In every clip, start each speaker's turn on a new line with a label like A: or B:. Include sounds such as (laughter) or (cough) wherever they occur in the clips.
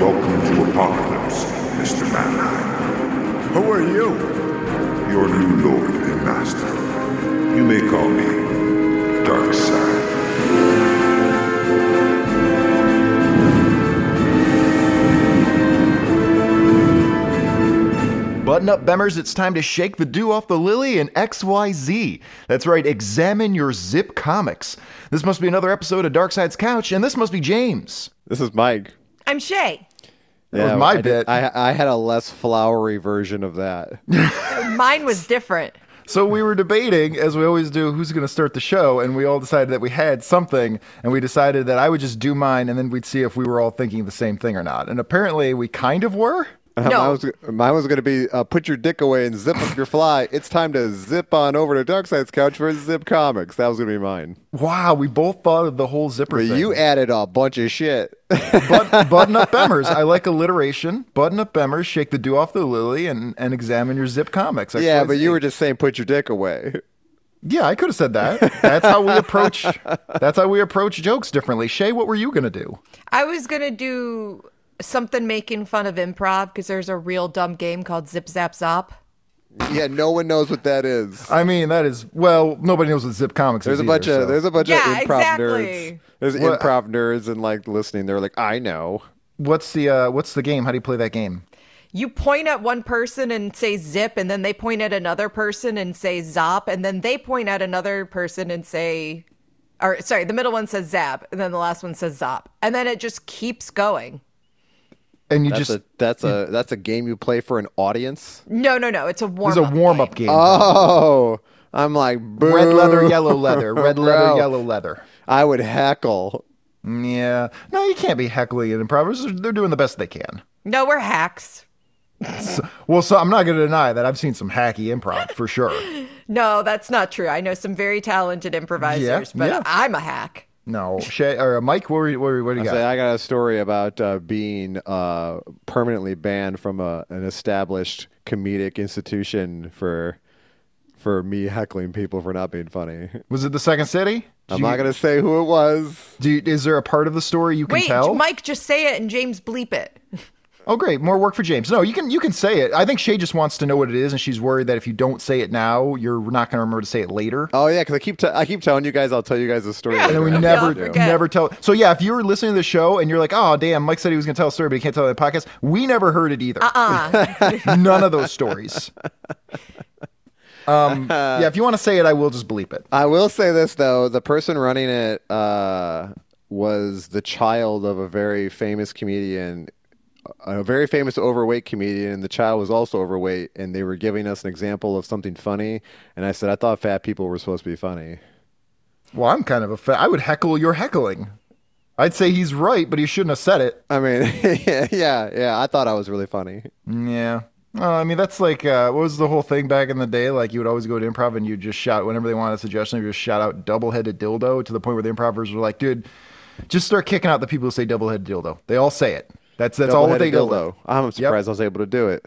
A: Welcome to Apocalypse, Mr. Manheim.
B: Who are you?
A: Your new lord and master. You may call me Darkseid.
C: Button up, Bemmers. It's time to shake the dew off the lily in XYZ. That's right, examine your zip comics. This must be another episode of Dark Side's Couch, and this must be James.
D: This is Mike.
E: I'm Shay.
C: That was my
D: I did-
C: bit.
D: I, I had a less flowery version
C: (laughs)
D: of that.
E: Mine was different.
C: So we were debating, as we always do, who's going to start the show, and we all decided that we had something, and we decided that I would just do mine, and then we'd see if we were all thinking the same thing or not. And apparently, we kind of were.
D: Uh,
E: No.
D: Mine was, mine was going to be uh, put your dick away and zip up your fly. It's time to zip on over to Dark Side's couch for Zip Comics. That was going to be mine.
C: Wow, we both thought of the whole zipper
D: But
C: thing.
D: you added a bunch
C: (laughs)
D: of shit.
C: Bud- button up Bemmers. I like alliteration. Button up Bemmers, shake the dew off the lily, and, and examine your zip comics.
D: yeah,
C: XYZ.
D: but you were just saying put your dick away.
C: Yeah, I could have said that. That's how we approach. that's how we approach jokes differently. Shay, what were you gonna do?
E: I was gonna do something making fun of improv because there's a real dumb game called Zip Zap Zop.
D: Yeah, no one knows what that is.
C: I mean, that is well, nobody knows what zip comics
D: There's
C: is.
D: a bunch
C: either,
D: of
C: so.
D: there's a bunch
E: Yeah,
D: of improv nerds.
E: exactly.
D: There's
C: What-
D: improv nerds and like listening. They're like, I know.
C: What's the uh, what's the game? How do you play that game?
E: You point at one person and say zip, and then they point at another person and say zop, and then they point at another person and say, or sorry, the middle one says zap, and then the last one says zop, and then it just keeps going.
C: And you
D: That's
C: just
D: a that's a that's a game you play for an audience.
E: No, no, no, it's a warm.
C: there's a warm up game.
D: Oh, I'm like boo.
C: Red leather, yellow
D: Oh.
C: leather. Red leather,
D: (laughs) Bro.
C: yellow leather. Mm,
D: I would heckle.
C: Yeah. No, you can't be heckling an improvers. They're- They're doing the best they can.
E: No, we're hacks.
C: Well, so I'm not going to deny that I've seen some hacky improv for sure.
E: No, that's not true. I know some very talented improvisers, but
C: yeah.
E: I'm a hack.
C: No, Shay or uh, Mike, what, were you, what, were you- what do you
D: Say,
C: got?
D: I uh, got a story about uh, being uh, permanently banned from a, an established comedic institution for for me heckling people for not being funny.
C: Was it the Second City? Did
D: I'm
C: you-
D: not gonna say who it was.
C: Do you, is there a part of the story you can
E: Wait,
C: tell?
E: Mike, just say it and James bleep it.
C: Oh, great! More work for James. No, you can you can say it. I think Shay just wants to know what it is, and she's worried that if you don't say it now, you're not going to remember to say it later.
D: Oh yeah, because I keep t- I keep telling you guys I'll tell you guys the story.
C: and
D: later.
C: then we
E: Yeah,
C: never
E: I'll forget.
C: never tell. So yeah, if you were listening to the show and you're like, "Oh, damn, Mike said he was going to tell a story, but he can't tell it on the podcast," we never heard it either.
E: Uh,
C: (laughs) None of those stories. Um, yeah, if you want to say it, I will just bleep it.
D: I will say this though: the person running it uh, was the child of a very famous comedian, a very famous overweight comedian, and the child was also overweight. And they were giving us an example of something funny, and I said, "I thought fat people were supposed to be funny."
C: Well, I'm kind of a fa- I would heckle your heckling. I'd say he's right, but he shouldn't have said it.
D: I mean, (laughs) yeah, yeah, yeah. I thought I was really funny.
C: Yeah. Uh, I mean, that's like, uh, what was the whole thing back in the day? Like, you would always go to improv and you just shout, whenever they wanted a suggestion, you just shout out double headed dildo to the point where the improvers were like, dude, just start kicking out the people who say double headed dildo. They all say it. That's that's all that they
D: Double-headed
C: go
D: dildo.
C: with.
D: I'm surprised I was able to do it.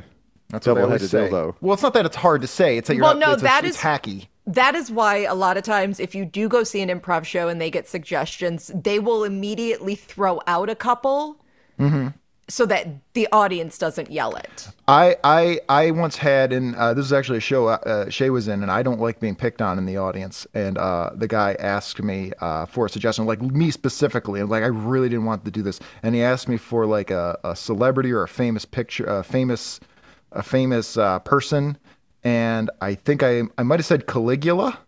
C: That's what they always
D: Double-headed
C: say.
D: dildo.
C: Well, it's not that it's hard to say. It's that you're
E: Well,
C: not,
E: no,
C: it's, a-
E: that
C: it's
E: is-
C: hacky.
E: (laughs) that is why a lot of times, if you do go see an improv show and they get suggestions, they will immediately throw out a couple
C: Mm-hmm.
E: so that the audience doesn't yell it.
C: I I I once had, and uh, this is actually a show uh, Shay was in, and I don't like being picked on in the audience. And uh, the guy asked me uh, for a suggestion, like me specifically, and like I really didn't want to do this. And he asked me for like a, a celebrity or a famous picture, a famous a famous uh, person, and I think I I might have said Caligula.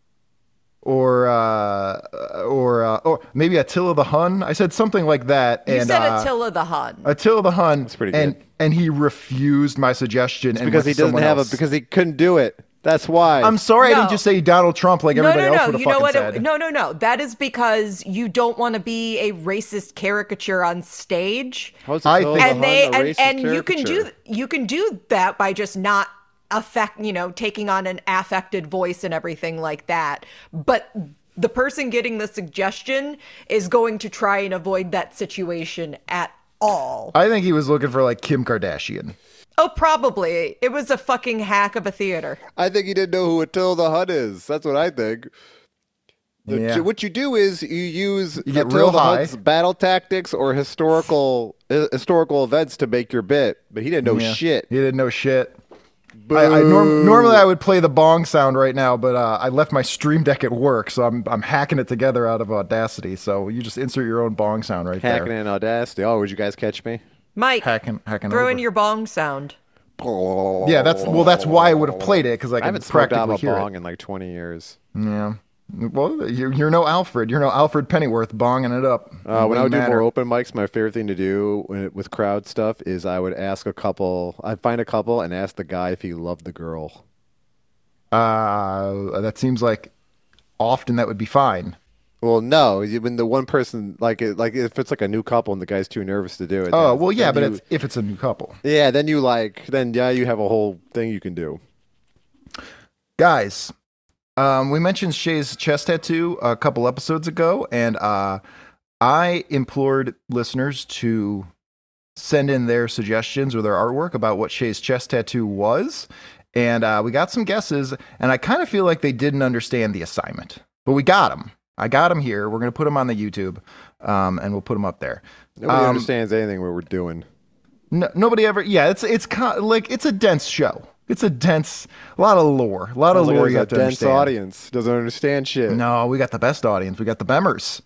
C: Or uh, or uh, or maybe Attila the Hun. I said something like that.
E: You
C: and,
E: said
C: uh,
E: Attila the Hun.
C: Attila the Hun.
D: pretty
C: and,
D: good.
C: And he refused my suggestion and went
D: Because he
C: to
D: doesn't
C: someone
D: have
C: else.
D: a because he couldn't do it. That's why.
C: I'm sorry, I didn't
E: No.
C: just say Donald Trump like
E: no,
C: everybody
E: no,
C: else
E: no.
C: would have
E: You know
C: fucking
E: what?
C: said.
E: It, no, no, no. That is because you don't want to be a racist caricature on stage.
D: How is
C: I
D: Attila
C: think-
D: the
E: and they
D: Hun a
E: and,
D: racist
E: and you can
D: caricature?
E: do you can do that by just not affect you know taking on an affected voice and everything like that but the person getting the suggestion is going to try and avoid that situation at all
C: I think he was looking for like Kim Kardashian.
E: oh probably it was a fucking hack of a theater
D: I think he didn't know who Attila the Hun is. That's what I think. The-
C: Yeah.
D: What you do is you use
C: You get
D: Attila
C: real
D: the
C: high.
D: Hutt's battle tactics or historical uh, historical events to make your bit, but he didn't know
C: Yeah.
D: shit.
C: He didn't know shit. I, I norm- normally I would play the bong sound right now, but uh, I left my stream deck at work, so I'm I'm hacking it together out of Audacity. So you just insert your own bong sound right
D: Hacking
C: there.
D: and audacity. Oh, would you guys catch me?
F: Mike,
C: Hacking, hacking.
F: throw in
C: over.
F: your bong sound.
C: Yeah, that's well. That's why I would have played it because I
D: I
C: can
D: haven't smoked out
C: practically
D: a
C: hear
D: bong in like 20 years.
C: it. Yeah. Well, you're, you're no Alfred. You're no Alfred Pennyworth bonging it up.
D: Uh, when I would
C: Wouldn't
D: do
C: matter.
D: more open mics, my favorite thing to do when- with crowd stuff is I would ask a couple, I'd find a couple and ask the guy if he loved the girl.
C: uh, that seems like often that would be fine.
D: Well, no, you- when the one person like it, like if it's like a new couple and the guy's too nervous to do it.
C: Oh
D: then-
C: well, yeah,
D: then
C: but
D: you-
C: it's, if it's a new couple,
D: yeah, then you like then yeah, you have a whole thing you can do.
C: guys. Um, we mentioned Shay's chest tattoo a couple episodes ago, and uh, I implored listeners to send in their suggestions or their artwork about what Shay's chest tattoo was, and uh, we got some guesses. And I kind of feel like they didn't understand the assignment, but we got them. I got them here. We're gonna put them on the YouTube, um, and we'll put them up there.
D: Nobody
C: Um,
D: understands anything what we're doing.
C: No, nobody ever. Yeah, it's it's kind like it's a dense show. It's a dense, a lot of lore, a lot of
D: Sounds like
C: lore
D: there's
C: you
D: a
C: have to
D: dense
C: understand.
D: audience doesn't understand shit.
C: No, we got the best audience. We got the Bemmers.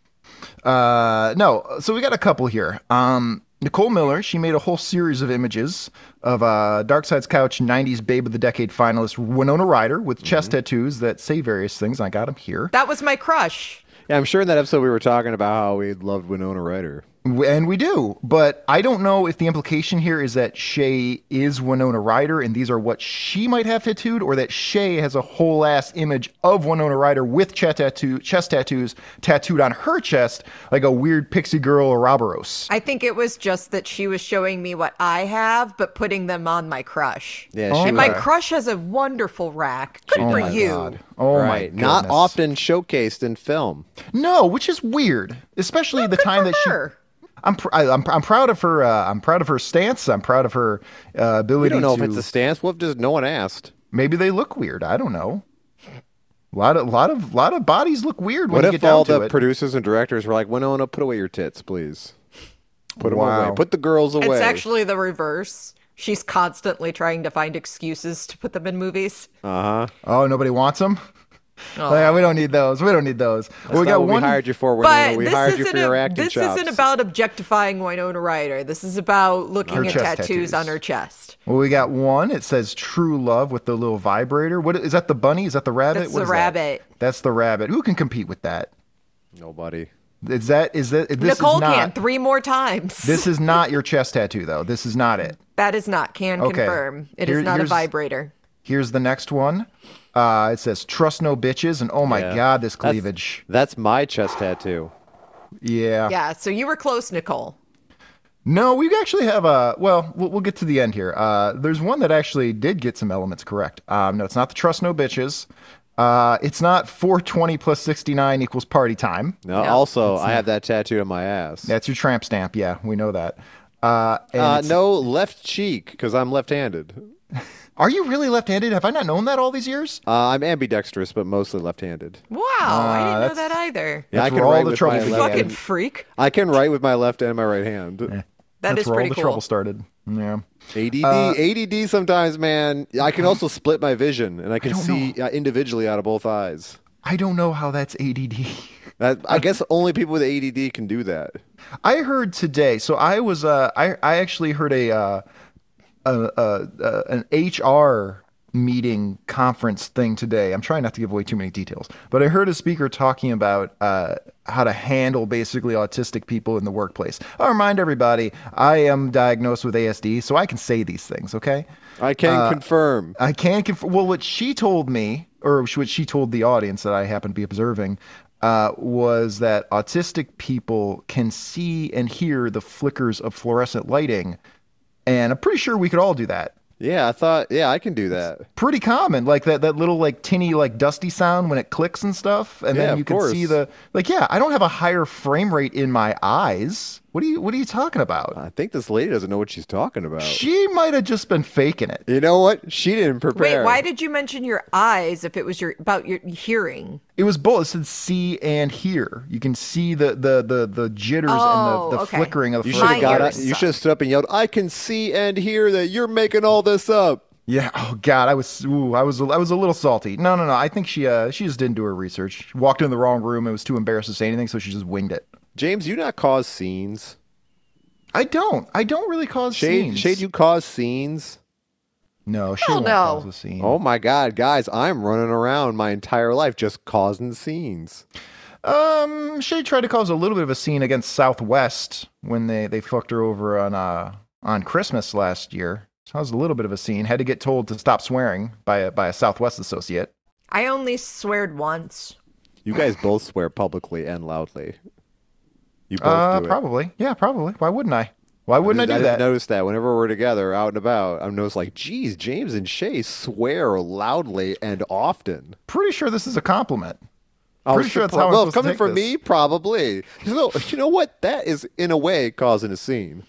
C: Uh, no, so we got a couple here. Um, Nicole Miller, she made a whole series of images of uh, Dark Side's Couch 90s Babe of the Decade finalist Winona Ryder with chest tattoos that say various things. I got them here.
F: That was my crush.
D: Yeah, I'm sure in that episode we were talking about how we loved Winona Ryder.
C: And we do, but I don't know if the implication here is that Shay is Winona Ryder and these are what she might have tattooed, or that Shay has a whole ass image of Winona Ryder with chest, tattoo, chest tattoos tattooed on her chest, like a weird pixie girl or Roboros.
F: I think it was just that she was showing me what I have, but putting them on my crush.
D: Yeah, she
F: and my
D: was-
F: crush has a wonderful rack. Good for you.
C: Oh
D: right.
C: my god.
D: Not often showcased in film.
C: No, which is weird, especially the time that
F: her.
C: she. I'm, pr- I, I'm I'm proud of her. Uh, I'm proud of her stance. I'm proud of her uh, ability
D: We don't know
C: to.
D: if it's a stance. What if just no one asked?
C: Maybe they look weird. I don't know. A lot of lot of lot of bodies look weird when
D: What
C: you get
D: if
C: down
D: all
C: to
D: the
C: it.
D: producers and directors were like, Winona, put away your tits, please. Put 'em
C: Wow.
D: away. Put the girls away.
F: It's actually the reverse. She's constantly trying to find excuses to put them in movies.
D: uh-huh.
C: oh, nobody wants them. we don't need those. We don't need those. Well, we
D: That's not
C: got
D: what
C: one.
D: We hired you for Winona.
F: But
D: we
F: this,
D: hired you
F: isn't,
D: for your
F: a-
D: acting
F: this
D: chops.
F: isn't about objectifying Winona Ryder. This is about looking
C: Her
F: at
C: chest
F: tattoos,
C: tattoos.
F: on her chest.
C: Well, we got one. It says "True Love" with the little vibrator. What is that? The bunny? Is that the rabbit?
F: That's
C: What
F: the
C: is that?
F: rabbit.
C: That's the rabbit. Who can compete with that?
D: nobody.
C: Is that is that this
F: Nicole
C: is not
F: can three more times.
C: this is not your chest tattoo though. This is not it.
F: that is not can
C: Okay.
F: confirm. It is
C: Here-
F: not a
C: here's-
F: vibrator.
C: Here's the next one. Uh, it says "Trust no bitches" and oh my
D: Yeah.
C: god, this
D: That's-
C: cleavage.
D: That's my chest tattoo.
C: Yeah.
F: Yeah, so you were close, Nicole.
C: No, we actually have a. Well, we'll, we'll get to the end here. Uh, there's one that actually did get some elements correct. Um, no, it's not the trust no bitches. Uh, it's not 420 plus 69 equals party time.
D: No,
F: No,
D: also, I have that tattooed on my ass.
C: That's your tramp stamp. Yeah, we know that. Uh, and
D: Uh,
C: it's-
D: no left cheek because I'm left-handed.
C: Are you really left-handed? Have I not known that all these years?
D: Uh, I'm ambidextrous, but mostly left-handed.
F: Wow, I didn't know
C: Ah, that's-
F: that either.
D: Yeah,
C: That's
D: I can
C: where all
D: write
C: the
D: with
C: trouble
D: my
C: begins.
D: left.
F: Fucking
D: hand.
F: freak.
D: I can write with my left and my right hand.
F: That
C: That's
F: is
C: where all
F: pretty
C: the
F: cool.
C: trouble started. Yeah.
D: ADD,
C: Uh,
D: ADD. Sometimes, man, I can also split my vision, and I can see uh, individually out of both eyes.
C: I don't know how that's ADD. (laughs)
D: That, I guess only people with ADD can do that.
C: I heard today. So I was. Uh, I I actually heard a, uh, a, a, a an HR meeting conference thing today. I'm trying not to give away too many details, but I heard a speaker talking about uh, how to handle basically autistic people in the workplace. I remind everybody, I am diagnosed with ASD, so I can say these things. Okay.
D: I can
C: Uh,
D: confirm.
C: I can conf- well what she told me or sh- what she told the audience that I happen to be observing uh, was that autistic people can see and hear the flickers of fluorescent lighting and I'm pretty sure we could all do that.
D: Yeah, I thought. Yeah, I can do that.
C: Pretty common like that that little like tinny like dusty sound when it clicks and stuff and
D: Yeah,
C: then
D: of
C: you can see
D: course.
C: the like yeah, I don't have a higher frame rate in my eyes. What are you What are you talking about?
D: I think this lady doesn't know what she's talking about.
C: She might have just been faking it.
D: you know what? She didn't prepare.
E: Wait, why did you mention your eyes if it was your about your hearing?
C: It was both. It said see and hear. You can see the the the, the jitters
E: Oh,
C: and the, the
E: okay.
C: flickering of the
D: you should
E: My
D: have
C: flame.
D: got up.
E: ears
D: You
E: suck.
D: should have stood up and yelled, "I can see and hear that you're making all this up."
C: Yeah. Oh God, I was ooh, I was I was a little salty. No, no, no. I think she uh she just didn't do her research. She walked in the wrong room and was too embarrassed to say anything, so she just winged it.
D: James, you not cause scenes.
C: I don't. I don't really cause
D: Shade,
C: scenes.
D: Shade, you cause scenes.
C: No, she
E: Hell
C: won't
E: no.
C: cause a scene.
D: Oh my God, guys, I'm running around my entire life just causing scenes.
C: Um, she tried to cause a little bit of a scene against Southwest when they they fucked her over on uh on Christmas last year. So that was a little bit of a scene. Had to get told to stop swearing by a by a Southwest associate.
E: I only sweared once.
D: You guys both swear publicly and loudly. You both
C: Uh,
D: do it.
C: probably. Yeah, probably. Why wouldn't I? Why wouldn't I do that?
D: notice that whenever we're together, out and about, I'm noticed like, geez, James and Shay swear loudly and often.
C: Pretty sure this is a compliment.
D: I was
C: Pretty sure that's
D: surprised-
C: how I'm
D: well,
C: supposed to
D: coming
C: take
D: from
C: this.
D: me, probably. So, you know (laughs) what? That is in a way causing a scene.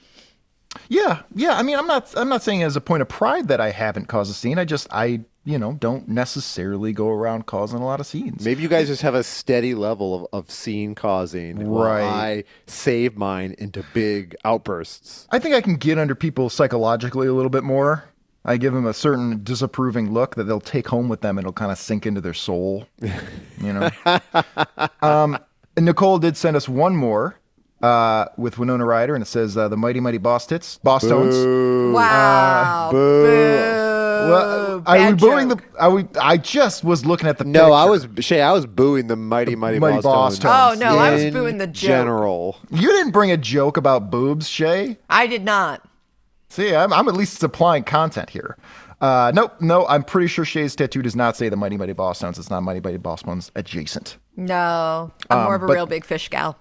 C: Yeah, yeah. I mean, I'm not. I'm not saying as a point of pride that I haven't caused a scene. I just, I, you know, don't necessarily go around causing a lot of scenes.
D: Maybe you guys just have a steady level of, of scene causing. while
C: Right.
D: I save mine into big outbursts.
C: I think I can get under people psychologically a little bit more. I give them a certain disapproving look that they'll take home with them and it'll kind of sink into their soul, you
D: (laughs)
C: know. um, and Nicole did send us one more uh, with Winona Ryder, and it says uh, the mighty mighty boss tits, boss tones.
E: Wow.
D: boo.
C: Uh, Well, Uh,
E: Boo.
C: are we
E: Bad
C: booing the?
E: joke.
C: Are we? I just was looking at the.
D: No, I
C: picture.
D: was Shay. I was booing the mighty mighty,
C: Mighty
D: Boss
C: Boss
D: Tones
E: Tones. Oh, no, I was
D: in
E: booing the joke.
D: general.
C: You didn't bring a joke about boobs, Shay.
E: I did not.
C: See, I'm, I'm at least supplying content here. Uh, nope, no, I'm pretty sure Shay's tattoo does not say the Mighty Mighty Boss Stones. It's not Mighty Mighty Boss Stones adjacent.
E: No. I'm more of a
C: Um, but-
E: real big fish gal.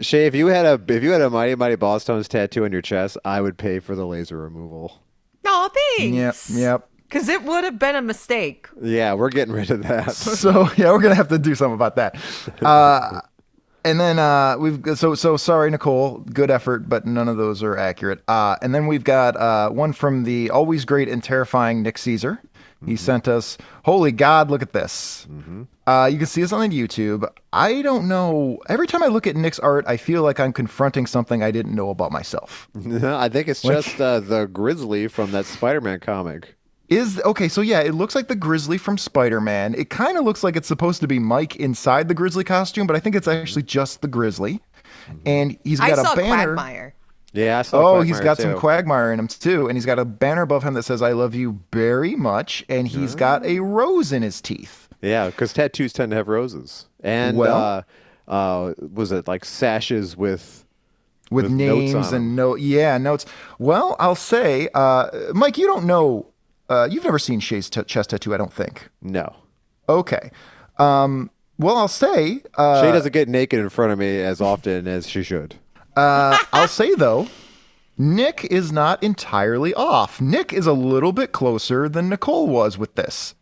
D: Shay, if you had a if you had a mighty mighty Boss Tones tattoo on your chest, I would pay for the laser removal.
E: No,
C: Yep,
E: thanks.
C: yep.
E: Because it would have been a mistake.
D: Yeah, we're getting rid of
C: (laughs)
D: that. (laughs)
C: So yeah, we're gonna have to do something about that. Uh, and then uh, we've so so sorry, Nicole. Good effort, but none of those are accurate. Uh, and then we've got uh, one from the always great and terrifying Nick Caesar. He sent us, "Holy God, look at this." Uh, you can see this on YouTube. I don't know. Every time I look at Nick's art, I feel like I'm confronting something I didn't know about myself.
D: I think it's just uh, the Grizzly from that Spider Man comic.
C: Is okay, so yeah, it looks like the grizzly from Spider Man. It kind of looks like it's supposed to be Mike inside the grizzly costume, but I think it's actually just the grizzly. And he's
E: I
C: got
E: saw
C: a banner.
E: Quagmire.
D: Yeah, I saw
C: Oh,
D: Mm-hmm. Quagmire,
C: he's got some
D: too.
C: quagmire in him too, and he's got a banner above him that says "I love you very much," and he's got a
D: Mm.
C: rose in his teeth.
D: Yeah, because tattoos tend to have roses. And
C: Well-
D: uh, uh, was it like sashes with?
C: with,
D: with notes
C: names
D: on 'em.
C: and no yeah notes well i'll say uh, mike you don't know uh, you've never seen shay's t- chest tattoo i don't think
D: No,
C: okay um, well i'll say uh,
D: Shay doesn't get naked in front of me as often as she should.
C: uh, i'll say though nick is not entirely off nick is a little bit closer than nicole was with this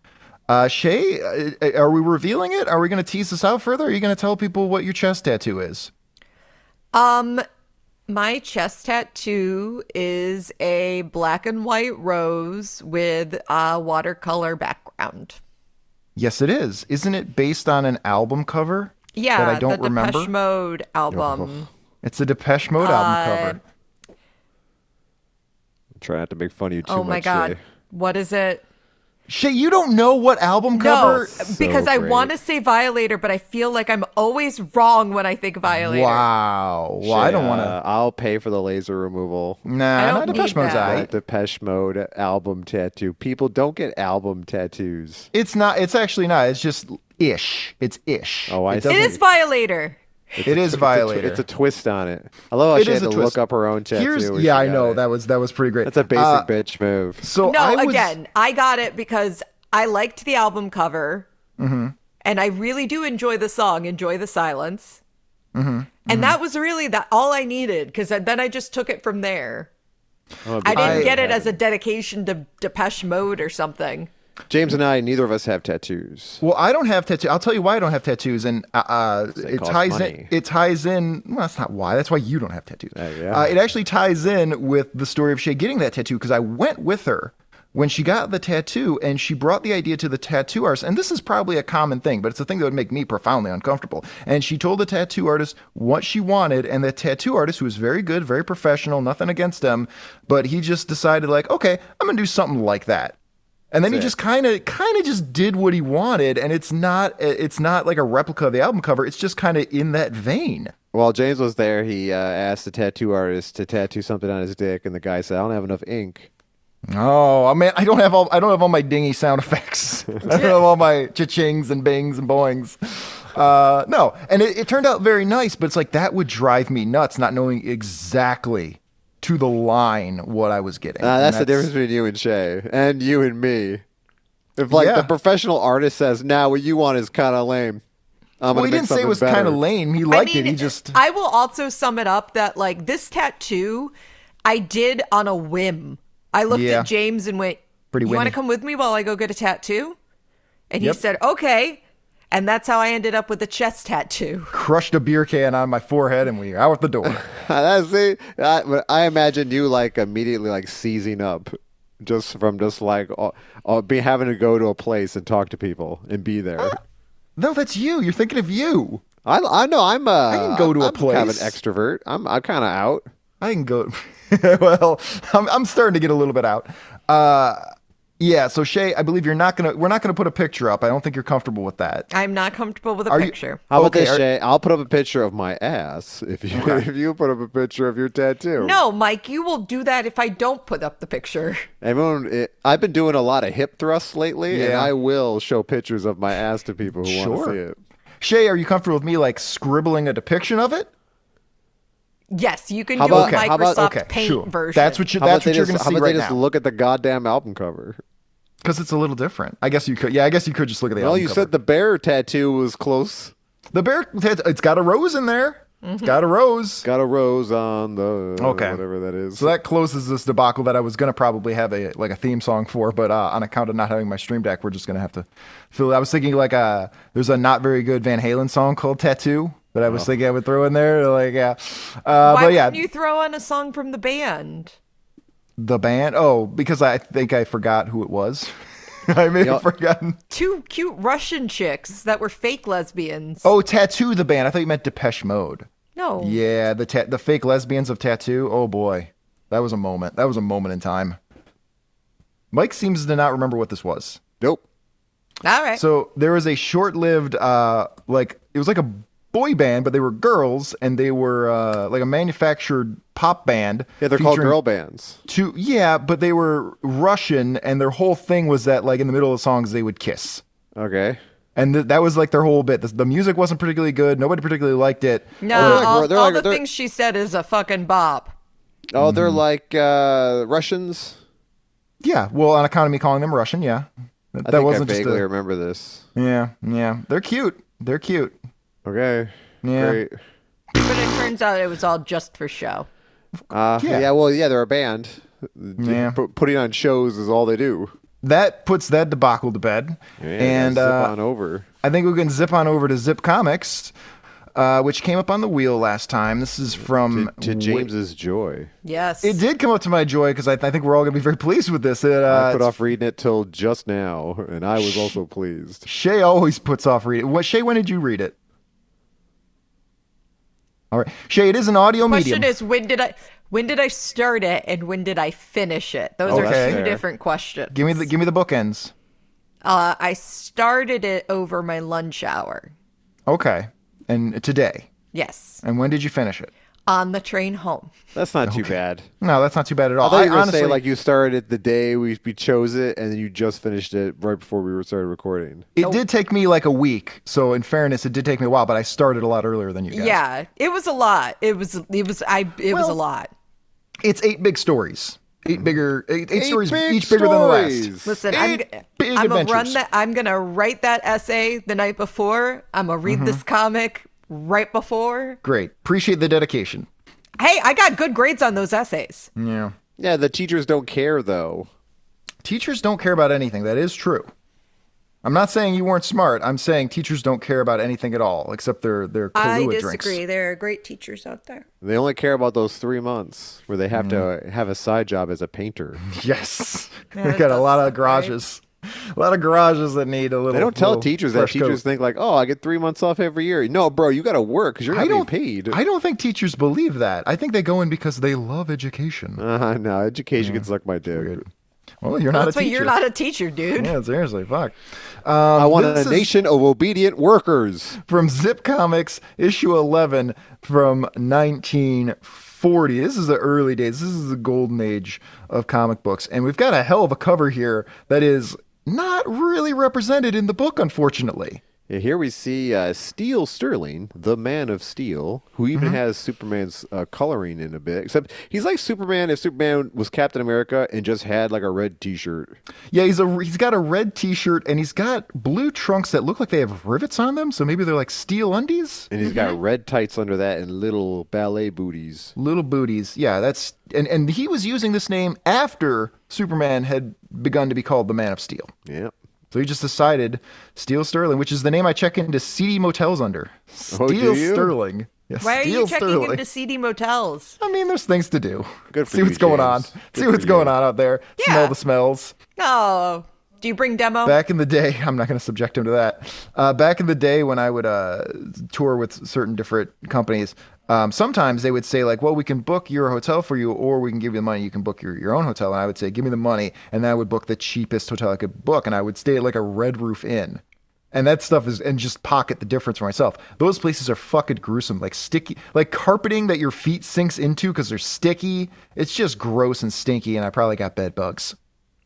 C: uh, shay uh, are we revealing it are we going to tease this out further are you going to tell people what your chest tattoo is
E: Um, my chest tattoo is a black and white rose with a watercolor background.
C: yes it is isn't it based on an album cover
E: Yeah,
C: that i don't
E: the
C: remember
E: Depeche Mode Uh, album.
C: It's a Depeche Mode album cover.
D: Try not to make fun of you too
E: Oh
D: much.
E: my god,
D: Shay.
E: what is it?
C: Shay, you don't know what album cover?
E: no, uh, because I
D: great.
E: want to say Violator, but I feel like I'm always wrong when I think Violator.
C: Wow. Well, I
D: Shay,
C: don't want
D: uh,
C: to.
D: I'll pay for the laser removal.
E: I
C: Nah,
E: don't
C: not
E: need
C: Depeche Mode's
E: that.
C: eye.
D: That Depeche Mode album tattoo. People don't get album tattoos.
C: It's not. It's actually not. It's just ish. It's ish.
D: Oh, I
C: it
D: see.
E: It
C: doesn't-
E: is Violator.
C: It is violator.
D: It's a, tw- it's a twist on it. I love how
C: It
D: she
C: is
D: had to
C: a twist.
D: look up her own tattoo.
C: Here's-
D: when she
C: yeah, I
D: got
C: know
D: it.
C: that was that was pretty great.
D: That's a basic
C: Uh,
D: bitch move.
C: So
E: No,
C: Oh, I was,
E: again, I got it because I liked the album cover,
C: Mm-hmm.
E: and I really do enjoy the song "Enjoy the Silence,"
C: Mm-hmm.
E: and that was really that all I needed because then I just took it from there.
D: I'm a
E: I
D: big fan
E: didn't
D: of
E: get it
D: that.
E: as a dedication to Depeche Mode or something.
D: James and I, neither of us have tattoos.
C: Well, I don't have tattoos. I'll tell you why I don't have tattoos, and uh, uh, it
D: cost
C: ties
D: money.
C: in. It ties in. Well, that's not why. That's why you don't have tattoos.
D: yeah.
C: uh, it actually ties in with the story of Shay getting that tattoo because I went with her when she got the tattoo, and she brought the idea to the tattoo artist. And this is probably a common thing, but it's a thing that would make me profoundly uncomfortable. And she told the tattoo artist what she wanted, and the tattoo artist, who was very good, very professional, nothing against him, but he just decided like, okay, I'm gonna do something like that and then he just kind of kind of just did what he wanted and it's not it's not like a replica of the album cover it's just kind of in that vein
D: While James was there, he uh, asked the tattoo artist to tattoo something on his dick, and the guy said, "I don't have enough ink."
C: oh man i don't have all i don't have all my dingy sound effects (laughs) i don't have all my cha-chings and bings and boings uh, no and it, it turned out very nice but it's like that would drive me nuts not knowing exactly to the line what i was getting
D: Uh,
C: And
D: that's, the difference between you and Shay, and you and me. If like
C: Yeah.
D: the professional artist says, "Now what you want is kind of lame,"
C: well
D: I'm gonna
C: he
D: make
C: didn't say it
D: something
C: was
D: better."
C: kind of lame he liked it he just
E: I will also sum it up that like this tattoo, I did on a whim. I looked
C: Yeah.
E: at James and went,
C: Pretty
E: "You want to
C: whimmy.
E: come with me while I go get a tattoo?" And
C: Yep.
E: he said, "Okay." And that's how I ended up with a chest tattoo. (laughs)
C: crushed a beer can on my forehead and we were out the door
D: That's it. (laughs) I, but I imagine you like immediately like seizing up, just from just like uh, uh, be having to go to a place and talk to people and be
C: Uh,
D: there.
C: No, that's you. You're thinking of you.
D: I I know I'm uh, I
C: can go to a
D: I'm Kind of
C: place.
D: an extrovert. I'm I'm kind of out.
C: I can go. (laughs) well, I'm, I'm starting to get a little bit out. Uh, yeah. So Shay, I believe you're not gonna. We're not gonna put a picture up. I don't think you're comfortable with that.
E: I'm not comfortable with a
C: Are you-
E: picture.
D: How about
C: Okay,
D: this,
C: are-
D: Shay? I'll put up a picture of my ass if you (laughs) if you put up a picture of your tattoo.
E: No, Mike, you will do that if I don't put up the picture. (laughs)
D: Everyone, it, I've been doing a lot of hip thrusts lately, and
C: Yeah.
D: I will show pictures of my ass to people who want to
C: Sure.
D: see it.
C: Shay, are you comfortable with me like scribbling a depiction of it?
E: Yes, you can
D: How
E: do
D: about-
E: a
D: okay,
E: Microsoft
D: how about-
E: Paint version.
C: That's what you.
D: How about
C: That's
D: they
C: what you're
D: just,
C: gonna
D: how
C: see
D: about
C: right
D: they just
C: now.
D: look at the goddamn album cover?
C: Because it's a little different. I guess you could. Yeah, I guess you could just look at the.
D: Well,
C: album
D: you
C: cover.
D: said the bear tattoo was close.
C: the bear. It's got a rose in there. It's
D: Mm-hmm.
C: got a rose.
D: Got a rose on the
C: Okay.
D: whatever that is.
C: So that closes this debacle that I was going to probably have a like a theme song for, but uh, on account of not having my stream deck, we're just going to have to fill. I was thinking like uh, there's a not very good Van Halen song called Tattoo that
D: Oh.
C: I was thinking I would throw in there. Like yeah, uh,
E: Why
C: but yeah,
E: wouldn't you throw on a song from the band?
C: the band. Oh, because I think I forgot who it was. (laughs) I may
D: Yeah.
C: have forgotten.
E: Two cute Russian chicks that were fake lesbians.
C: Oh, Tattoo the band. I thought you meant Depeche Mode.
E: no.
C: Yeah, the ta- the fake lesbians of Tattoo. Oh boy, that was a moment. That was a moment in time. Mike seems to not remember what this was.
D: nope.
E: All right.
C: So there was a short-lived, uh, like it was like a boy band, but they were girls, and they were uh, like a manufactured pop band.
D: Yeah, they're called
C: featuring
D: girl bands.
C: Two, yeah, but they were Russian, and their whole thing was that like in the middle of the songs they would kiss,
D: Okay.
C: and th- that was like their whole bit. The, the music wasn't particularly good. Nobody particularly liked it.
E: no,
D: they're like-
E: all,
D: they're
E: all
D: like-
E: the
D: they're-
E: things she said is a fucking bop.
D: Oh, they're
C: Mm-hmm.
D: like uh, Russians.
C: Yeah, well, on account of me calling them Russian, yeah, that, that
D: I think
C: wasn't
D: I
C: just
D: vaguely
C: a-
D: remember this.
C: yeah, yeah. They're cute. They're cute.
D: Okay.
C: Yeah.
D: Great.
E: But it turns out it was all just for show.
D: Uh, yeah.
C: Yeah.
D: Well, yeah, they're a band.
C: Yeah.
D: P- putting on shows is all they do.
C: That puts that debacle to bed,
D: Yeah,
C: and
D: zip
C: uh,
D: on over.
C: I think we can zip on over to Zip Comics, uh, which came up on the wheel last time. This is from
D: To James's joy,
E: Yes.
C: It did come up to my joy because I, I think we're all going to be very pleased with this. It,
D: I
C: uh,
D: put off reading it till just now, and I was also pleased.
C: Shay always puts off reading. What Shay? When did you read it? All right, Shay. It is an audio
E: Question
C: medium.
E: is when did I when did I start it and when did I finish it? Those are two
C: Okay.
E: different questions.
C: give me the give me the bookends.
E: uh, I started it over my lunch hour.
C: Okay, and today.
E: Yes.
C: And when did you finish it?
E: On the train home.
D: That's not too bad.
C: No, that's not too bad at all.
D: I thought you were
C: honestly,
D: gonna say like you started it the day we, we chose it, and then you just finished it right before we started recording.
C: it did take me like a week. So in fairness, it did take me a while, but I started a lot earlier than you guys.
E: Yeah. It was a lot. It was it was I it was a
C: Well,
E: lot.
C: it's eight big stories. Eight bigger, eight, eight
D: Eight
C: stories,
D: big
C: each bigger than the
D: stories.
C: last.
E: Listen, I'm,
C: Eight
E: g-
C: big
E: I'm gonna run
C: adventures.
E: that. I'm gonna write that essay the night before. I'm gonna
C: Mm-hmm.
E: read this comic right before.
C: Great. Appreciate the dedication.
D: Mm.
E: Hey, I got good grades on those essays.
C: Yeah.
D: Yeah, the teachers don't care though.
C: teachers don't care about anything. That is true. I'm not saying you weren't smart. I'm saying teachers don't care about anything at all except their their Kahlua
E: I
C: drinks.
E: disagree. There are great teachers out there.
D: They only care about those three months where they have
C: Mm.
D: to have a side job as a painter.
C: (laughs) Yes,
E: (laughs) Yeah,
C: we got a
E: that
C: lot of
E: does sound right.
C: garages, a lot of garages that need a little.
D: They don't tell
C: little
D: teachers that.
C: fresh coat.
D: Teachers think like, "Oh, I get three months off every year." No, bro, you got to work because you're not
C: I
D: getting
C: don't
D: paid. (laughs)
C: I don't think teachers believe that. I think they go in because they love education.
D: Uh, no, education can suck my dick.
C: Well, you're not
F: That's
C: a
F: why
C: teacher.
F: you're not a teacher,
D: (laughs)
F: dude.
C: yeah, seriously, fuck.
D: I want a
C: Um, this is-
D: nation of obedient workers.
C: From Zip Comics, issue 11 from 1940. This is the early days. This is the golden age of comic books. And we've got a hell of a cover here that is not really represented in the book, unfortunately.
D: Yeah, here we see uh, Steel Sterling, the Man of Steel, who even
C: Mm-hmm.
D: has Superman's uh, coloring in a bit. Except he's like Superman if Superman was Captain America and just had like a red T-shirt.
C: Yeah, he's a he's got a red T-shirt and he's got blue trunks that look like they have rivets on them. So maybe they're like steel undies,
D: And he's got red tights under that and little ballet booties.
C: little booties. Yeah, that's and and he was using this name after Superman had begun to be called the Man of Steel.
D: Yep.
C: So he just decided Steel Sterling, which is the name I check into seedy motels under. Steel
D: Oh, do you?
C: Sterling. Yeah,
F: Why are you
C: Steel
F: checking
C: Sterling.
F: into CD motels?
C: I mean, there's things to do.
D: Good for
C: See
D: you,
C: what's going on.
D: James. Good
C: See
D: for
C: what's
D: you.
C: going on out there.
F: Yeah.
C: Smell the smells.
F: Oh, do you bring demo?
C: back in the day, (laughs) I'm not going to subject him to that. Uh, back in the day, when I would uh, tour with certain different companies, um, sometimes they would say like, "Well, we can book your hotel for you, or we can give you the money. You can book your, your own hotel." And I would say, "Give me the money," and then I would book the cheapest hotel I could book, and I would stay at like a Red Roof Inn. And that stuff is, and just pocket the difference for myself. Those places are fucking gruesome, like sticky, like carpeting that your feet sinks into because they're sticky. It's just gross and stinky, and I probably got bed bugs.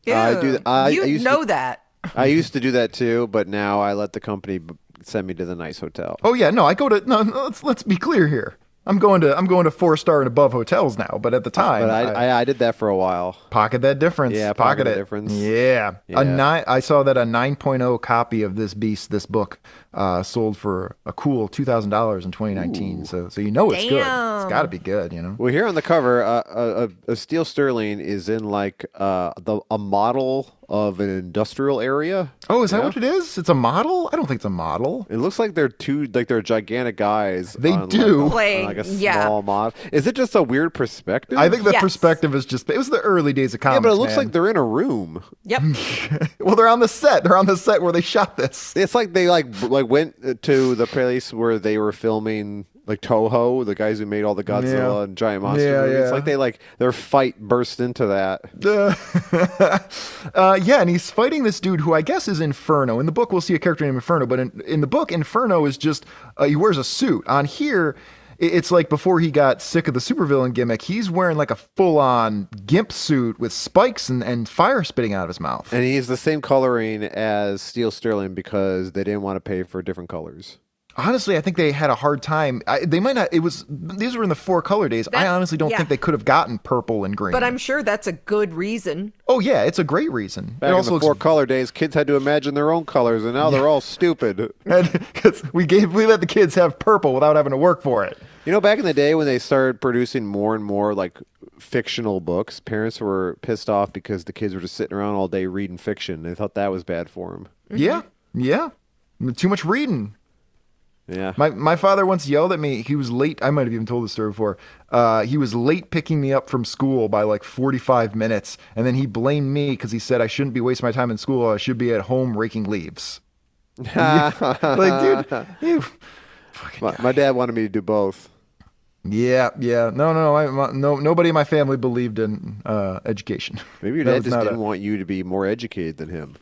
D: I
F: Ew.
D: do- I- I
F: you
D: used to-
F: know that.
D: I used to do that too, but now I let the company b- send me to the nice hotel.
C: Oh yeah, no, I go to no. no, Let's let's be clear here. I'm going to I'm going to four star and above hotels now. But at the time,
D: But I,
C: I,
D: I, I did that for a while.
C: pocket that difference.
D: Yeah,
C: pocket,
D: pocket the
C: it.
D: difference.
C: Yeah.
D: Yeah.
C: a nine. I saw that a 9.0 copy of this beast, this book, uh, sold for a cool two thousand dollars in 2019. So so you know it's good. It's
F: Damn.
C: got to be good. You know.
D: Well, here on the cover, uh, uh, uh, Steel Sterling is in like uh, the a model of an industrial area.
C: Oh, is that what it is? It's a model? I don't think it's a model.
D: It looks like they're two, like they're gigantic guys.
C: They
D: on, like,
C: do.
D: a- on,
F: Playing,
D: like a small
F: yeah.
D: model. Is it just a weird perspective?
C: I think the
F: Yes.
C: perspective is just. It was the early days of
D: Yeah,
C: comics.
D: but it looks
C: man.
D: like they're in a room. (laughs)
F: Yep.
C: well, they're on the set. They're on the set where they shot this.
D: It's like they like b- like went uh, to the place where they were filming like Toho, the guys who made all the Godzilla
C: Yeah.
D: and giant monster
C: Yeah,
D: movies. It's
C: yeah.
D: like they like their fight burst into that.
C: Uh, (laughs) uh, yeah, and he's fighting this dude who I guess is Inferno. In the book, we'll see a character named Inferno, but in, in the book, Inferno is just uh, he wears a suit. On here, i- it's like before he got sick of the supervillain gimmick, he's wearing like a full on gimp suit with spikes and, and fire spitting out of his mouth.
D: And he's the same coloring as Steel Sterling because they didn't want to pay for different colors.
C: Honestly, I think they had a hard time. I, they might not. It was these were in the four color days. I
F: That-
C: honestly don't
F: yeah.
C: think they could have gotten purple and green.
F: But I'm sure that's a good reason.
C: oh yeah, it's a great reason.
D: Back
C: it
D: in
C: also
D: the
C: looks
D: four color days, kids had to imagine their own colors, and now they're all stupid.
C: (laughs) because we gave we let the kids have purple without having to work for it.
D: You know, back in the day when they started producing more and more like fictional books, parents were pissed off because the kids were just sitting around all day reading fiction. They thought that was bad for them.
C: Yeah, yeah. Too much reading.
D: Yeah.
C: My my father once yelled at me. He was late. I might have even told this story before. Uh, he was late picking me up from school by like forty five minutes, and then he blamed me because he said I shouldn't be wasting my time in school. I should be at home raking leaves.
D: (laughs)
C: like, dude, you.
D: my, my dad wanted me to do both.
C: Yeah, yeah. No, no, I, my, no. Nobody in my family believed in uh, education.
D: Maybe your
C: That
D: dad
C: was
D: just
C: not
D: didn't want you to be more educated than him.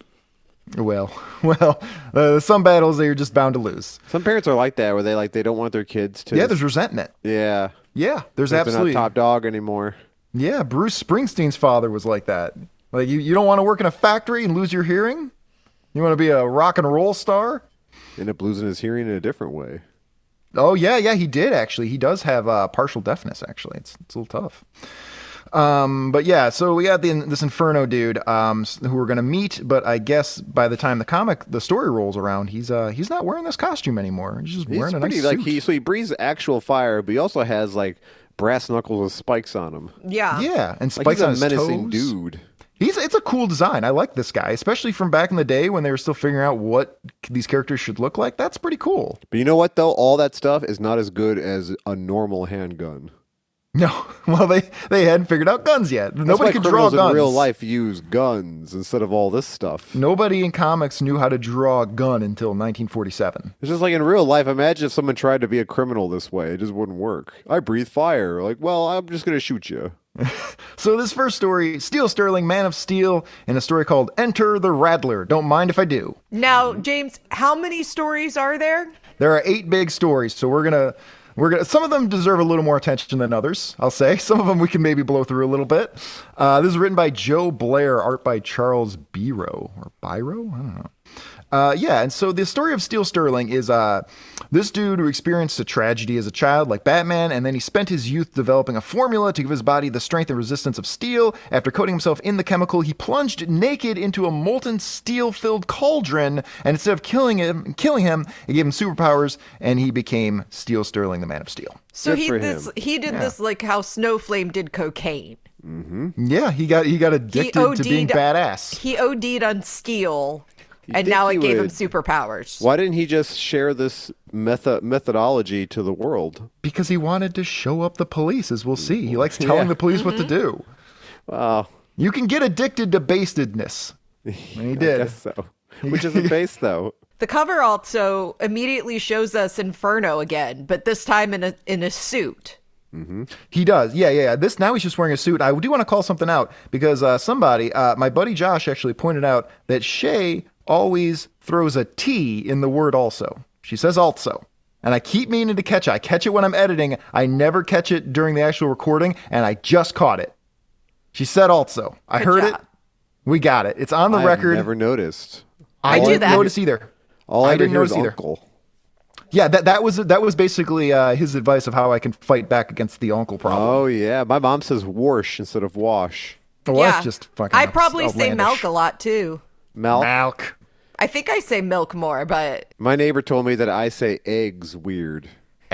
C: a- (laughs) well, well. Uh, some battles that you're just bound to lose.
D: Some parents are like that, where they like they don't want their kids to.
C: Yeah, there's resentment.
D: yeah,
C: Yeah, there's
D: Like, they're
C: absolutely
D: not top dog anymore.
C: Yeah, Bruce Springsteen's father was like that. Like you, you don't want to work in a factory and lose your hearing? You want to be a rock and roll star?
D: End up losing his hearing in a different way.
C: Oh yeah, yeah, he did actually. He does have uh, partial deafness actually. It's it's a little tough. Um, but yeah, so we got the, this Inferno dude um, s- who we're gonna meet, but I guess by the time the comic the story rolls around, he's uh he's not wearing this costume anymore. He's just
D: He's
C: wearing a
D: pretty
C: nice
D: like
C: suit.
D: he so he breathes actual fire, but he also has like brass knuckles with spikes on him.
F: Yeah.
C: yeah, and spikes
D: Like he's a
C: on his
D: menacing
C: toes.
D: dude.
C: He's it's a cool design. I like this guy, especially from back in the day when they were still figuring out what these characters should look like. That's pretty cool. (laughs)
D: But you know what though? All that stuff is not as good as a normal handgun.
C: No, well they they hadn't figured out guns yet.
D: That's
C: Nobody
D: why
C: could draw
D: criminals
C: guns
D: in real life use guns instead of all this stuff.
C: Nobody in comics knew how to draw a gun until 1947.
D: It's just like in real life. Imagine if someone tried to be a criminal this way; it just wouldn't work. I breathe fire. Like, well, I'm just gonna shoot you.
C: So this first story, Steel Sterling, Man of Steel, in a story called Enter the Rattler. Don't mind if I do.
F: Now, James, how many stories are there?
C: There are eight big stories, so we're gonna we're gonna. Some of them deserve a little more attention than others. I'll say (laughs) some of them we can maybe blow through a little bit. Uh, this is written by Joe Blair, art by Charles Biro or Biro. I don't know. Uh, yeah, and so the story of Steel Sterling is uh, this dude who experienced a tragedy as a child, like Batman, and then he spent his youth developing a formula to give his body the strength and resistance of steel. After coating himself in the chemical, he plunged naked into a molten steel-filled cauldron, and instead of killing him, killing him, it gave him superpowers, and he became Steel Sterling, the Man of Steel.
F: So
D: Good
F: he
D: for
F: this
D: him.
F: he did this like how Snowflame did cocaine.
C: Yeah, he got he got
F: He
C: addicted to being
F: OD'd
C: badass.
F: He OD'd on steel, and
D: think
F: now
D: he
F: it gave him
D: would-
F: superpowers.
D: Why didn't he just share this metho- methodology to the world? (laughs)
C: Because he wanted to show up the police, as we'll see. He likes telling
D: Yeah. Mm-hmm.
C: the police what to do.
D: Wow,
C: You can get addicted to bastedness. And he
D: (laughs) I
C: did.
D: guess so. Which is a
C: (laughs)
D: base though.
F: The cover also immediately shows us Inferno again, but this time in a in a suit.
C: He does. Yeah, yeah, yeah. This now he's just wearing a suit. I do want to call something out because uh, somebody, uh, my buddy Josh, actually pointed out that Shay always throws a T in the word also. She says also. And I keep meaning to catch it. I catch it when I'm editing. I never catch it during the actual recording, and I just caught it. She said also. I heard
F: job.
C: it. We got it. It's on the
D: I've
C: record.
D: never noticed.
C: I,
F: do
C: didn't
F: that.
C: notice either.
D: All
C: I
D: I, ever
C: didn't
D: hear is
C: notice either.
D: uncle.
C: Yeah, that, that was that was basically uh, his advice of how I can fight back against the uncle problem.
D: Oh yeah, my mom says "wash" instead of "wash."
C: well, that's just fucking. Oh,
F: I probably say
C: outlandish.
F: milk a lot too.
D: Mal,
C: Malk.
F: I think I say milk more, but
D: my neighbor told me that I say eggs weird.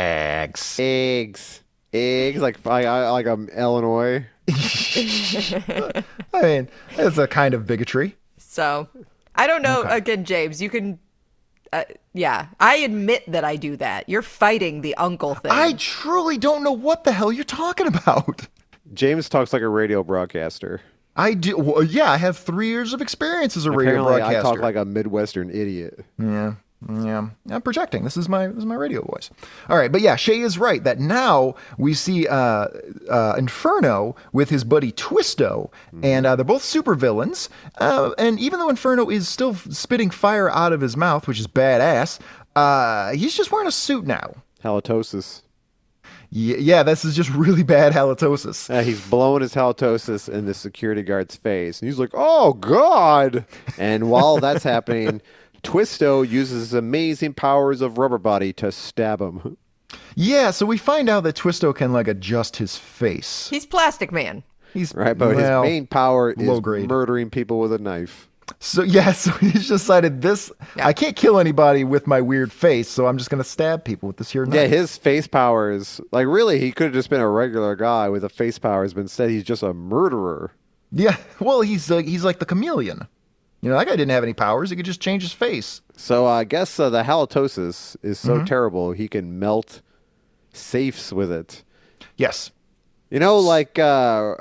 C: Eggs.
D: Eggs, eggs, like I, I like I'm Illinois.
C: I mean, it's a kind of bigotry.
F: so I don't know. Again, James, you can. Uh, yeah, I admit that I do that. You're fighting the uncle thing.
C: I truly don't know what the hell you're talking about.
D: James talks like a radio broadcaster.
C: I do. Well, yeah, I have three years of experience as a radio
D: Apparently, I
C: broadcaster.
D: talk like a Midwestern idiot.
C: Yeah. Yeah. um, I'm projecting. This is my this is my radio voice. All right, but yeah, Shay is right that now we see uh, uh, Inferno with his buddy Twisto,
D: Mm-hmm.
C: and uh, they're both supervillains. Uh, and even though Inferno is still f- spitting fire out of his mouth, which is badass, uh, he's just wearing a suit now.
D: Halitosis.
C: Yeah, yeah this is just (laughs) really bad halitosis.
D: Uh, he's blowing his halitosis in the security guard's face, and he's like, "Oh God!" And while
C: (laughs)
D: that's happening, Twisto uses his amazing powers of rubber body to stab him. (laughs)
C: Yeah, so we find out that Twisto can like adjust his face.
F: He's Plastic Man.
C: He's
D: Right, but
C: well,
D: his main power is
C: low grade.
D: murdering people with a knife.
C: So (laughs) yeah, so he's decided this. I can't kill anybody with my weird face, so I'm just gonna stab people with this here
D: Yeah,
C: knife.
D: his face powers, like really, he could have just been a regular guy with a face powers, but instead he's just a murderer.
C: Yeah, (laughs) well, he's like he's like the chameleon. You know, that guy didn't have any powers; he could just change his face.
D: So I guess uh, the halitosis is so
C: Mm-hmm.
D: terrible he can melt safes with it.
C: Yes.
D: You know, like uh,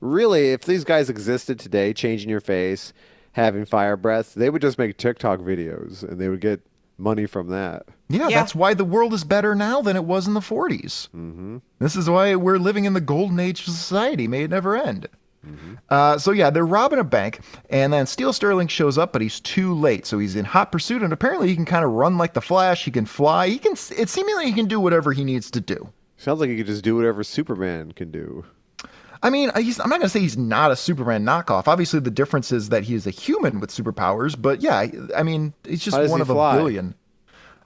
D: really, if these guys existed today, changing your face, having fire breath, they would just make TikTok videos and they would get money from that.
C: Yeah,
F: Yeah.
C: that's why the world is better now than it was in the 40s. Mm-hmm. This is why we're living in the golden age of society. May it never end.
D: Mm-hmm.
C: Uh, so yeah, they're robbing a bank, and then Steel Sterling shows up, but he's too late. So he's in hot pursuit, and apparently he can kind of run like the Flash. He can fly. He can. It seemingly he can do whatever he needs to do.
D: Sounds like you could just do whatever Superman can do.
C: I mean, uh, he's, I'm not going to say he's not a Superman knockoff. Obviously, the difference is that he is a human with superpowers. But yeah, I- I mean, he's just
D: How does
C: one
D: he
C: of a
D: fly?
C: billion.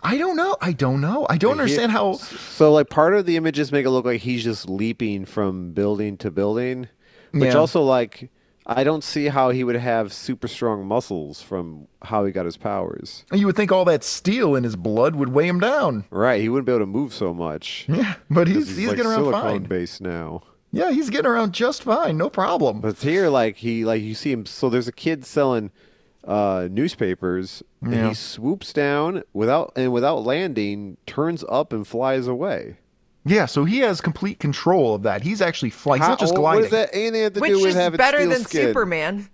C: I don't know. I don't know. I don't understand how.
D: So, like, part of the images make it look like he's just leaping from building to building, which
C: Yeah.
D: also, like, I don't see how he would have super strong muscles from how he got his powers.
C: You would think all that steel in his blood would weigh him down.
D: Right, he wouldn't be able to move so much.
C: Yeah, but he's
D: He's,
C: he's,
D: like
C: getting around
D: silicone
C: fine.
D: based now.
C: Yeah, he's getting around just fine, no problem.
D: But here, like he, like you see him. So there's a kid selling uh, newspapers, and he swoops down without and without landing, turns up and flies away.
C: Yeah, so he has complete control of that. He's actually flying. He's not just
D: How-
C: gliding.
D: What does that anything have to
F: which
D: do with
F: is
D: having
F: better
D: steel
F: than
D: skin?
F: Superman.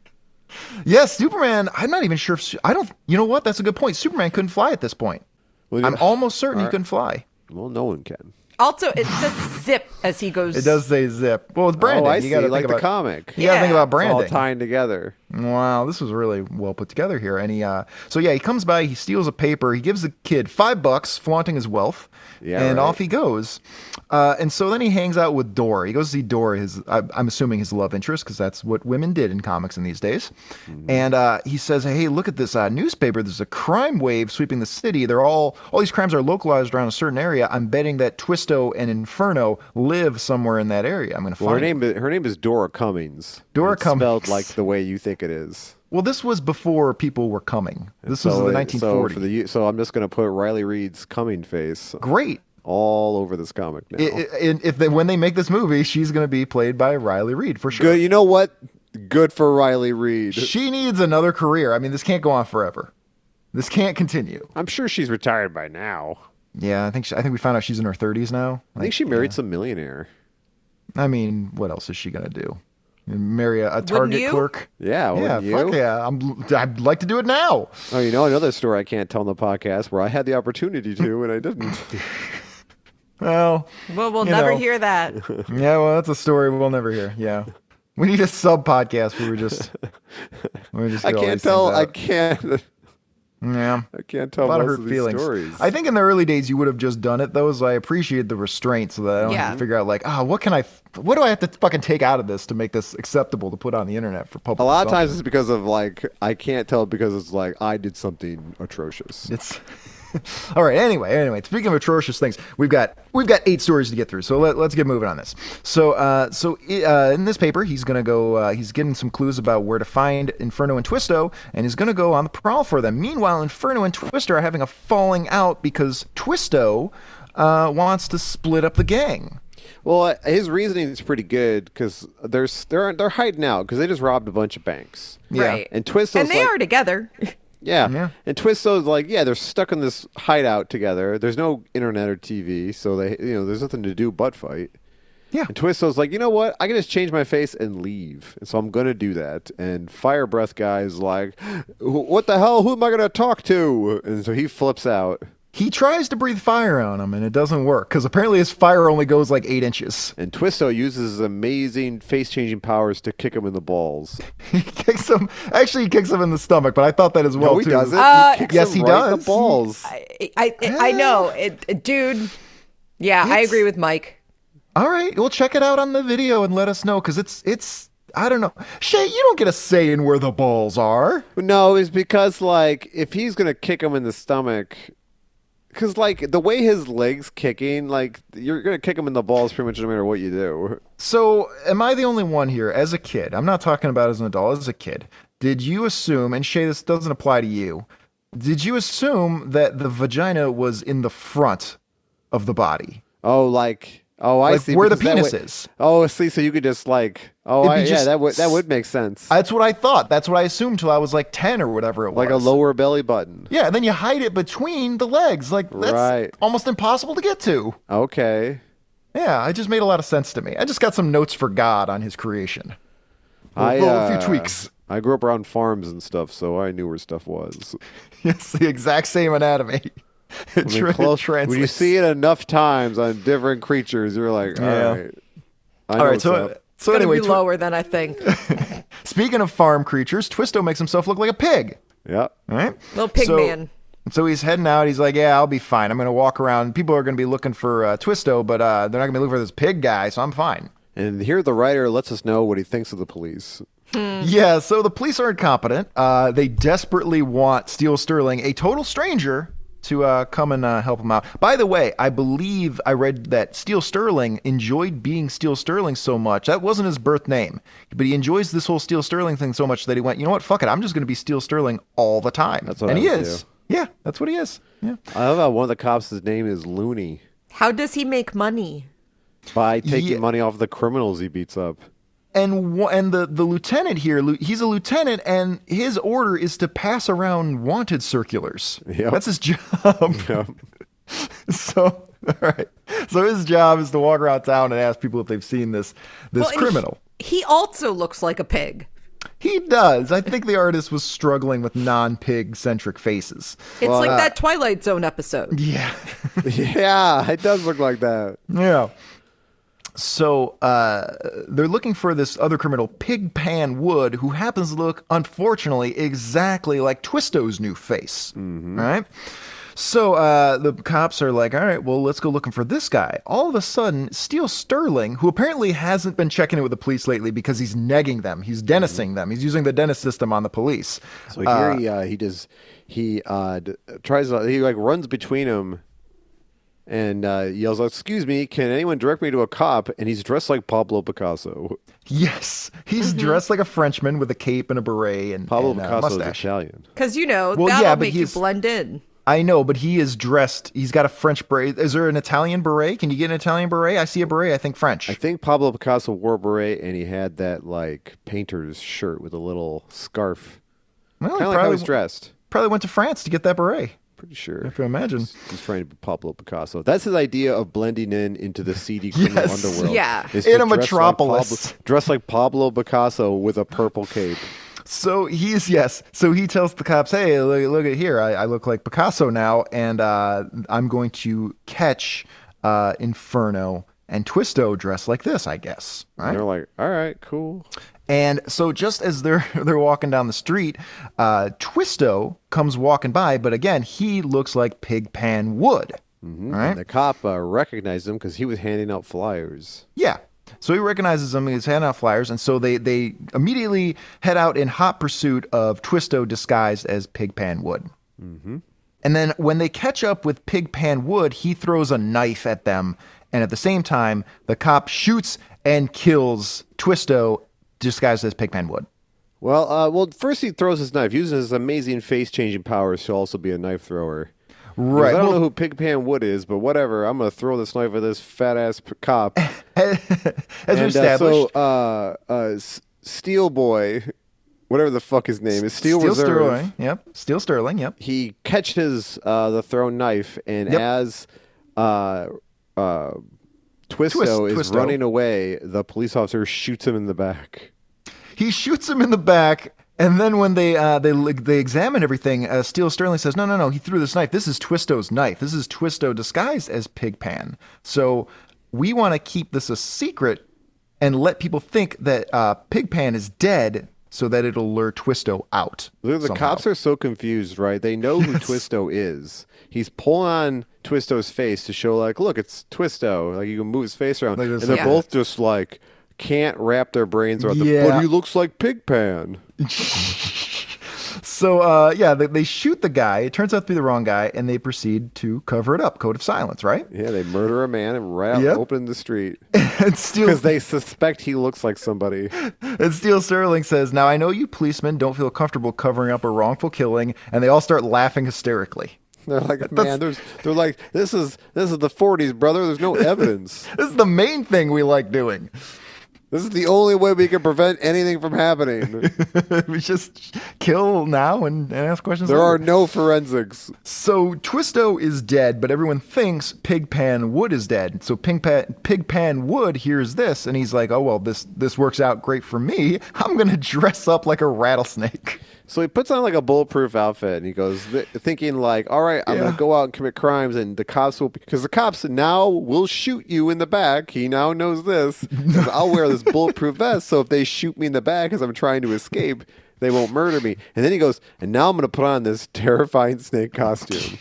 C: Yeah, Superman. I'm not even sure if Su- I don't. You know what? That's a good point. Superman couldn't fly at this point.
D: Well,
C: I'm
D: yeah.
C: almost certain he
D: Alright.
C: couldn't fly.
D: Well, no one can.
F: Also, it says zip as he goes.
C: It does say zip. Well, it's Brandon.
D: oh, I
C: you
D: see.
C: Gotta
D: Like
C: think about,
D: the comic.
C: You gotta think
F: Yeah.
C: about
D: It's all
C: branding.
D: tying together.
C: Wow, this was really well put together here. And he, uh, so yeah, he comes by, he steals a paper, he gives the kid five bucks, flaunting his wealth,
D: Yeah,
C: and
D: right.
C: off he goes. Uh, and so then he hangs out with Dora. He goes to see Dora, his, I, I'm assuming his love interest, because that's what women did in comics in these days.
D: Mm-hmm.
C: And uh, he says, "Hey, look at this uh, newspaper. There's a crime wave sweeping the city. They're all all these crimes are localized around a certain area. I'm betting that Twisto and Inferno live somewhere in that area. I'm going to find
D: Well, her
C: them."
D: name. Her name is Dora Cummings.
C: Dora
D: It's spelled
C: Cummings.
D: like the way you think it is.
C: Well, this was before people were coming. This
D: so
C: was the
D: it- So,
C: 1940s.
D: for the, so I'm just going to put Riley Reed's Cumming face
C: Great.
D: all over this comic now.
C: I- I- And if they, when they make this movie, she's going to be played by Riley Reed for sure.
D: Good. You know what? Good for Riley Reed.
C: She needs another career. I mean, this can't go on forever. This can't continue.
D: I'm sure she's retired by now.
C: Yeah, I think she, I think we found out she's in her 30s now.
D: I think she married some millionaire.
C: I mean, what else is she going to do? Marry a, a
F: you?
C: Target clerk?
D: Yeah.
C: yeah,
D: wouldn't you?
C: fuck yeah. I'm, I'd like to do it now.
D: Oh, you know another story I can't tell on the podcast where I had the opportunity to and I (laughs) didn't.
C: Well,
F: Well, we'll
C: You
F: never
C: know.
F: hear that.
C: yeah, well, that's a story we'll never hear. Yeah. We need a sub podcast where we just, where (laughs) we just
D: I
C: get all
D: can't
C: these things
D: tell. I
C: out.
D: can't. (laughs)
C: yeah.
D: I can't tell
C: a lot
D: most
C: of
D: of,
C: hurt
D: these
C: feelings.
D: stories.
C: I think in the early days you would have just done it though, so I appreciate the restraint so that I don't have
F: Yeah.
C: to figure out like, ah, what can I, what do I have to fucking take out of this to make this acceptable to put on the internet for public?
D: a lot of
C: consumption?
D: times it's because of like I can't tell because it's like I did something atrocious.
C: It's (laughs) all right. Anyway, anyway, speaking of atrocious things, we've got we've got eight stories to get through. So let, let's get moving on this. So uh, so uh, in this paper, he's gonna go. Uh, he's getting some clues about where to find Inferno and Twisto, and he's gonna go on the prowl for them. Meanwhile, Inferno and Twisto are having a falling out because Twisto uh, wants to split up the gang.
D: Well, uh, his reasoning is pretty good because there's they're they're hiding out because they just robbed a bunch of banks.
C: (laughs) Yeah.
F: Right.
D: And Twisto's
F: And they
D: like-
F: are together.
D: Yeah.
C: Yeah.
D: And Twisto's like, yeah, they're stuck in this hideout together. There's no internet or TV, so they you know there's nothing to do but fight.
C: Yeah.
D: And Twisto's like, you know what? I can just change my face and leave. And so I'm gonna do that. And Fire Breath guy's like, what the hell? Who am I gonna talk to? And so he flips out.
C: He tries to breathe fire on him, and it doesn't work because apparently his fire only goes like eight inches.
D: And Twisto uses his amazing face changing powers to kick him in the balls.
C: he kicks him. Actually, he kicks him in the stomach, but I thought that as well.
D: No, he
C: too.
D: doesn't.
F: Uh,
D: he kicks
C: yes,
D: him
C: he
D: right in
C: does.
D: The balls.
F: I I, I
C: Ah.
F: know, it, it- dude. Yeah, I
C: It's-
F: agree with Mike.
C: All right, well, check it out on the video and let us know because it's it's I don't know. Shay, you don't get a say in where the balls are.
D: No, it's because like if he's gonna kick him in the stomach, because like the way his legs kicking, like you're gonna kick him in the balls pretty much no matter what you do.
C: So, am I the only one here as a kid? I'm not talking about as an adult. As a kid, did you assume? And Shay, this doesn't apply to you. Did you assume that the vagina was in the front of the body?
D: Oh, like oh, I
C: Like,
D: see
C: where the
D: because that
C: penis
D: would-
C: is.
D: Oh, see, so you could just like
C: It'd
D: oh,
C: be
D: I, yeah,
C: just
D: that would that
C: s-
D: would make sense.
C: That's what I thought. That's what I assumed till I was like ten or whatever it
D: like
C: was.
D: a lower belly button.
C: Yeah, and then you hide it between the legs. Like that's
D: Right.
C: almost impossible to get to.
D: Okay,
C: Yeah, it just made a lot of sense to me. I just got some notes for God on his creation. (laughs)
D: I
C: Well, a few
D: uh,
C: tweaks.
D: I grew up around farms and stuff, so I knew where
C: (laughs)
D: stuff was.
C: It's the exact same anatomy. (laughs) It
D: I mean,
C: tra-
D: close-
C: translates.
D: when you see it enough times on different creatures, you're like, all right,
C: Yeah.
D: I
C: all
D: know
C: right.
D: what's
C: So,
D: up.
C: so
F: Gonna
C: anyway,
F: be
C: Twi-
F: lower than I think.
C: speaking of farm creatures, Twisto makes himself look like a pig.
D: Yep.
C: All right,
F: Little pig
C: So-
F: man.
C: So he's heading out. He's like, "Yeah, I'll be fine. I'm going to walk around. People are going to be looking for uh, Twisto, but uh, they're not going to be looking for this pig guy. So I'm fine."
D: And here the writer lets us know what he thinks of the police. Mm-hmm.
C: Yeah, so the police are incompetent. Uh, they desperately want Steele Sterling, a total stranger, to uh, come and uh, help them out. By the way, I believe I read that Steele Sterling enjoyed being Steele Sterling so much. That wasn't his birth name, but he enjoys this whole Steele Sterling thing so much that he went, you know what, fuck it, I'm just going to be Steele Sterling all the time. That's
D: what
C: and
D: I
C: he
D: would
C: is.
D: do.
C: Yeah, that's what he is. Yeah.
D: I love how one of the cops' name is Looney.
F: How does he make money?
D: by taking
C: Yeah.
D: money off the criminals he beats (laughs) up.
C: and wa- and the the lieutenant here lu- he's a lieutenant and his order is to pass around wanted circulars
D: Yep.
C: that's his (laughs) job (laughs) so all right so his job is to walk around town and ask people if they've seen this this
F: Well, and
C: criminal
F: He, he also looks like a pig.
C: he does i think the artist was struggling with non-pig
F: (laughs)
C: centric faces
F: It's
C: uh,
F: like that Twilight Zone episode.
C: yeah
D: yeah, it does look like that.
C: Yeah. So uh, they're looking for this other criminal, Pigpan Wood, who happens to look, unfortunately, exactly like Twisto's new face. Right? So uh, the cops are like, all right, well, let's go looking for this guy. All of a sudden, Steele Sterling, who apparently hasn't been checking in with the police lately because he's negging them, he's dennising them, he's using the Dennis system on the police.
D: So here he uh, he does he uh, d- tries to, he like runs between him and uh, yells, "Excuse me, can anyone direct me to a cop?" And he's dressed like Pablo Picasso.
C: Yes, he's dressed like a Frenchman with a cape and a beret and,
D: Pablo
C: and a
D: Picasso is
C: mustache.
D: Italian.
F: Because, you know,
C: Well,
F: that'll
C: yeah, but
F: make you
C: he's-
F: blend in.
C: I know, but he is dressed. He's got a French beret. Is there an Italian beret? Can you get an Italian beret? I see a beret. I think French.
D: I think Pablo Picasso wore a beret and he had that like painter's shirt with a little scarf.
C: well, he
D: Kind of like how he's dressed.
C: probably went to France to get that beret.
D: Pretty sure.
C: I can imagine.
D: He's trying to be Pablo Picasso. That's his idea of blending in into the seedy criminal
C: Yes.
D: underworld.
F: Yeah.
D: is to
C: In a
D: dress like
C: metropolis.
D: Pablo- dress like Pablo Picasso with a
C: (laughs)
D: purple cape.
C: So he's yes. So he tells the cops, "Hey, look, look at here. I, I look like Picasso now, and uh, I'm going to catch uh, Inferno and Twisto dressed like this, I guess." Right?
D: And they're like, all right, cool.
C: And so just as they're (laughs) they're walking down the street, uh, Twisto comes walking by, but again, he looks like Pigpen Wood.
D: Hmm.
C: All right?
D: Mm, And the cop uh, recognized him because he was handing out flyers.
C: Yeah. So he recognizes them. He's handing out flyers, and so they they immediately head out in hot pursuit of Twisto disguised as Pigpen Wood. Mm-hmm. And then when they catch up with Pigpen Wood, he throws a knife at them, and at the same time, the cop shoots and kills Twisto disguised as Pigpen Wood. (laughs)
D: Well, uh, well, first he throws his knife, using his amazing face-changing powers to also be a knife thrower. Because
C: Right,
D: I don't
C: well-
D: know who Pigpen Wood is, but whatever. I'm gonna throw this knife at this fat ass
C: (laughs)
D: cop.
C: As we
D: and uh,
C: established,
D: so, uh, uh, S- Steel Boy, whatever the fuck his name is, Steel,
C: Steel
D: Reserve.
C: Sterling. Yep. Steel Sterling. Yep.
D: He catches uh, the thrown knife, and
C: Yep.
D: as uh, uh, Twisto is
C: Twisto.
D: running away, the police officer shoots him in the back.
C: He shoots him in the back, and then when they uh, they they examine everything, uh, Steel Sterling says, "No, no, no. He threw this knife. This is Twisto's knife. This is Twisto disguised as Pigpen. So we want to keep this a secret and let people think that uh, Pigpen is dead, so that it'll lure Twisto out.
D: The
C: somehow.
D: cops are so confused, right? They
C: (laughs)
D: know who Twisto is. He's pulling on Twisto's face to show, like, look, it's Twisto. Like, you can move his face around.
C: Like
D: and
C: this.
D: they're
F: Yeah.
D: both just like, can't wrap their brains around the.
C: Yeah.
D: But he looks like Pigpen.
C: So uh, yeah, they, they shoot the guy. It turns out to be the wrong guy, and they proceed to cover it up. Code of silence, right? (laughs)
D: Yeah, they murder a man and right out
C: Yep.
D: open in the street
C: and Steel
D: because they suspect he looks like somebody. (laughs)
C: And Steel Sterling says, Now I know you policemen don't feel comfortable covering up a wrongful killing, and they all start laughing hysterically.
D: They're like, man, there's. They're like, this is this is the '40s, brother. There's no evidence.
C: This is the main thing we like doing. (laughs)
D: this is the only way we can prevent anything from happening.
C: we just kill now and, and ask questions.
D: There
C: later.
D: are no forensics.
C: So Twisto is dead, but everyone thinks Pigpen Wood is dead. So Pigpen Pigpen Wood hears this and he's like, "Oh well, this this works out great for me. I'm gonna dress up like a rattlesnake."
D: So he puts on like a bulletproof outfit and he goes th- thinking like, "All right, I'm
C: Yeah.
D: gonna go out and commit crimes, and the cops will because the cops now will shoot you in the back." He now knows this. 'cause I'll wear this bulletproof vest, so if they shoot me in the back as I'm trying to escape, they won't murder me. And then he goes, "And now I'm gonna put on this terrifying snake costume."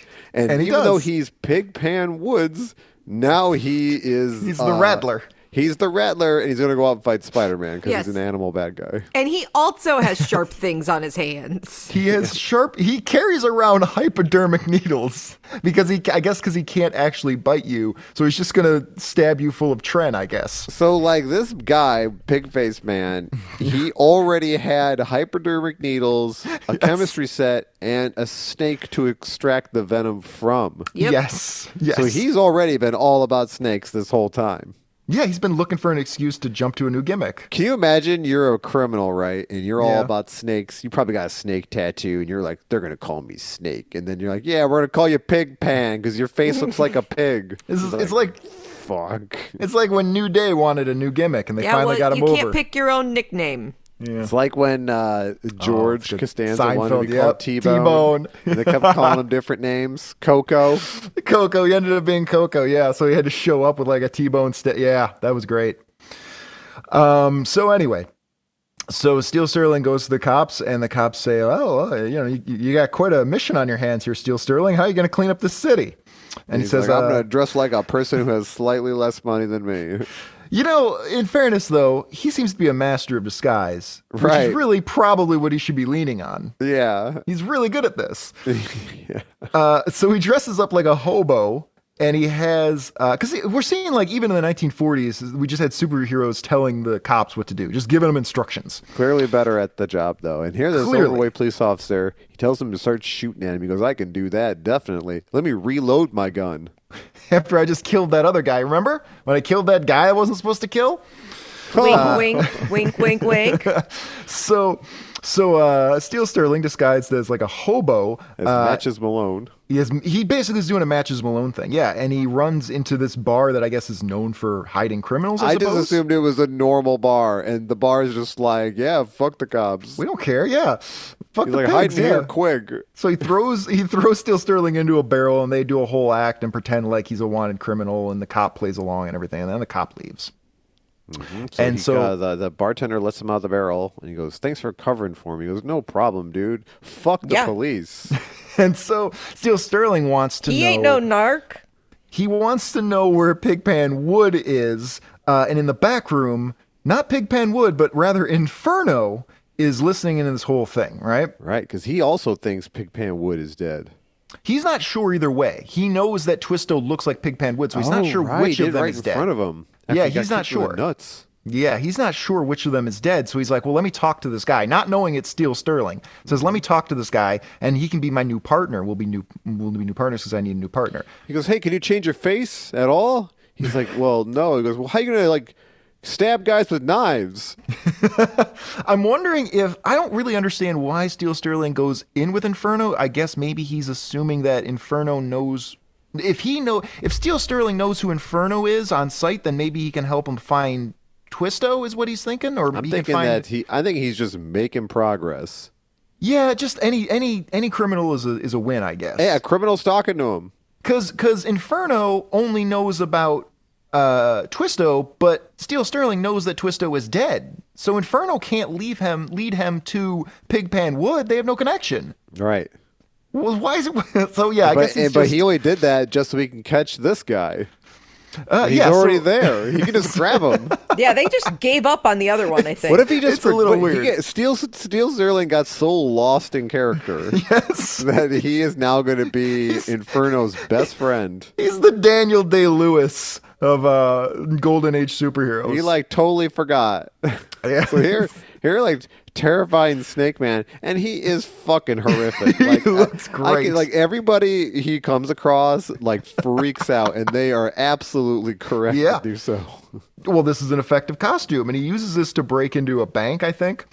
C: (laughs)
D: And,
C: And he
D: even though
C: does.
D: he's Pigpen Woods, now he is uh,
C: He's the Rattler.
D: He's the Rattler, and he's gonna go out and fight Spider-Man because
F: Yes.
D: he's an animal bad guy.
F: And he also has
C: (laughs)
F: sharp things on his hands.
C: He has sharp. He carries around hypodermic needles because he, I guess, because he can't actually bite you, so he's just gonna stab you full of tren, I guess.
D: So like this guy, pig face man,
C: (laughs)
D: he already had hypodermic needles, a chemistry set, and a snake to extract the venom from.
F: Yep.
C: Yes, yes.
D: So he's already been all about snakes this whole time.
C: Yeah, he's been looking for an excuse to jump to a new gimmick.
D: Can you imagine you're a criminal, right? And you're all
C: Yeah.
D: about snakes. You probably got a snake tattoo, and you're like, they're going to call me Snake. And then you're like, yeah, we're going to call you Pig Pan because your face looks like a pig.
C: It's, it's like
D: fuck.
C: it's like when New Day wanted a new gimmick and they
F: yeah,
C: finally
F: well,
C: got him
F: you
C: over.
F: can't pick your own nickname.
D: It's like when uh, George Costanza wanted to be
C: Oh, Seinfeld,
D: called
C: yep.
D: T-Bone.
C: T-Bone.
D: and they kept
C: (laughs)
D: calling him different names. Coco.
C: Coco, he ended up being Coco, yeah. So he had to show up with like a T-bone stick. Yeah, that was great. Um, so anyway, so Steel Sterling goes to the cops, and the cops say, "Oh, well, you know, you, you got quite a mission on your hands here, Steel Sterling. How are you going to clean up the city?" And, he
D: He's
C: says,
D: like, I'm
C: uh,
D: going to dress like a person who has slightly less money than me. (laughs)
C: You know, in fairness, though, he seems to be a master of disguise, which
D: Right.
C: is really probably what he should be leaning on.
D: yeah.
C: He's really good at
D: (laughs)
C: this. uh, so he dresses up like a hobo. And he has, because we're seeing like even in the 1940s, we just had superheroes telling the cops what to do, just giving them instructions. (laughs)
D: Clearly better at the job, though. And here's this
C: Clearly.
D: overweight police officer. He tells him to start shooting at him. He goes, I can do that, definitely. Let me reload my gun.
C: After I just killed that other guy, remember when I killed that guy I wasn't supposed to kill?
E: Wink, wink, wink, wink, wink.
C: (laughs) So, so uh, Steel Sterling disguised as like a hobo,
D: As
C: uh,
D: matches Malone.
C: He has he basically is doing a matches Malone thing, yeah, and he runs into this bar that I guess is known for hiding criminals. I,
D: I just
C: suppose.
D: assumed it was a normal bar, and the bar is just like, yeah, fuck the cops.
C: we don't care, yeah. Fuck
D: He's
C: the
D: like, hide
C: pigs,
D: in
C: yeah.
D: here quick.
C: So he throws he throws Steel Sterling into a barrel, and they do a whole act and pretend like he's a wanted criminal, and the cop plays along and everything, and then the cop leaves. (laughs) and
D: he,
C: so
D: uh, the, the bartender lets him out of the barrel and he goes, Thanks for covering for me. He goes, No problem, dude. Fuck the (laughs)
E: Yeah.
D: police.
C: and so Steel Sterling wants to
E: He
C: know
E: ain't no narc.
C: he wants to know where Pigpen Wood is, uh, and in the back room, not Pigpen Wood, but rather Inferno is listening into this whole thing, right?
D: right? Because he also thinks Pigpen Wood is dead.
C: He's not sure either way. He knows that Twisto looks like Pigpen Wood, so he's
D: Oh,
C: not sure
D: right,
C: which
D: he
C: of
D: did
C: them
D: right
C: is
D: in
C: dead.
D: front of him.
C: Yeah,
D: After he got
C: he's not
D: kicked in the
C: sure.
D: Nuts.
C: Yeah, he's not sure which of them is dead, so he's like, "Well, let me talk to this guy." Not knowing it's Steel Sterling, says, "Let me talk to this guy, and he can be my new partner. We'll be new, we'll be new partners because I need a new partner."
D: He goes, "Hey, can you change your face at all?"
C: (laughs)
D: He's like, "Well, no." He goes, "Well, how you gonna like stab guys with knives?"
C: I'm wondering if I don't really understand why Steel Sterling goes in with Inferno. I guess maybe he's assuming that Inferno knows if he know if Steel Sterling knows who Inferno is on site, then maybe he can help him find Twisto. Is what he's thinking, or
D: I'm
C: he
D: thinking
C: can find
D: that he. I think he's just making progress.
C: yeah, just any any any criminal is a is a win, I guess.
D: Yeah, criminals talking to him.
C: because because Inferno only knows about uh Twisto, but Steel Sterling knows that Twisto is dead. So Inferno can't leave him lead him to Pigpen Wood. They have no connection.
D: Right.
C: Well, why is it? (laughs) So yeah, I
D: but
C: guess he's
D: and- but
C: just-
D: he only did that just so he can catch this guy.
C: uh,
D: He's
C: yeah, so-
D: already there. He can just grab (laughs) him.
E: Yeah, they just gave up on the other one,
C: (laughs)
E: I think.
D: What if he just
C: It's a little
D: but he
C: weird.
D: get- Steel Steel Sterling got so lost in (laughs) character
C: Yes,
D: that he is now going to be Inferno's best friend.
C: (laughs) he's the Daniel Day Lewis of uh, Golden Age superheroes.
D: He like totally forgot. (laughs)
C: Yeah.
D: so here, here like terrifying Snake Man, and he is fucking (laughs) horrific. Like,
C: looks
D: I- I
C: great.
D: can- like everybody he comes across like freaks out, and they are absolutely correct
C: Yeah.
D: to do so.
C: well, this is an effective costume, and he uses this to break into a bank, I
D: (laughs)
C: think.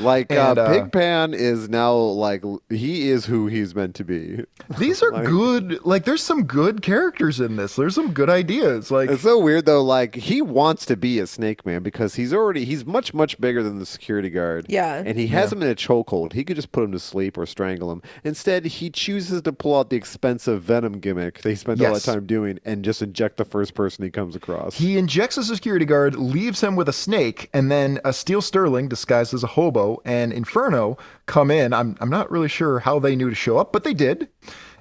D: Like
C: And,
D: uh,
C: uh,
D: Pig Pan is now like l- he is who he's meant to be.
C: These are good. Like, there's some good characters in this. There's some good ideas. Like,
D: It's so weird though. Like he wants to be a Snake Man because he's already he's much much bigger than the security guard.
E: Yeah.
D: and he has him in a chokehold. He could just put him to sleep or strangle him. Instead, he chooses to pull out the expensive venom gimmick that he spent all that
C: Yes.
D: time doing and just inject the first person he comes across.
C: he injects a security guard, leaves him with a snake, and then a Steel Sterling disguised as a hobo and Inferno come in. I'm I'm not really sure how they knew to show up, but they did.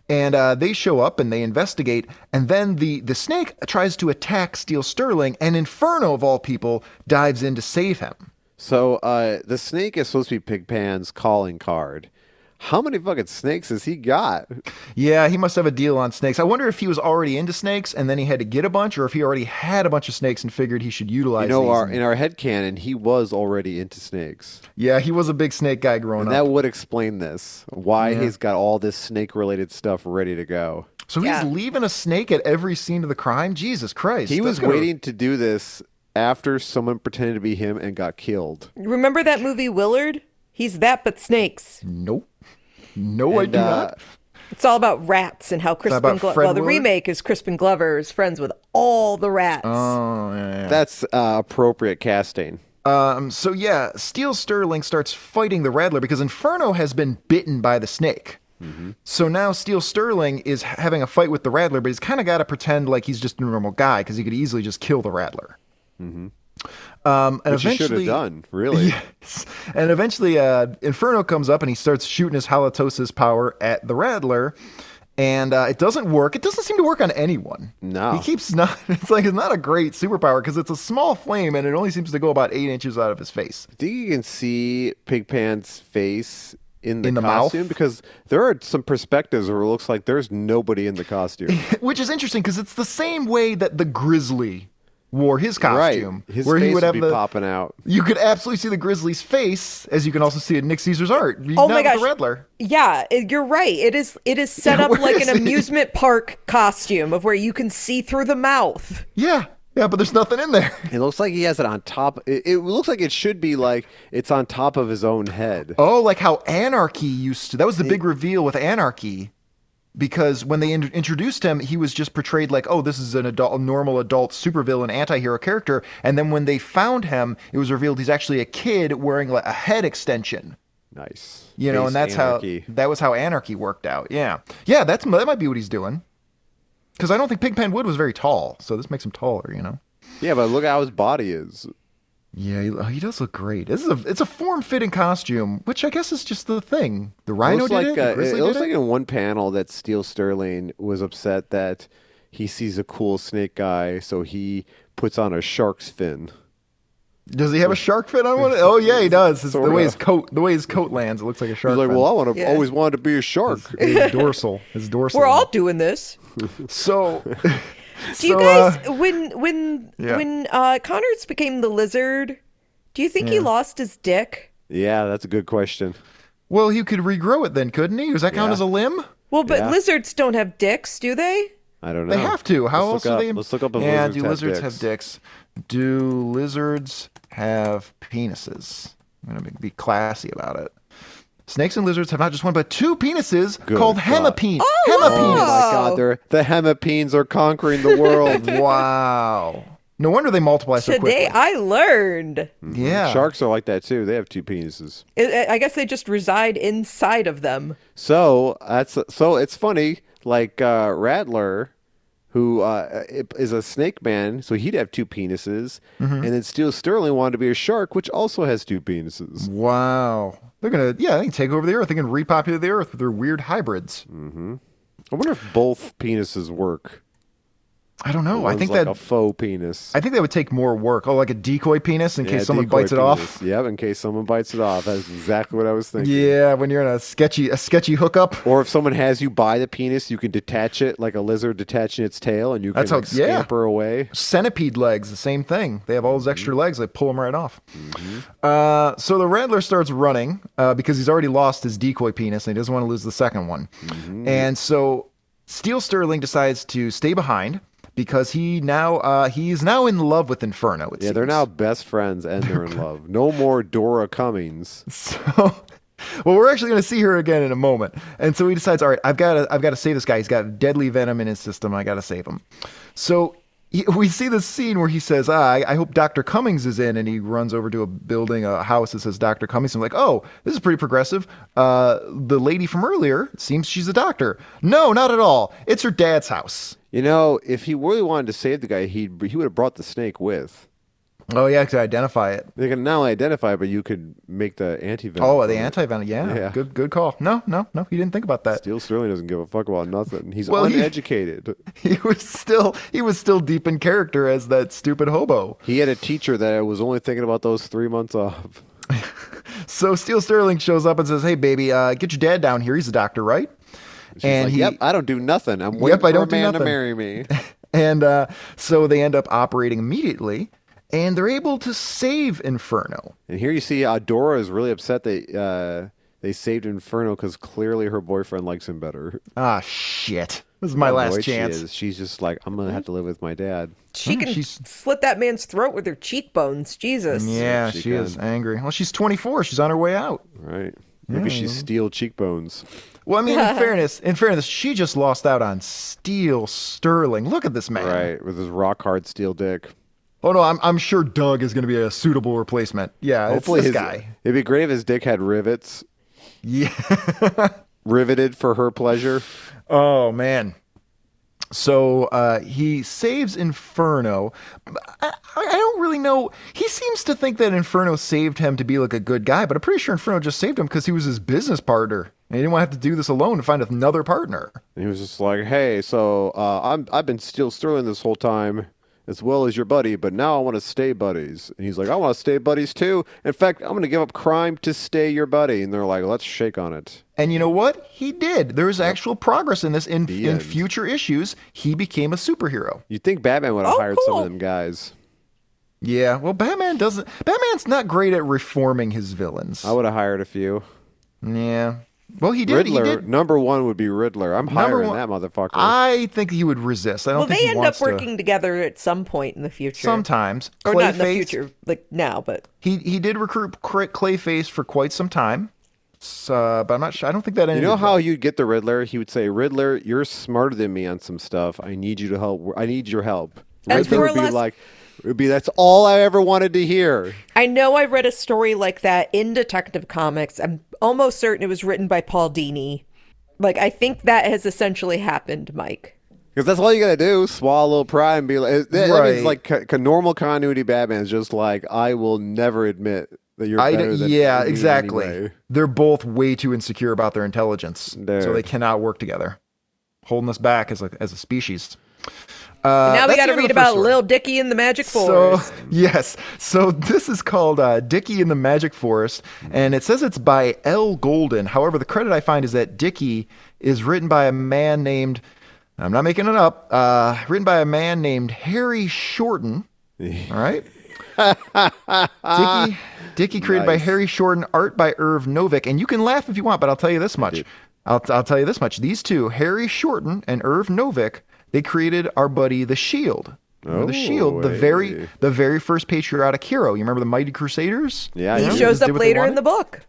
C: And uh, they show up and they investigate, and then the the snake tries to attack Steel Sterling, and Inferno of all people dives in to save him.
D: so uh, the snake is supposed to be Pig Pan's calling card. How many fucking snakes has he got?
C: Yeah, he must have a deal on snakes. I wonder if he was already into snakes and then he had to get a bunch, or if he already had a bunch of snakes and figured he should utilize.
D: You know,
C: these.
D: our, in our head canon, he was already into snakes.
C: yeah, he was a big snake guy growing
D: And
C: up.
D: that would explain this. Why he's got all this snake related stuff ready to go.
C: So he's
E: Yeah.
C: leaving a snake at every scene of the crime. Jesus Christ!
D: He
C: that's
D: was
C: gonna-
D: waiting to do this after someone pretended to be him and got killed.
E: Remember that movie Willard? He's that, but snakes.
C: Nope. No, I
D: And,
C: do
D: uh,
C: not.
E: It's all about rats and how Crispin
C: about
E: Glover.
C: Fred
E: Well, the
C: Willard?
E: remake is Crispin Glover is friends with all the rats.
C: Oh, yeah, yeah.
D: That's uh, appropriate casting.
C: Um, so yeah, Steel Sterling starts fighting the Rattler because Inferno has been bitten by the snake.
D: Mm-hmm.
C: So now Steel Sterling is having a fight with the Rattler, but he's kind of got to pretend like he's just a normal guy because he could easily just kill the Rattler. Um, and
D: Mm-hmm. Which you should
C: eventually,
D: have done, really.
C: (laughs) and eventually, uh, Inferno comes up and he starts shooting his halitosis power at the Rattler, and uh, it doesn't work. It doesn't seem to work on anyone.
D: No.
C: he keeps (laughs) not. It's like it's not a great superpower because it's a small flame and it only seems to go about eight inches out of his face. (laughs)
D: I think you can see Pigpan's face in the,
C: In the mouth?
D: costume because there are some perspectives where it looks like there's nobody in the costume.
C: Which is interesting because it's the same way that the Grizzly wore his
D: right.
C: (laughs) costume,
D: His
C: where
D: face
C: he would
D: would
C: have
D: be
C: the.
D: popping out.
C: You could absolutely see the Grizzly's face, as you can also see in Nick Caesar's art.
E: Oh
C: Not
E: my
C: with
E: gosh.
C: the Rattler.
E: Yeah, it- you're right. It is it is set
C: Yeah,
E: up
C: where
E: like
C: is
E: an
C: he?
E: amusement park costume of where you can see through the mouth.
C: Yeah, yeah, but there's nothing in there.
D: It looks like he has it on top. It, it looks like it should be like it's on top of his own head.
C: Oh, like how Anarchy used to. That was the big reveal with Anarchy. Because when they in- introduced him, he was just portrayed like, oh, this is an adult, a normal adult supervillain anti-hero character. And then when they found him, it was revealed he's actually a kid wearing like a head extension.
D: Nice.
C: You know,
D: Base
C: and that's
D: anarchy.
C: how that was how Anarchy worked out. Yeah, yeah, that's that might be what he's doing. Because I don't think Pigpen Wood was very tall, so this makes him taller. You know.
D: Yeah, but look how his body is.
C: Yeah, he, oh, he does look great. This is a it's a form fitting costume, which I guess is just the thing. The Rhino
D: looks
C: did
D: like
C: it. the
D: uh,
C: Grizzly
D: it looks
C: did
D: like in one panel that Steel Sterling was upset that he sees a cool snake guy, so he puts on a shark's fin.
C: Does he have a shark fin on one? Oh yeah, he does. It's the
D: Sorta.
C: way his coat, the way his coat lands, it looks like a shark.
D: He's like,
C: fin.
D: well, I want to
E: Yeah.
D: always wanted to be
C: (laughs)
D: a shark. (laughs)
C: his dorsal, his dorsal.
E: We're all doing this. (laughs)
C: so.
E: Do you
C: so,
E: guys
C: uh,
E: when when
C: Yeah.
E: when uh Connors became the lizard, do you think he lost his dick?
D: Yeah, that's a good question.
C: well, he could regrow it then, couldn't he? Does that count
D: Yeah.
C: as a limb?
E: Well, but
D: Yeah.
E: lizards don't have dicks, do they?
D: I don't know.
C: They have to. How else
D: Let's look
C: do
D: up-
C: they?
D: Let's look up. if
C: Yeah,
D: lizards
C: do
D: have
C: lizards
D: dicks.
C: have dicks? Do lizards have penises? I'm gonna be- be classy about it. Snakes and lizards have not just one but two penises
D: Good
C: called
D: God.
C: hemipenes.
D: Oh my
C: hemipenes.
D: God! They're, the hemipenes are conquering the
C: (laughs)
D: world.
C: Wow. No wonder they multiply so
E: Today
C: quickly.
E: I learned.
C: yeah.
D: Sharks are like that too. They have two penises.
E: I I guess they just reside inside of them.
D: So that's so it's funny. Like uh, Rattler, who uh, is a snake man, so he'd have two penises,
C: Mm-hmm.
D: and then Steel Sterling wanted to be a shark, which also has two penises.
C: Wow. They're gonna yeah, they can take over the earth. They can repopulate the earth with their weird hybrids.
D: I wonder if both penises work.
C: I don't know. I
D: One's
C: think
D: like
C: that
D: a faux penis.
C: I think that would take more work. Oh, like a decoy penis in
D: Yeah,
C: case someone
D: decoy
C: bites it off.
D: penis. Yep, in case someone bites it off. That's exactly what I was thinking.
C: Yeah, when you're in a sketchy a sketchy hookup.
D: Or if someone has you by the penis, you can detach it like a lizard detaching its tail, and you can
C: That's how-
D: like,
C: yeah.
D: scamper away.
C: Centipede legs, the same thing. They have all those
D: Mm-hmm.
C: extra legs. They pull them right off. Uh, so the Rattler starts running uh, because he's already lost his decoy penis and he doesn't want to lose the second one.
D: Mm-hmm.
C: And so Steel Sterling decides to stay behind because he now uh, he's now in love with Inferno. It
D: Yeah, they're
C: seems.
D: now best friends and
C: (laughs)
D: they're in love. No more Dora Cummings.
C: So, well, we're actually going to see her again in a moment, and so he decides, all right, I've got to, I've got to save this guy. He's got deadly venom in his system. I got to save him. So he, we see this scene where he says, ah, I, I hope Doctor Cummings is in, and he runs over to a building, a house that says Doctor Cummings. I'm like, oh, this is pretty progressive. Uh, the lady from earlier it seems she's a doctor. No, not at all. It's her dad's house.
D: You know, if he really wanted to save the guy, he he would have brought the snake with.
C: Oh yeah, to identify it.
D: They can not only identify, it, but you could make the anti venom.
C: Oh, the anti venom. Yeah,
D: Yeah.
C: good, good call. No, no, no. He didn't think about that.
D: Steel Sterling doesn't give a fuck about nothing. He's
C: Well, he-
D: uneducated.
C: (laughs) he was still he was still deep in character as that stupid hobo.
D: He had a teacher that was only thinking about those three months off. (laughs)
C: So Steel Sterling shows up and says, "Hey, baby, uh, get your dad down here. He's a doctor, right?"
D: She's like, "Yep, I don't do nothing. I'm waiting
C: Yep,
D: for
C: I
D: a
C: don't do
D: man to
C: nothing." (laughs)
D: marry me."
C: and uh, so they end up operating immediately, and they're able to save Inferno.
D: and here you see Adora is really upset that uh, they saved Inferno because clearly her boyfriend likes him better.
C: Ah, shit. This is my last
D: annoyed she
C: chance.
D: is. She's just like, I'm gonna have to live with my dad.
E: She can
C: she's-
E: slit that man's throat with her cheekbones. Jesus.
C: Yeah,
D: She
C: she, is
D: can.
C: angry. Well, she's 24. She's on her way out.
D: Right? Maybe she's
C: Hmm.
D: steel cheekbones.
C: Well, I mean, in fairness, in fairness, she just lost out on Steel Sterling. Look at this man.
D: Right? With his rock hard steel dick.
C: Oh no, I'm I'm sure Doug is going to be a suitable replacement. Yeah,
D: Hopefully,
C: it's
D: his
C: this guy.
D: It'd be great if his dick had rivets
C: Yeah. (laughs)
D: riveted for her pleasure.
C: Oh man. So uh, he saves Inferno. I, I don't really know. He seems to think that Inferno saved him to be like a good guy, but I'm pretty sure Inferno just saved him because he was his business partner, and he didn't want to have to do this alone to find another partner.
D: And he was just like, "Hey, so uh, I'm I've been steel sterling this whole time." As well as your buddy, but now I want to stay buddies. And he's like, I want to stay buddies too. In fact, I'm going to give up crime to stay your buddy. And they're like, let's shake on it.
C: And you know what? He did. There was actual progress in this. In in
D: end.
C: future issues, he became a superhero.
D: You'd think Batman would have
E: Oh,
D: hired some of
E: cool.
D: them guys.
C: Yeah. Well, Batman doesn't. Batman's not great at reforming his villains.
D: I would have hired a few.
C: yeah. Well, he did.
D: Riddler,
C: He did.
D: number one would be Riddler. I'm
C: Number
D: hiring
C: one-
D: that motherfucker.
C: I think he would resist. I don't
E: Well,
C: think
E: they
C: he
E: end up
C: wants to-
E: working together at some point in the future.
C: Sometimes,
E: Or not in the
C: Clayface-
E: future, like now, but
C: He he did recruit Cra- Clayface for quite some time, so, but I'm not sure. I don't think that.
D: you
C: Ended
D: know how
C: well.
D: you'd get the Riddler? He would say, "Riddler, you're smarter than me on some stuff. I need you to help. I need your help."
E: That's
D: Riddler
E: more
D: would
E: or
D: be
E: less-
D: like, it "Would be that's all I ever wanted to hear."
E: I know I read a story like that in Detective Comics. I'm almost certain it was written by Paul Dini. Like I think that has essentially happened, Mike.
D: Because that's all you gotta do: swallow pride and be like. That, that
C: Right.
D: means like ca- ca- normal continuity Batman is just like, "I will never admit that you're
C: I
D: better
C: d-
D: than
C: yeah,
D: me in
C: exactly.
D: any way."
C: They're both way too insecure about their intelligence, so
D: They're-
C: they cannot work together, holding us back as a as a species.
E: now
C: Uh, that's
E: we
C: the
E: got
C: end
E: to
C: of
E: read
C: the first
E: about
C: story.
E: Lil Dicky and the Magic
C: So
E: Forest.
C: (laughs) yes, so this is called uh, Dicky in the Magic Forest, and it says it's by L. Golden. However, the credit I find is that Dicky is written by a man named I'm not making it up. Uh, written by a man named Harry Shorten. All right.
D: Ah,
C: Dicky, Dicky created by Harry Shorten, art by Irv Novick, and you can laugh if you want, but I'll tell you this much. I'll, I'll tell you this much. These two, Harry Shorten and Irv Novick, they created our buddy the Shield. Remember the Shield, the very the very first patriotic hero. You remember the Mighty Crusaders?
D: Yeah, I
E: he
D: know.
E: shows
C: Just did
E: up
C: what they
E: later in
C: wanted?
E: the book.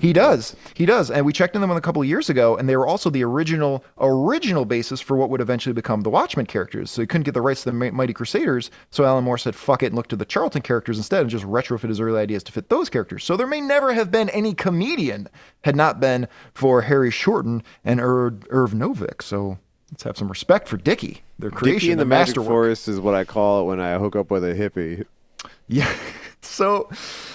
C: He does. He does. And we checked in them a couple of years ago, and they were also the original original basis for what would eventually become the Watchmen characters. So he couldn't get the rights to the Mi- Mighty Crusaders, so Alan Moore said, "Fuck it," and looked to the Charlton characters instead, and just retrofit his early ideas to fit those characters. So there may never have been any comedian had not been for Harry Shorten and Irv, Irv Novick. So let's have some respect for Dicky, their creation,
D: Dicky in the
C: their
D: Magic
C: masterwork.
D: Forest is what I call it when I hook up with a hippie.
C: (laughs) Yeah. So,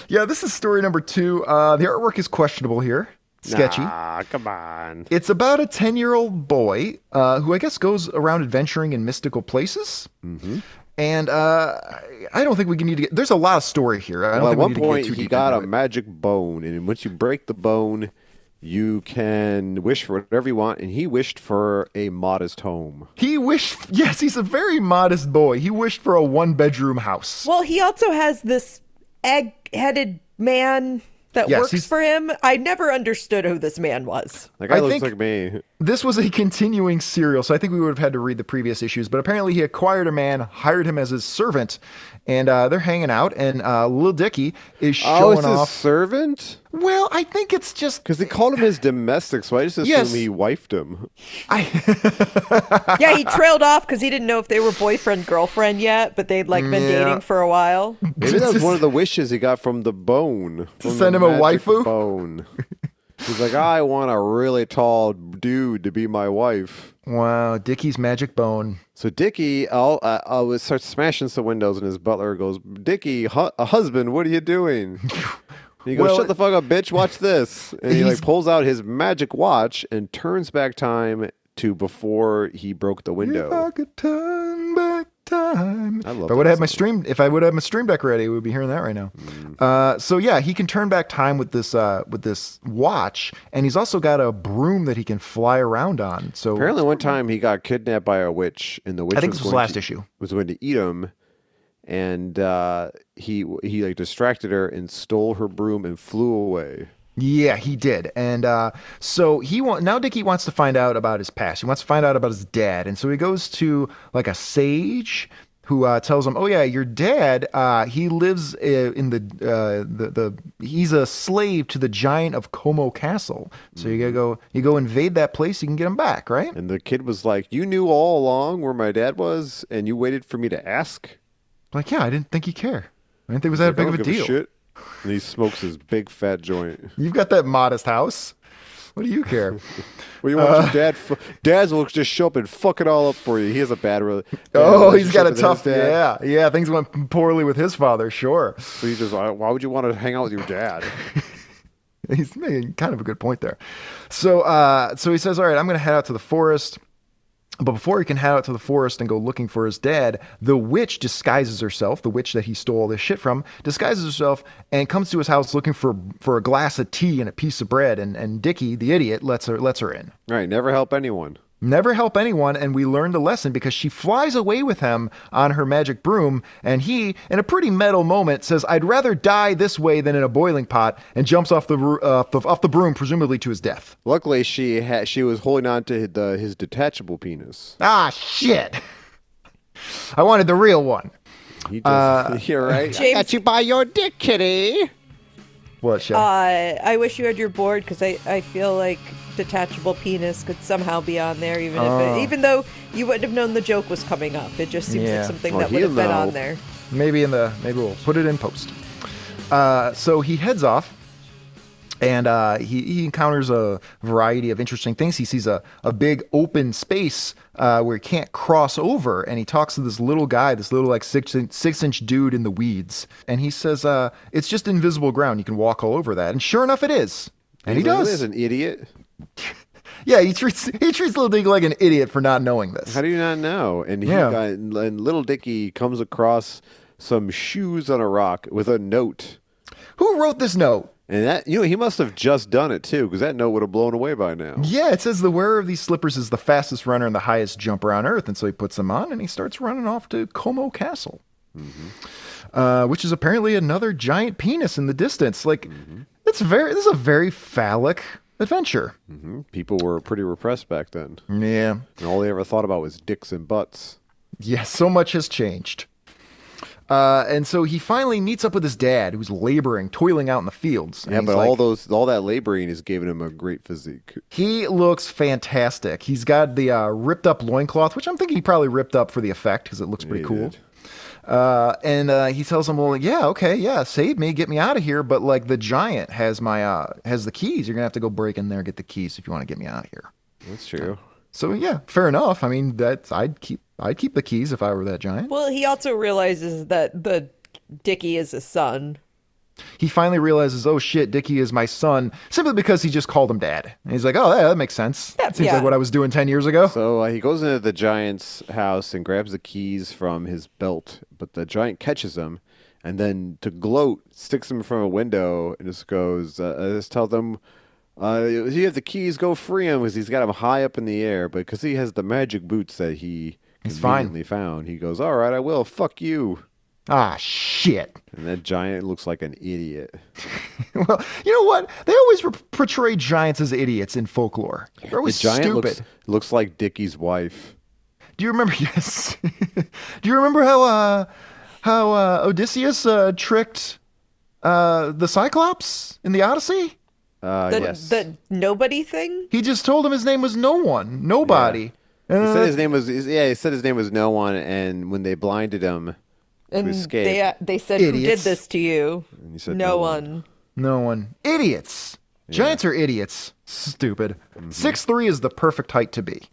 C: yeah, this is story number two. Uh, the artwork is questionable here. Sketchy.
D: Ah, come on.
C: It's about a 10 year old boy uh, who I guess goes around adventuring in mystical places. Mm-hmm. And uh, I- I don't think we can need to get. There's a lot of story here. I don't
D: Well, at
C: think
D: one
C: we need
D: point,
C: to get too
D: he
C: deep
D: got a
C: into it.
D: magic bone, and once you break the bone, you can wish for whatever you want. And he wished for a modest home.
C: He wished. (laughs) Yes, he's a very modest boy. He wished for a one bedroom house.
E: Well, he also has this egg-headed man that
C: Yes,
E: works
C: he's-
E: for him. I never understood who this man was.
D: That guy
C: I
D: looks
C: think-
D: like me.
C: This was a continuing serial, so I think we would have had to read the previous issues. But apparently, he acquired a man, hired him as his servant, and uh, they're hanging out. And uh, Lil Dicky is
D: Oh,
C: showing
D: it's his
C: off.
D: servant?
C: Well, I think it's just
D: Because they called him his domestic, so I just assume
C: Yes.
D: he
C: (laughs)
D: wifed him.
C: I.
E: yeah, he trailed off because he didn't know if they were boyfriend girlfriend yet, but they'd like been
C: Yeah.
E: dating for a while.
D: Maybe that was one of the wishes he got from the bone. To
C: send him a waifu? (laughs)
D: Bone. He's like, I want a really tall dude to be my wife.
C: Wow, Dicky's magic bone.
D: So Dickie, all uh, uh, starts smashing some windows, and his butler goes, "Dickie, hu- a husband, what are you doing?" And he goes,
C: Well,
D: "Shut the fuck up, bitch! Watch this!" And he
C: he's-
D: like pulls out his magic watch and turns back time to before he broke the window.
C: If I could turn back time.
D: I love
C: If I would
D: that
C: have my stream. If I would have my stream deck ready, we would be hearing that right now.
D: Mm.
C: Uh, so yeah, he can turn back time with this uh, with this watch, and he's also got a broom that he can fly around on. So
D: Apparently, one time he got kidnapped by a witch, and the witch
C: I think
D: was
C: this was
D: going
C: last
D: to-
C: issue.
D: was going to eat him, and uh, he he like distracted her and stole her broom and flew away.
C: Yeah, he did. And uh, so he wa- now Dickie wants to find out about his past. He wants to find out about his dad. And so he goes to like a sage who uh, tells him, "Oh yeah, your dad. Uh, he lives uh, in the, uh, the the he's a slave to the giant of Como Castle. So you gotta go you go invade that place. You can get him back, right?
D: And the kid was like, You knew all along where my dad was, and you waited for me to ask?
C: Like yeah, I didn't think you care. I didn't think it was that
D: I
C: big
D: don't
C: of a
D: give
C: deal.
D: shit. And he smokes his big fat joint.
C: You've got that modest house. What do you
D: (laughs)
C: care?
D: Well, you
C: Uh.
D: want your dad? Fu- Dad's will just show up and fuck it all up for you. He has a bad
C: (laughs)
D: rela- bad relationship.
C: Oh, he's got a
D: with
C: tough.
D: his dad.
C: Yeah, yeah. Things went poorly with his father. Sure,
D: So he's just like, why would you want to hang out with
C: (laughs)
D: your dad?
C: he's making kind of a good point there. So, uh, so he says, "All right, I'm going to head out to the forest." But before he can head out to the forest and go looking for his dad, the witch disguises herself, the witch that he stole all this shit from, disguises herself and comes to his house looking for for a glass of tea and a piece of bread. And and Dickie, the idiot, lets her lets her in.
D: right? Never help anyone.
C: never help anyone and we learned a lesson because she flies away with him on her magic broom and he in a pretty metal moment says i'd rather die this way than in a boiling pot and jumps off the roo- uh, f- off the broom presumably to his death
D: Luckily, she had she was holding on to the, his detachable penis.
C: ah shit (laughs) i wanted the real one
D: He just,
C: Uh,
D: (laughs) you're right.
E: James-
D: I got you by your dick, kitty.
C: what Shay?
E: Uh, I wish you had your board because I, I feel like detachable penis could somehow be on there, even
C: Oh.
E: if it, even though you wouldn't have known the joke was coming up. It just seems
C: Yeah.
E: like something
D: Well,
E: that would
D: he'll
E: have been
D: know.
E: on there.
C: maybe in the maybe we'll put it in post uh, so he heads off and uh, he, he encounters a variety of interesting things. He sees a, a big open space uh, where he can't cross over, and he talks to this little guy, this little like six inch, six inch dude in the weeds, and he says, uh, "It's just invisible ground. You can walk all over that." And sure enough, it is, (laughs) and he
D: He's like, "This
C: does.
D: is an idiot.
C: Yeah, he treats (laughs) he treats little Dick like an idiot for not knowing this.
D: How do you not know? And he
C: Yeah.
D: got, and little Dicky comes across some shoes on a rock with a note.
C: Who wrote this note?
D: And that you know he must have just done it too, because that note would have blown away by now.
C: Yeah, it says the wearer of these slippers is the fastest runner and the highest jumper on earth, and so he puts them on and he starts running off to Como Castle,
D: Mm-hmm.
C: uh, which is apparently another giant penis in the distance. Like,
D: Mm-hmm.
C: that's very. This is a very phallic adventure.
D: Mm-hmm. People were pretty repressed back then,
C: Yeah,
D: and all they ever thought about was dicks and butts.
C: yeah. So much has changed. Uh, and so he finally meets up with his dad, who's laboring, toiling out in the fields. and
D: Yeah,
C: he's
D: but
C: like-
D: all those, all that laboring is giving him a great physique.
C: He looks fantastic. He's got the uh, ripped up loincloth, which I'm thinking he probably ripped up for the effect because it looks pretty
D: he
C: cool.
D: did.
C: Uh, and uh, he tells him, "Well, yeah, okay, yeah, save me, get me out of here, but like the giant has my uh, has the keys. You're gonna have to go break in there and get the keys if you want to get me out of here."
D: That's true.
C: So yeah, fair enough. I mean, that's I'd keep I'd keep the keys if I were that giant.
E: Well, he also realizes that the Dickie is his son.
C: He finally realizes, "Oh shit, Dickie is my son," simply because he just called him dad. And he's like, "Oh, yeah, that makes sense. That seems
E: yeah.
C: like what I was doing ten years ago."
D: So uh, he goes into the giant's house and grabs the keys from his belt, but the giant catches him, and then to gloat, sticks him from a window and just goes, uh, uh, just tells them, uh, "If you have the keys, go free him," because he's got him high up in the air. But because he has the magic boots that he
C: fine.
D: conveniently found, he goes, "All right, I will. Fuck you."
C: ah, shit.
D: And that giant looks like an idiot.
C: (laughs) Well, you know what? They always re- portray giants as idiots in folklore. They're
D: The
C: always
D: giant
C: stupid.
D: looks looks like Dickie's wife.
C: Do you remember? (laughs) Yes. Do you remember how uh, how uh, Odysseus uh, tricked uh, the Cyclops in the Odyssey?
D: Uh,
E: The
D: yes.
E: the nobody thing.
C: He just told him his name was no one, nobody.
D: He
E: Uh,
D: said his name was yeah. He said his name was no one, and when they blinded him,
E: And
D: escape.
E: they uh, they said who did
C: Idiots.
E: this to you?
D: you said,
E: no,
D: "No one."
E: one.
C: No one. Idiots. Giants are idiots. Stupid.
D: Mm-hmm.
C: Six three is the perfect height to be.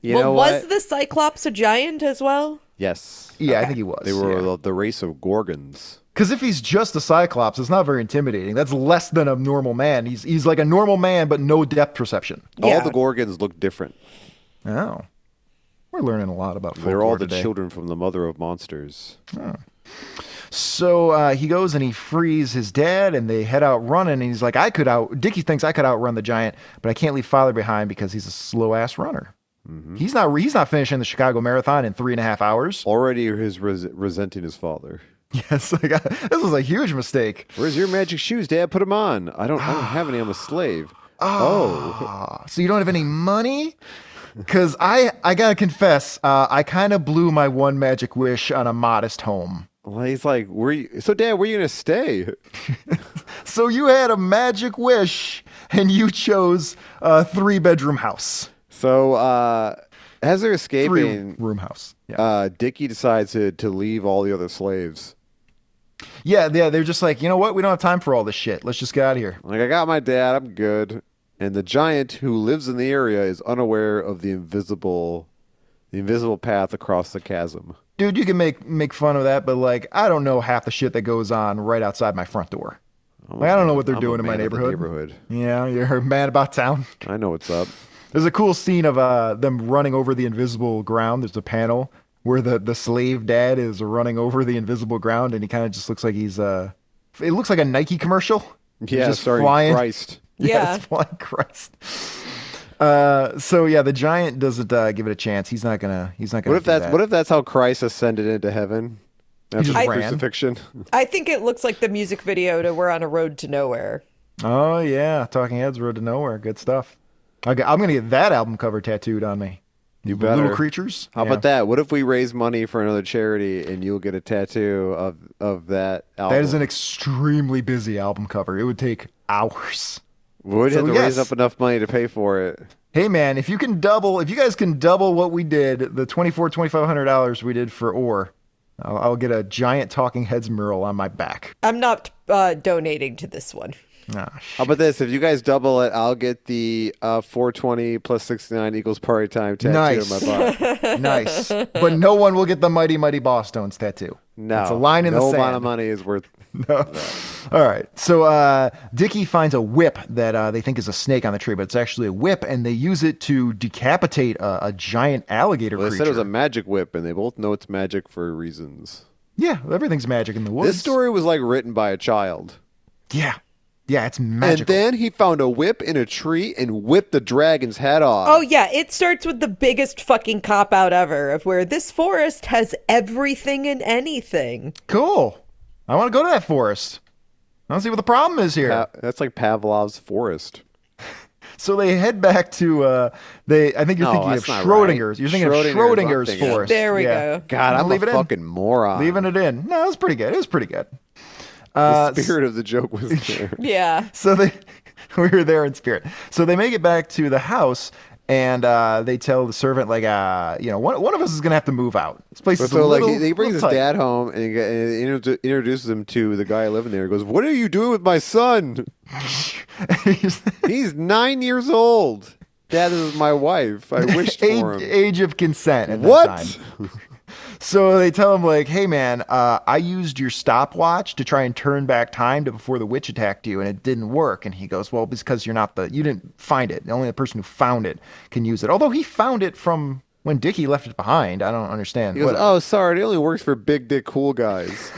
D: you
E: well,
D: know
E: was
D: what?
E: the Cyclops a giant as well?
D: yes,
C: Yeah, I think he was.
D: they were the, the race of gorgons.
C: Because if he's just a Cyclops, it's not very intimidating. That's less than a normal man. He's he's like a normal man, but no depth perception.
E: Yeah.
D: All the gorgons look different.
C: Oh, we're learning a lot about.
D: They're all
C: folklore
D: the
C: today.
D: children from the mother of monsters.
C: So uh, he goes and he frees his dad, and they head out running. And he's like, "I could out." Dickie thinks I could outrun the giant, but I can't leave father behind because he's a slow ass runner.
D: Mm-hmm.
C: He's not. He's not finishing the Chicago Marathon in three and a half hours. (laughs)
D: Already, his res- resenting his father.
C: Yes, like I, this was a huge mistake.
D: Where's your magic shoes, Dad? Put them on. I don't. I don't have any. I'm a
E: (sighs)
D: slave. Oh,
C: Ah, So you don't have any money? Because I, I gotta confess, uh, I kind of blew my one magic wish on a modest home.
D: Well, he's like, where? You, so, Dad, where you gonna stay?
C: So you had a magic wish, and you chose a three bedroom house,
D: So, uh, as they're
C: three
D: escaping,
C: room house. Yeah.
D: uh, Dickie decides to to leave all the other slaves.
C: yeah, yeah. They're just like, you know what? We don't have time for all this shit. Let's just get out of here.
D: Like, I got my dad. I'm good. And the giant who lives in the area is unaware of the invisible, the invisible path across the chasm.
C: dude, you can make make fun of that, but like, I don't know half the shit that goes on right outside my front door. Like, I don't know what they're
D: Oh, I'm a
C: doing in my
D: man of the
C: neighborhood.
D: neighborhood.
C: Yeah, you're (laughs) mad about town.
D: I know what's up.
C: There's a cool scene of uh, them running over the invisible ground. There's a panel where the, the slave dad is running over the invisible ground, and he kind of just looks like he's uh, it looks like a Nike commercial. He's
D: Yeah,
C: just
D: sorry,
C: flying. (laughs)
D: Christ.
E: Yeah.
C: it's flying Christ. Uh, so yeah, the giant doesn't uh, give it a chance. He's not gonna. He's not gonna.
D: What if
C: do
D: that's
C: that.
D: what if that's how Christ ascended into heaven after
C: just
D: the
C: ran. (laughs)
D: crucifixion?
E: I think it looks like the music video to We're on a Road to Nowhere.
C: Oh yeah, Talking Heads, Road to Nowhere, good stuff. Okay, I'm gonna get that album cover tattooed on me. You
D: better.
C: Little creatures.
D: How about that? What if we raise money for another charity and you'll get a tattoo of of that album?
C: That is an extremely busy album cover. It would take hours.
D: we would have
C: so
D: to raise
C: yes.
D: up enough money to pay for it.
C: Hey man, if you can double, if you guys can double what we did, the 24, 2500 dollars we did for Or, I'll, I'll get a giant Talking Heads mural on my back.
E: I'm not uh, donating to this one.
C: Ah,
D: (laughs)
C: sh-
D: How about this? If you guys double it, I'll get the uh, 420 plus 69 equals party time tattoo
C: Nice.
D: on
C: (laughs)
D: my body.
C: nice, but no one will get the Mighty Mighty Boss Stones tattoo.
D: No,
C: it's a line in
D: no
C: the sand. (laughs)
D: amount of money is worth.
C: All right. So uh, Dickie finds a whip that uh, they think is a snake on the tree, but it's actually a whip, and they use it to decapitate a, a giant alligator
D: Well, they
C: creature.
D: said it was a magic whip, and they both know it's magic for reasons.
C: yeah, everything's magic in the woods.
D: This story was like written by a child.
C: Yeah. Yeah, it's magical.
D: And then he found a whip in a tree and whipped the dragon's head off.
E: Oh, yeah. It starts with the biggest fucking cop out ever of where this forest has everything and anything.
C: cool. I want to go to that forest. I don't see what the problem is here.
D: Pa- that's like Pavlov's forest.
C: So they head back to uh they I think you're
D: No,
C: thinking of
D: that's not
C: Schrodinger's.
D: right.
C: You're thinking of
D: Schrodinger's, I'm
C: Schrodinger's
D: thinking of.
C: forest.
E: There we
C: Yeah.
E: go.
D: God, I'm
C: Leave
D: a
C: it in.
D: fucking moron.
C: Leaving it in. Uh, No, it was pretty good. It was pretty good.
D: the spirit of the joke was
C: (laughs)
D: there.
E: Yeah.
C: so they (laughs) we were there in spirit. So they make it back to the house and uh, they tell the servant like uh you know one, one of us is gonna have to move out. This place
D: But
C: is
D: so
C: a little,
D: like he, he brings his
C: little tight.
D: dad home and, he, g- and he introdu- introduces him to the guy living there. He goes, "What are you doing with my son?
C: (laughs)
D: He's nine years old. Dad this is my
C: (laughs)
D: wife. I wished for
C: age,
D: him.
C: age of consent at that
D: what?
C: time. So they tell him like, hey man, uh, I used your stopwatch to try and turn back time to before the witch attacked you, and it didn't work. And he goes, well, because you're not the you didn't find it. Only the person who found it can use it. Although he found it from when Dickie left it behind. I don't understand.
D: He goes,
C: Whatever.
D: "Oh, sorry. It only works for big dick cool
C: (laughs)
D: guys."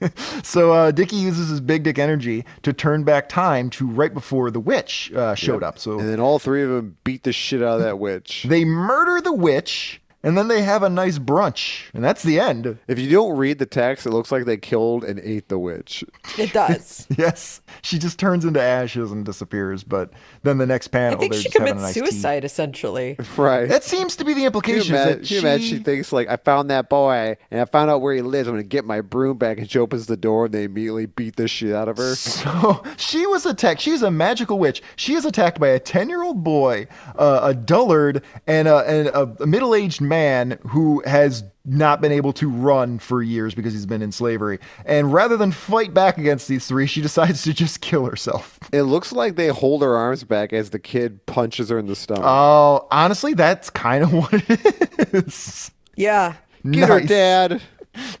D: "Oh."
C: So uh, Dickie uses his big dick energy to turn back time to right before the witch uh, showed up.
D: and
C: So
D: then all three of them beat the shit out of that witch.
C: they murder the witch, and then they have a nice brunch, and that's the end.
D: If you don't read the text, it looks like they killed and ate the witch. (laughs)
E: It does.
C: (laughs) Yes, she just turns into ashes and disappears. But then the next
E: I
C: panel,
E: think
C: Oh, they're
E: she
C: just having
E: commits
C: a nice tea.
E: suicide, essentially.
D: Right.
C: That seems to be the
D: Can you
C: implication. is
D: ima-
C: that
D: can you imagine she thinks like I found that boy and I found out where he lives. I'm gonna get my broom back and she opens the door and they immediately beat the shit out of
C: (laughs)
D: her.
C: So she was attacked. She's a magical witch. She is attacked by a ten-year-old boy, uh, a dullard, and a, and a, a middle-aged man who has not been able to run for years because he's been in slavery. And rather than fight back against these three, she (laughs) decides to just kill herself.
D: It looks like they hold her arms back as the kid punches her in the stomach.
C: Oh, honestly, that's kind of (laughs) what it is.
E: Yeah.
D: get her,
C: nice.
D: dad.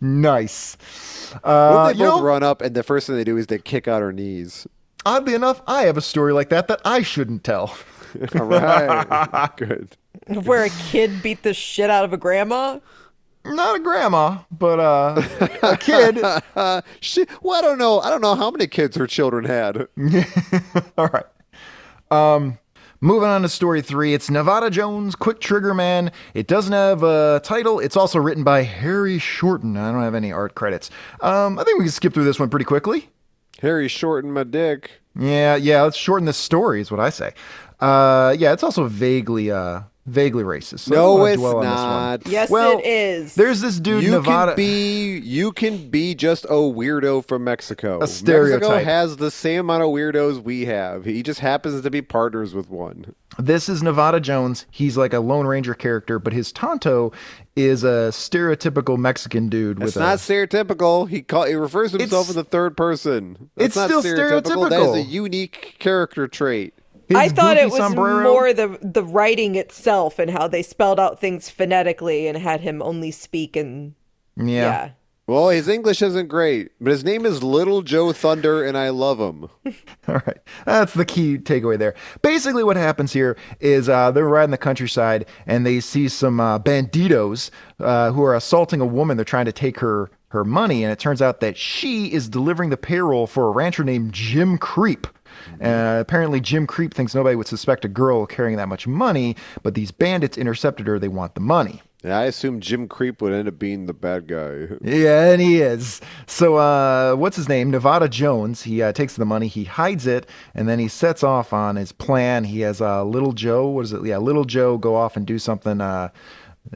C: Nice.
D: What
C: Uh,
D: if
C: you
D: they both
C: know,
D: run up and the first thing they do is they kick out her knees.
C: oddly enough, I have a story like that that I shouldn't
D: (laughs)
C: tell. (laughs)
D: All right, good.
E: Where a kid beat the shit out of a grandma.
C: Not a grandma, but uh, a
D: (laughs)
C: kid
D: Uh, she, well, I don't know. I don't know how many kids her children had.
C: All right. Um, Moving on to story three, it's Nevada Jones, Quick Trigger Man. It doesn't have a title. It's also written by Harry Shorten. I don't have any art credits. Um, I think we can skip through this one pretty quickly.
D: Harry shortened my dick.
C: Yeah, yeah. Let's shorten this story, is what I say. Uh, yeah, it's also vaguely, uh, vaguely racist. so I don't
D: No,
C: wanna
D: it's
C: dwell on this one.
D: not.
E: Yes,
C: Well,
E: it is.
C: There's this dude,
D: You
C: Nevada.
D: can be you can be just a weirdo from Mexico.
C: A stereotype.
D: Mexico has the same amount of weirdos we have. He just happens to be partners with one.
C: This is Nevada Jones. He's like a Lone Ranger character, but his Tonto is a stereotypical Mexican dude with
D: It's
C: a
D: not stereotypical. He call, he refers to himself
C: It's-
D: in the third person. That's
C: it's
D: not
C: still
D: That is a
C: stereotypical.
D: unique character trait.
C: his
E: I thought
C: goofy
E: it was
C: sombrero.
E: more the the writing itself and how they spelled out things phonetically and had him only speak and
C: Yeah.
E: yeah.
D: Well, his English isn't great, but his name is Little Joe Thunder, and I love him.
C: (laughs) All right. That's the key takeaway there. Basically, what happens here is uh, they're riding the countryside and they see some uh, banditos uh, who are assaulting a woman. They're trying to take her her money, and it turns out that she is delivering the payroll for a rancher named Jim Creep. Uh, apparently, Jim Creep thinks nobody would suspect a girl carrying that much money, but these bandits intercepted her. They want the money.
D: And I assume Jim Creep would end up being the bad guy.
C: Yeah, and he is. So, uh, what's his name? Nevada Jones. He uh, takes the money, he hides it, and then he sets off on his plan. He has uh, Little Joe. What is it? Yeah, Little Joe go off and do something. Uh,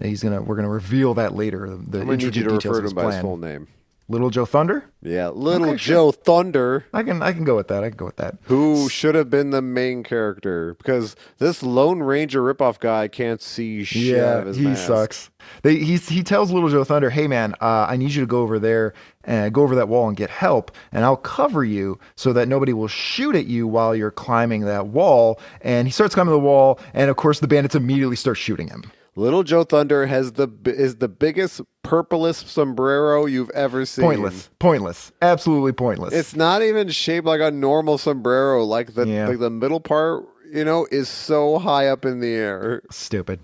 C: he's gonna. We're gonna reveal that later. The
D: I'm gonna need you
C: intricate
D: to
C: details
D: refer
C: of
D: to
C: his
D: him by his full
C: plan.
D: name.
C: Little Joe Thunder.
D: Yeah, Little Joe Thunder.
C: I can. I can go with that. I can go with that.
D: who should have been the main character because this Lone Ranger ripoff guy can't see shit. out of his
C: he
D: mask.
C: sucks. They, he he tells Little Joe Thunder, "Hey man, uh, I need you to go over there and go over that wall and get help, and I'll cover you so that nobody will shoot at you while you're climbing that wall." And he starts climbing the wall, and of course the bandits immediately start shooting him.
D: Little Joe Thunder has the bi- is the biggest purplest sombrero you've ever seen.
C: Pointless, pointless, absolutely pointless.
D: It's not even shaped like a normal sombrero. Like the
C: Yeah.
D: like the middle part, you know, is so high up in the air.
C: stupid.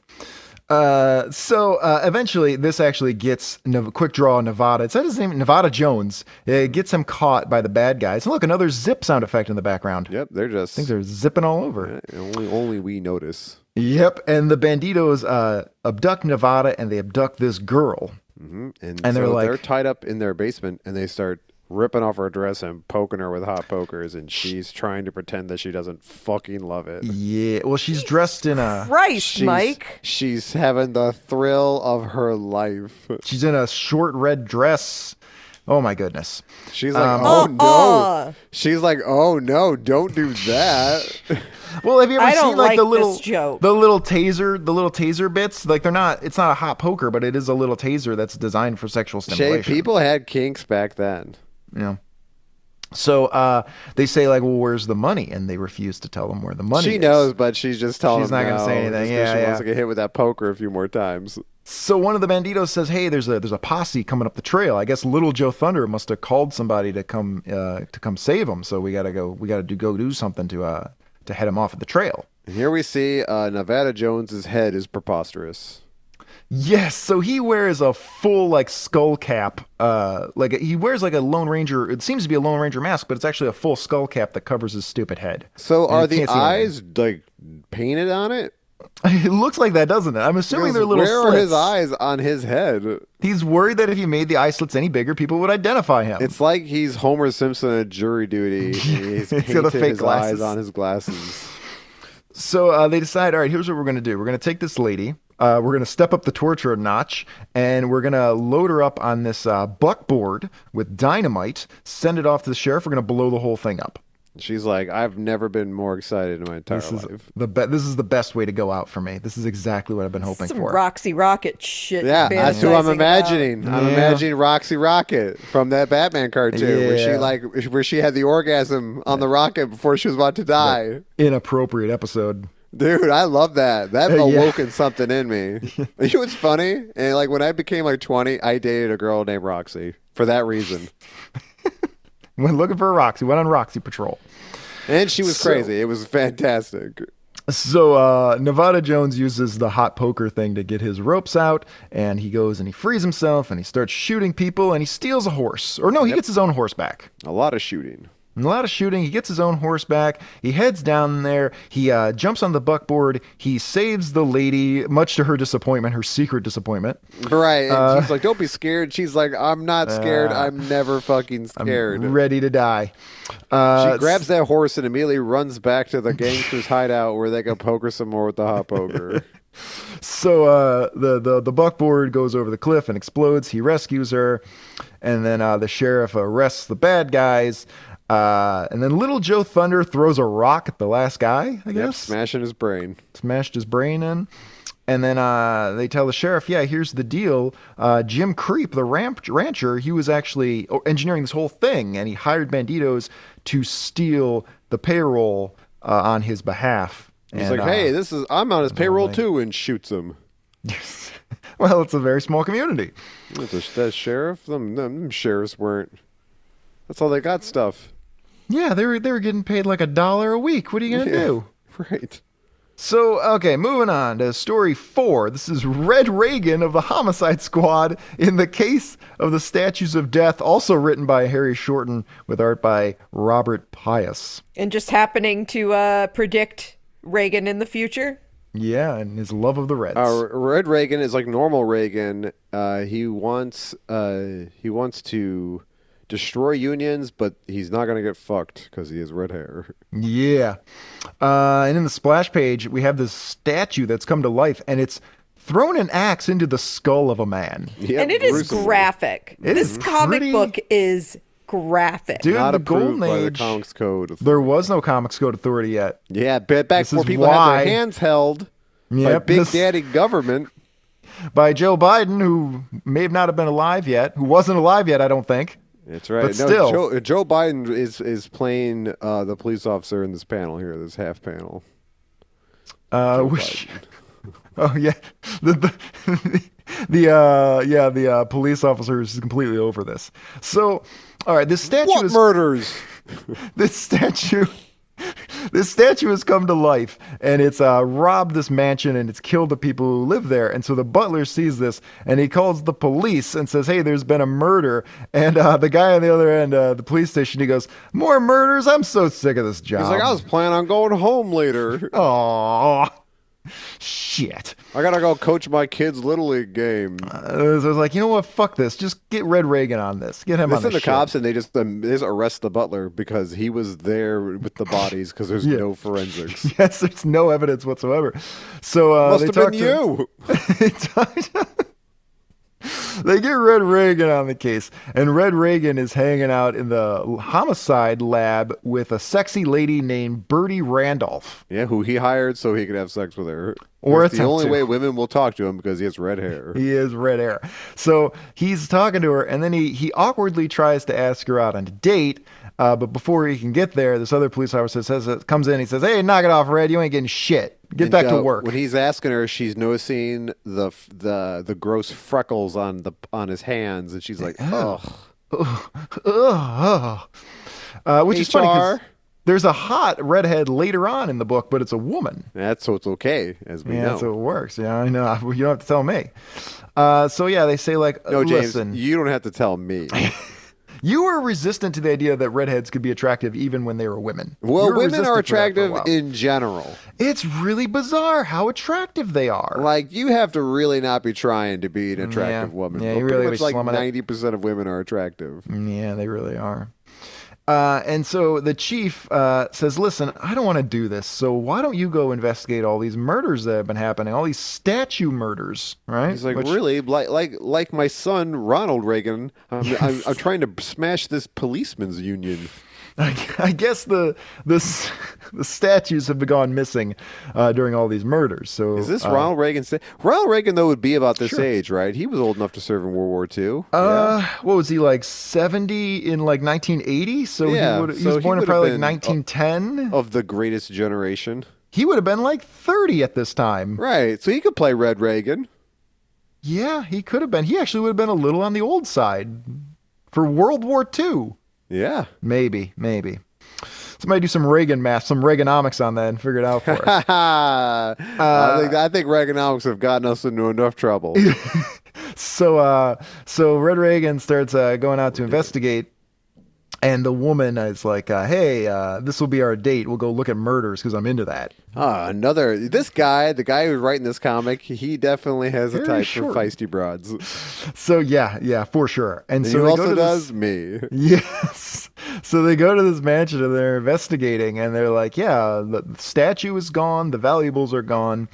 C: Uh, so uh, eventually, this actually gets Nev- quick draw Nevada. It said his name Nevada Jones. It gets him caught by the bad guys. And look, another zip sound effect in the background.
D: Yep, they're just
C: Things are zipping all over.
D: only only we notice.
C: Yep, and the banditos uh, abduct Nevada and they abduct this girl.
D: And,
C: And they're
D: they're
C: like-
D: they're tied up in their basement, and they start ripping off her dress and poking her with hot pokers, and she's trying to pretend that she doesn't fucking love it.
C: Yeah, well, she's dressed in a
E: Christ,
D: She's,
E: Mike.
D: she's having the thrill of her life.
C: she's in a short red dress. Oh my goodness!
D: She's like,
C: Um,
D: oh
E: Uh-uh.
D: no. She's like, oh no, don't do
C: (laughs)
D: that.
C: Well, have you ever
E: I
C: seen
E: don't
C: like, the
E: like this
C: little
E: joke.
C: the little taser, the little taser bits? Like they're not. It's not a hot poker, but it is a little taser that's designed for sexual
D: Shay,
C: stimulation.
D: people had kinks back then.
C: Yeah. So uh, they say like, "Well, where's the money?" And they refuse to tell them where the money.
D: she
C: is.
D: knows, but she's just telling.
C: She's
D: him
C: not gonna say
D: no,
C: anything.
D: just 'cause
C: Yeah,
D: she
C: yeah.
D: wants to get hit with that poker a few more times.
C: So one of the banditos says, "Hey, there's a there's a posse coming up the trail. I guess Little Joe Thunder must have called somebody to come uh, to come save him. So we gotta go. We gotta do go do something to uh to head him off at the trail."
D: And here we see uh, Nevada Jones's head is preposterous.
C: Yes. So he wears a full like skull cap. Uh, like he wears like a Lone Ranger. It seems to be a Lone Ranger mask, but it's actually a full skull cap that covers his stupid head.
D: So
C: And
D: are
C: you
D: the
C: can't see anything.
D: eyes like painted on it?
C: (laughs) it looks like that, doesn't it? I'm assuming they're little.
D: Where are his
C: slits.
D: eyes on his head?
C: He's worried that if he made the eye slits any bigger, people would identify him.
D: It's like he's Homer Simpson at
C: (laughs)
D: jury duty.
C: He's
D: He's
C: got
D: painted
C: the fake
D: his
C: glasses.
D: eyes on his glasses.
C: So uh, they decide, all right, here's what we're going to do. We're going to take this lady. Uh, we're going to step up the torture a notch, and we're going to load her up on this uh, buckboard with dynamite, send it off to the sheriff. We're going to blow the whole thing up.
D: She's like, I've never been more excited in my entire
C: This is
D: life.
C: the be- This is the best way to go out for me. This is exactly what I've been hoping
E: Some
C: for.
E: Roxy Rocket shit.
D: Yeah, that's who I'm
E: fantasizing
D: imagining. I'm
C: Yeah.
D: imagining Roxy Rocket from that Batman cartoon where she
C: Yeah.
D: like where she had the orgasm on the rocket before she was about to die.
C: Inappropriate episode. (laughs)
D: Dude, I love that. That
C: yeah.
D: awoken something in me. (laughs) you know what's funny? And like when I became like 20, I dated a girl named Roxy for that reason.
C: Went looking for a Roxy. Went on Roxy patrol.
D: And she
C: (laughs)
D: was
C: So-
D: crazy. It was fantastic.
C: So uh, Nevada Jones uses the hot poker thing to get his ropes out, and he goes and he frees himself, and he starts shooting people, and he steals a horse. Or no, he gets his own horse back.
D: A lot of shooting.
C: And a lot of shooting. He gets his own horse back. He heads down there. He uh, jumps on the buckboard. He saves the lady, much to her disappointment, her secret disappointment.
D: Right. And
C: Uh,
D: she's like, don't be scared. She's like, I'm
C: (laughs)
D: not scared. I'm never fucking scared.
C: Ready to die.
D: she grabs that horse and immediately runs back to the gangster's hideout where they can poke her some more with the hot poker.
C: so uh, the, the the buckboard goes over the cliff and explodes. He rescues her, and then uh, the sheriff arrests the bad guys. Uh, and then little Joe Thunder throws a rock at the last guy. I
D: Yep,
C: guess
D: smashing his brain.
C: smashed his brain in. And then uh, they tell the sheriff, yeah, here's the deal. Uh, Jim Creep, the ramp- rancher, he was actually oh, engineering this whole thing, and he hired banditos to steal the payroll uh, on his behalf.
D: He's
C: And,
D: like,
C: uh,
D: hey, this is I'm on his payroll too, and shoots him.
C: uh, (laughs) well, it's a very small community.
D: That's a- that sheriff? Them, them sheriffs weren't. That's all they got stuff.
C: Yeah, they were they were getting paid like a dollar a week. What are you gonna do?
D: (laughs) Right.
C: So okay, moving on to story four. This is Red Reagan of the Homicide Squad in the case of the statues of death, also written by Harry Shorten with art by Robert Pius.
E: And just happening to uh, predict Reagan in the future.
C: Yeah, and his love of the Reds.
D: Uh, Red Reagan is like normal Reagan. Uh, he wants uh, he wants to destroy unions, but he's not gonna get fucked because he has red hair. (laughs)
C: Yeah. Uh, and in the splash page, we have this statue that's come to life, and it's thrown an axe into the skull of a man.
D: Yeah,
E: and it is
D: gruesomely.
E: graphic.
C: It
E: this
C: is
E: comic
C: pretty-
E: book is graphic.
C: Dude,
D: Not
C: the
D: approved
C: Golden
D: by the
C: Age.
D: Comics Code.
C: there was no Comics Code Authority yet.
D: yeah, but back
C: This
D: before
C: is
D: people
C: why-
D: had their hands held by
C: Yep,
D: Big
C: this-
D: Daddy government.
C: by Joe Biden, who may have not have been alive yet, who wasn't alive yet, I don't think.
D: That's right.
C: But still.
D: Joe, uh, Joe Biden is is playing uh, the police officer in this panel here, this half panel.
C: Uh, which, (laughs) oh yeah, the the, (laughs) the uh, yeah the uh, police officer is completely over this. So, all right, this statue
D: What
C: is
D: murders?
C: this statue. (laughs) This statue has come to life and it's uh, robbed this mansion and it's killed the people who live there. And so the butler sees this and he calls the police and says, Hey, there's been a murder. And uh, the guy on the other end, uh, the police station, he goes, More murders? I'm so sick of this job.
D: He's like, I was planning on going home later.
C: Aw. Shit.
D: I gotta go coach my kids' little league game.
C: Uh, so I was like, you know what? Fuck this. Just get Red Reagan on this. Get him
D: they
C: on
D: send
C: this
D: the
C: shit.
D: cops and they just um, they just arrest the butler because he was there with the bodies because there's no forensics.
C: (laughs) Yes, there's no evidence whatsoever. So (laughs) uh,
D: Must
C: they
D: have been
C: talk to-
D: you.
C: they talked- They get Red Reagan on the case, and Red Reagan is hanging out in the homicide lab with a sexy lady named Bertie Randolph.
D: Yeah, who he hired so he could have sex with her.
C: Or
D: That's the
C: attempt
D: only
C: to.
D: way women will talk to him because he has red hair.
C: He is red hair. So he's talking to her, and then he, he awkwardly tries to ask her out on a date. Uh, but before he can get there, this other police officer says uh, comes in. He says, "Hey, knock it off, Red. You ain't getting shit. Get
D: And,
C: back
D: uh,
C: to work."
D: When he's asking her, she's noticing the f- the the gross freckles on the on his hands, and she's like, "Oh,
C: Ugh. (laughs) Uh, which is funny 'cause
D: HR.
C: there's a hot redhead later on in the book, but it's a woman.
D: that's so it's okay." As we
C: Yeah,
D: know,
C: that's how it works. Yeah, I know. (laughs) You don't have to tell me. Uh, so yeah, they say like,
D: no, James,
C: listen, you-,
D: you don't have to
C: (laughs)
D: tell me.
C: were resistant to the idea that redheads could be attractive even when they were women.
D: Well,
C: You were
D: women are
C: resistant to that for a
D: attractive
C: while.
D: in general.
C: it's really bizarre how attractive they are.
D: Like you have to really not be trying to be an attractive woman.
C: Mm, Yeah,
D: Well,
C: you
D: pretty
C: really
D: much
C: be
D: like
C: slumming it.
D: ninety percent of women are attractive.
C: Yeah, they really are. Uh, and so the chief uh, says, "Listen, I don't want to do this. So why don't you go investigate all these murders that have been happening, all these statue murders, right?"
D: He's like,
C: Which-
D: really, like, like, like my son Ronald Reagan. I'm, I'm,
C: (laughs)
D: I'm trying to smash this policeman's union.
C: I, I guess the the s- (laughs) the statues have gone missing uh, during all these murders. So
D: Is this
C: uh,
D: Ronald Reagan? Sta- Ronald Reagan though would be about this age, right? He was old enough to serve in World War II.
C: Uh, what was he like? Seventy in like nineteen eighty. So
D: Yeah,
C: he, would, he
D: so
C: was
D: he
C: born in
D: would've
C: probably
D: been- uh,
C: like nineteen ten.
D: Yeah. Of the greatest generation,
C: He would have been like thirty at this time.
D: right? So he could play Red Reagan.
C: Yeah, he could have been. He actually would have been a little on the old side for World War II.
D: Yeah, (laughs)
C: Maybe, maybe. Somebody do some Reagan math, some Reaganomics on that and figure it out for us. Uh,
D: I think I think Reaganomics have gotten us into
C: (laughs)
D: enough trouble.
C: so, uh, so Red Reagan starts uh, going out to investigate. And the woman is like, uh, "Hey, uh, this will be our date. We'll go look at murders because I'm into that."
D: Ah, another. This guy, the guy who's writing this comic, he definitely has a
C: Very
D: type
C: short.
D: for feisty broads.
C: So yeah, yeah, for sure. And so
D: he
C: they go
D: also
C: to this-
D: does me.
C: Yes. So they go to this mansion and they're investigating and they're like, yeah, the statue is gone, the valuables are gone,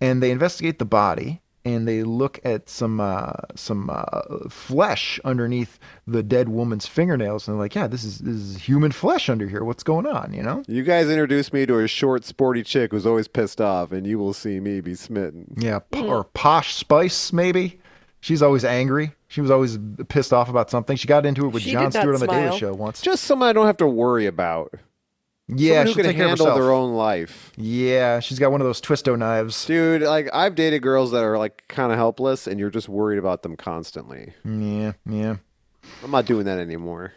C: and they investigate the body and they look at some uh, some uh, flesh underneath the dead woman's fingernails and they're like, yeah, this is this is human flesh under here. What's going on? You know?
D: You guys introduced me to a short, sporty chick who's always pissed off, and you will see me be smitten.
C: Yeah, p- or Posh Spice maybe. She's always angry. She was always pissed off about something. She got into it with
E: She
C: John
E: did not
C: Stewart on the Daily
E: smile.
C: Show once.
D: Just someone I don't have to worry about.
C: yeah,
D: Someone
C: she'll
D: who can
C: take care of
D: handle
C: herself.
D: their own life.
C: Yeah, she's got one of those twisto knives.
D: Dude, like I've dated girls that are like kind of helpless, and you're just worried about them constantly.
C: Yeah, yeah.
D: I'm not doing that anymore.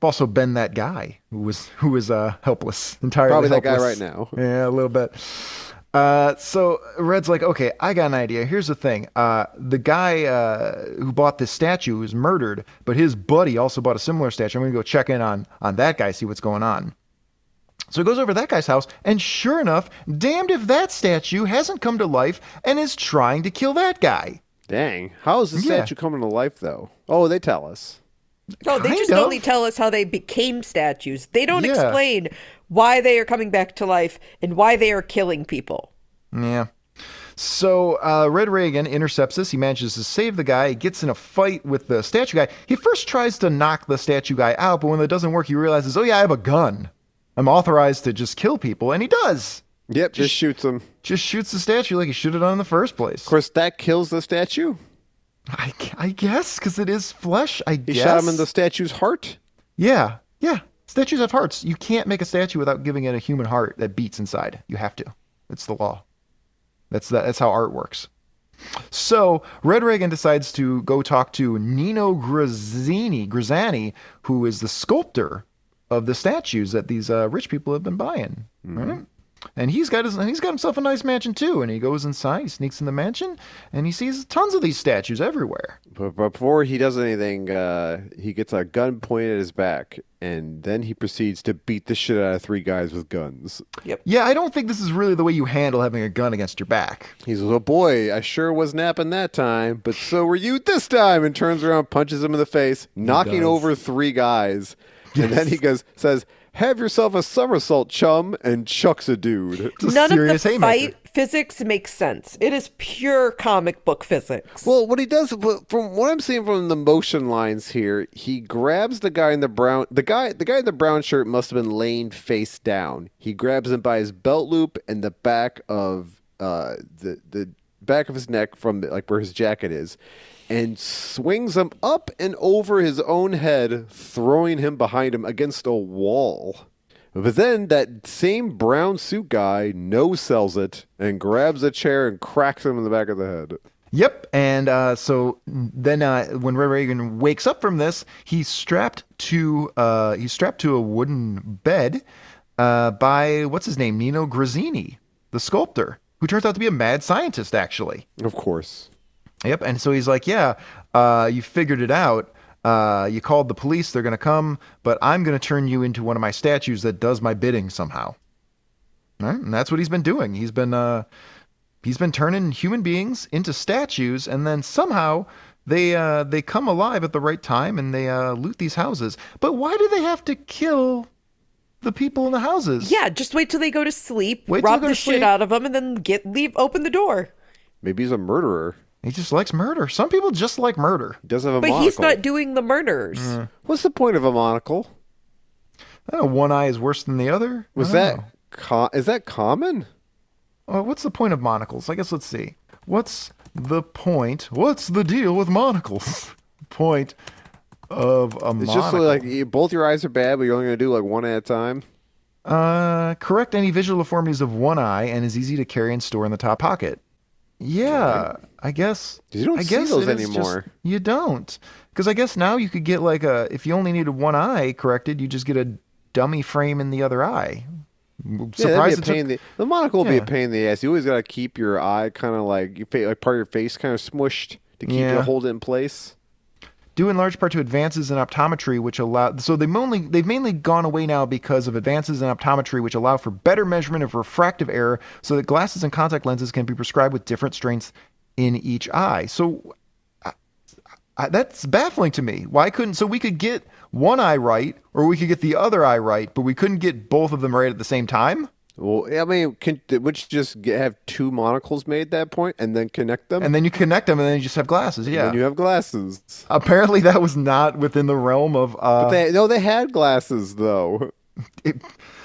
C: I've also been that guy who was who was uh, helpless, entirely
D: Probably that guy
C: helpless.
D: right now.
C: Yeah, a little bit. Uh, so Red's like, okay, I got an idea. Here's the thing: uh, the guy uh, who bought this statue was murdered, but his buddy also bought a similar statue. I'm gonna go check in on on that guy, see what's going on. So he goes over to that guy's house, and sure enough, damned if that statue hasn't come to life and is trying to kill that guy.
D: Dang, how is the
C: Yeah.
D: statue coming to life though? Oh, they tell us.
E: No, Oh, they
C: Kind
E: just
C: of.
E: only tell us how they became statues. They don't
C: Yeah.
E: explain why they are coming back to life and why they are killing people.
C: Yeah. So uh, Red Reagan intercepts this. He manages to save the guy. He gets in a fight with the statue guy. He first tries to knock the statue guy out, but when that doesn't work, he realizes, oh, yeah, I have a gun. I'm authorized to just kill people. And he does.
D: Yep, just shoots him. Of
C: Just shoots the statue like he should have done in the first place.
D: course, that kills the statue.
C: I, I guess, because it is flesh. I
D: He
C: guess.
D: shot him in the statue's heart.
C: Yeah. Yeah. Statues have hearts. You can't make a statue without giving it a human heart that beats inside. You have to. It's the law. That's the, that's how art works. So Red Reagan decides to go talk to Nino Grazzini, Grazzani, who is the sculptor of the statues that these uh, rich people have been buying. Right? And he's got his, and he's got himself a nice mansion too. And he goes inside, he sneaks in the mansion, and he sees tons of these statues everywhere.
D: But but before he does anything, uh, he gets a gun pointed at his back, and then he proceeds to beat the shit out of three guys with guns.
C: Yeah, I don't think this is really the way you handle having a gun against your back.
D: He says, "Oh boy, I sure was napping that time, but so were you this time." And turns around, punches him in the face, knocking over three guys, and then he goes, says, "Have yourself a somersault, chum," and chucks a dude.
C: It's a
E: None of the
C: serious haymaker.
E: fight physics makes sense. It is pure comic book physics.
D: Well, what he does, but from what I'm seeing from the motion lines here, he grabs the guy in the brown. The guy, the guy in the brown shirt must have been laying face down. He grabs him by his belt loop and the back of uh, the the back of his neck from like where his jacket is, and swings him up and over his own head, throwing him behind him against a wall. But then that same brown suit guy no sells it and grabs a chair and cracks him in the back of the head.
C: Yep. And uh, so then, uh, when Red Reagan wakes up from this, he's strapped to uh, he's strapped to a wooden bed uh, by what's his name, Nino Grazzini, the sculptor, who turns out to be a mad scientist, actually.
D: Of course.
C: Yep. And so he's like, "Yeah, uh, you figured it out. Uh, you called the police. They're gonna come, but I'm gonna turn you into one of my statues that does my bidding somehow." All right? And that's what he's been doing. He's been uh, he's been turning human beings into statues, and then somehow they uh, they come alive at the right time and they uh, loot these houses. But why do they have to kill the people in the houses?
E: yeah, just wait till they go to sleep,
C: Wait till
E: rob
C: they go
E: the
C: to
E: shit
C: sleep.
E: out of them, and then get leave open the door.
D: Maybe he's a murderer.
C: he just likes murder. Some people just like murder.
D: He does have a
E: But
D: monocle.
E: he's not doing the murders.
C: Mm.
D: What's the point of a monocle?
C: I don't know, one eye is worse than the other. I
D: Was
C: don't
D: that
C: know.
D: co- is that common?
C: Well, Uh, what's the point of monocles? I guess let's see. What's the point? What's the deal with monocles? (laughs) point of a
D: It's
C: monocle.
D: just like you, both your eyes are bad, but you're only going to do like one at a time.
C: uh, correct any visual deformities of one eye and is easy to carry and store in the top pocket. Yeah, I guess.
D: You don't
C: I
D: see
C: guess
D: those
C: it is just-
D: anymore.
C: you don't, because I guess now you could get like a if you only needed one eye corrected, you just get a dummy frame in the other eye.
D: Yeah, that'd
C: Surprised
D: be a
C: it took-
D: pain in the, the monocle would be
C: Yeah.
D: a pain in the ass. You always got to keep your eye kind of like, your fa- like part of your face kind of smushed to keep
C: Yeah.
D: it hold it in place.
C: due in large part to advances in optometry, which allow. So they mainly they've mainly gone away now because of advances in optometry, which allow for better measurement of refractive error, so that glasses and contact lenses can be prescribed with different strengths in each eye. So I, that's baffling to me. Why couldn't so we could get one eye right, or we could get the other eye right, but we couldn't get both of them right at the same time?
D: Well, I mean, can, would you just get, have two monocles made at that point and then connect them?
C: And then you connect them, and then you just have glasses. Yeah.
D: then you have glasses.
C: Apparently, that was not within the realm of. Uh,
D: They, no, they had glasses though.
C: it-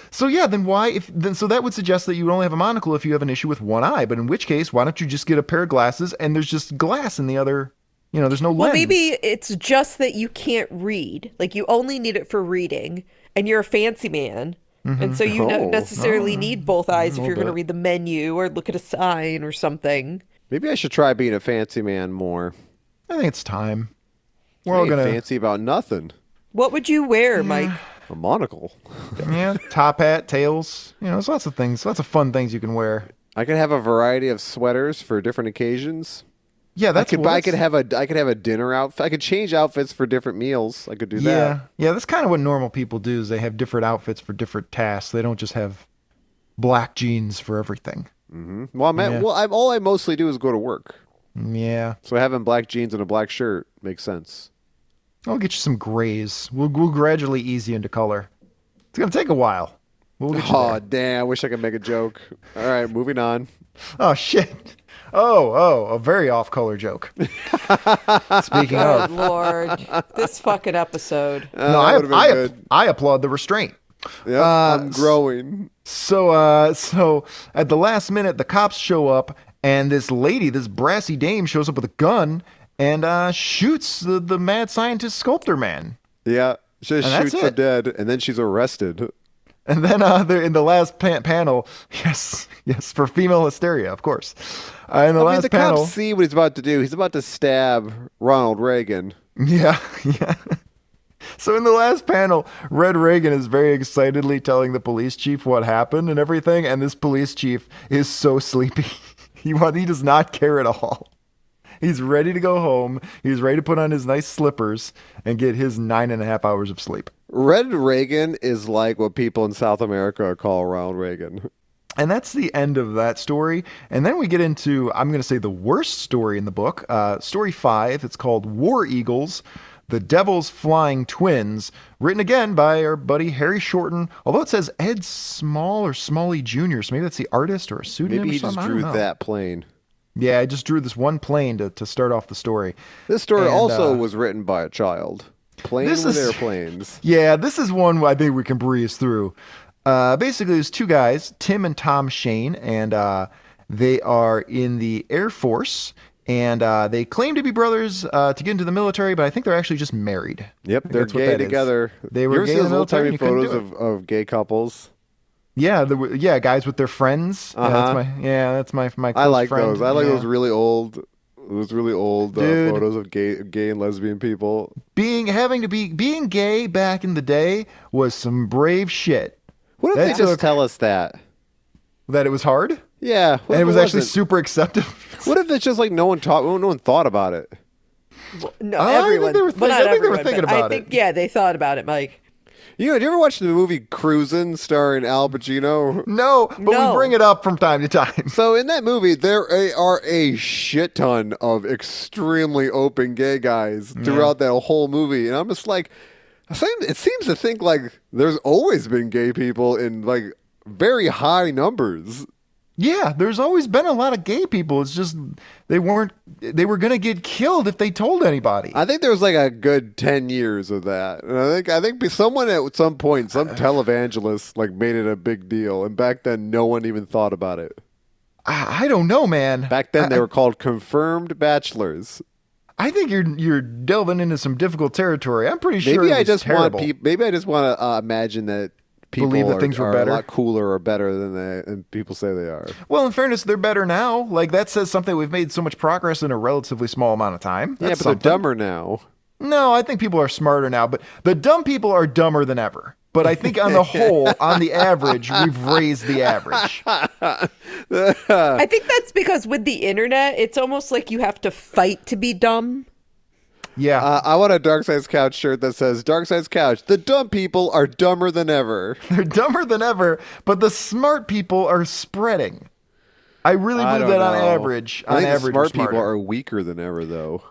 C: so yeah, then why? If then so that would suggest that you would only have a monocle if you have an issue with one eye. But in which case, why don't you just get a pair of glasses and there's just glass in the other? You know, there's no
E: Well,
C: lens.
E: maybe it's just that you can't read. Like you only need it for reading, and you're a fancy man,
C: Mm-hmm.
E: and so you
D: Oh.
E: don't necessarily need both eyes if you're going to
C: mm. bit.
E: read the menu or look at a sign or something.
D: Maybe I should try being a fancy man more.
C: I think it's time. We're
D: I
C: all
D: ain't
C: gonna
D: fancy about nothing.
E: What would you
C: (sighs)
E: wear, Mike?
D: A monocle.
C: (laughs) yeah, top hat, tails. You know, there's lots of things, lots of fun things you can wear.
D: I could have a variety of sweaters for different occasions.
C: Yeah,
D: I
C: that's
D: could
C: well,
D: I
C: that's-
D: could have a I could have a dinner outfit. I could change outfits for different meals. I could do
C: Yeah,
D: that.
C: yeah, that's kind of what normal people do. Is they have different outfits for different tasks. They don't just have black jeans for everything.
D: Hmm. Well, I'm at, well, I'm all I mostly do is go to work.
C: Yeah,
D: So having black jeans and a black shirt makes sense.
C: I'll get you some grays. We'll, we'll gradually ease you into color. It's gonna take a while. We'll get you
D: Oh
C: there.
D: damn! I wish I could make a joke. All right, moving on.
C: Oh shit. Oh, oh, a very off-color
D: (laughs)
C: joke. Speaking
E: Oh
C: of,
E: Lord, this fucking episode.
D: Uh,
C: no,
D: that
C: I,
D: would've been
C: I, uh,
D: good.
C: I applaud the restraint.
D: Yep, I'm growing.
C: So uh so at the last minute the cops show up and this lady, this brassy dame shows up with a gun and uh shoots the, the mad scientist sculptor man.
D: Yeah, she
C: that's
D: shoots the
C: it.
D: dead, and then she's arrested.
C: And then uh there in the last pa- panel, (laughs) yes, yes, for female hysteria, of course. Uh, in the
D: I mean,
C: last
D: the
C: panel.
D: cops see what he's about to do. He's about to stab Ronald Reagan.
C: Yeah, (laughs) yeah. So in the last panel, Red Reagan is very excitedly telling the police chief what happened and everything, and this police chief is so sleepy. (laughs) he wa- he does not care at all. He's ready to go home. He's ready to put on his nice slippers and get his nine and a half hours of sleep.
D: Red Reagan is like what people in South America call Ronald Reagan.
C: And that's the end of that story. And then we get into, I'm going to say, the worst story in the book. Uh, story five, it's called War Eagles, The Devil's Flying Twins, written again by our buddy Harry Shorten, although it says Ed Small or Smalley Jr., so maybe that's the artist or a pseudonym
D: Maybe
C: or
D: he just
C: something. I
D: drew
C: don't know.
D: that plane.
C: Yeah, I just drew this one plane to, to start off the story.
D: This story
C: And,
D: also
C: uh,
D: was written by a child. Plane
C: This
D: with
C: is- (laughs)
D: airplanes.
C: Yeah, this is one I think we can breeze through. Uh, basically, there's two guys, Tim and Tom Shane, and uh, they are in the Air Force, and uh, they claim to be brothers uh, to get into the military, but I think they're actually just married.
D: Yep,
C: I think
D: they're
C: that's what
D: gay
C: that is.
D: together.
C: They
D: You
C: were
D: ever
C: gay
D: see
C: in
D: those
C: the
D: old
C: military.
D: timey
C: You couldn't
D: photos
C: do it.
D: of, of gay couples.
C: yeah, there were- yeah, guys with their friends. Yeah, that's
D: Uh-huh.
C: my yeah, that's my my.
D: I
C: close
D: like
C: friend.
D: those. I like
C: Yeah.
D: those really old, those really old uh,
C: Dude.
D: photos of gay, gay and lesbian people.
C: Being having to be being gay back in the day was some brave shit.
D: What if
C: That
D: they just
C: took-
D: tell us that?
C: That it was hard,
D: Yeah,
C: and
D: what if
C: it was actually
D: wasn't?
C: super acceptable. (laughs)
D: What if it's just like no one taught, no one thought about it?
E: No,
C: I think
E: everyone.
C: they were
E: well,
C: thinking-
E: not
C: I think they were
E: everyone,
C: thinking
E: but I
C: about
E: think
C: it.
E: yeah, they thought about it, Mike.
D: You know, did you ever watch the movie Cruisin' starring Al Pacino?
C: No, but
E: No.
C: we bring it up from time to time. (laughs)
D: So in that movie, there a- are a shit ton of extremely open gay guys throughout that whole movie, and I'm just like, I seem- it seems to think like there's always been gay people in like very high numbers.
C: Yeah, there's always been a lot of gay people. It's just they weren't they were going to get killed if they told anybody.
D: I think there was like a good ten years of that, and I think I think someone at some point, some televangelist, like made it a big deal, and back then no one even thought about it.
C: I, I don't know, man.
D: Back then they were called confirmed bachelors.
C: I think you're you're delving into some difficult territory. I'm pretty sure
D: Maybe
C: it
D: I
C: was
D: just
C: terrible.
D: want people. Maybe I just want to uh, imagine that people
C: Believe that
D: are,
C: things were
D: are
C: better?
D: a lot cooler or better than they and people say they are.
C: Well, in fairness, they're better now. Like that says something. We've made so much progress in a relatively small amount of time.
D: yeah, but
C: That's
D: they're
C: something.
D: dumber now.
C: No, I think people are smarter now, but the dumb people are dumber than ever. But I think
D: (laughs)
C: on the whole, on the average, we've raised the average. Uh,
E: I think that's because with the internet, it's almost like you have to fight to be dumb.
C: Yeah.
D: Uh, I want a Dark Side's Couch shirt that says Dark Side's Couch. The dumb people are dumber
C: (laughs)
D: than ever.
C: They're dumber than ever, but the smart people are spreading. I really
D: I
C: believe
D: don't
C: that on
D: know.
C: average,
D: I
C: on
D: think the
C: average, we're
D: smart people
C: smarter.
D: are weaker than ever, though.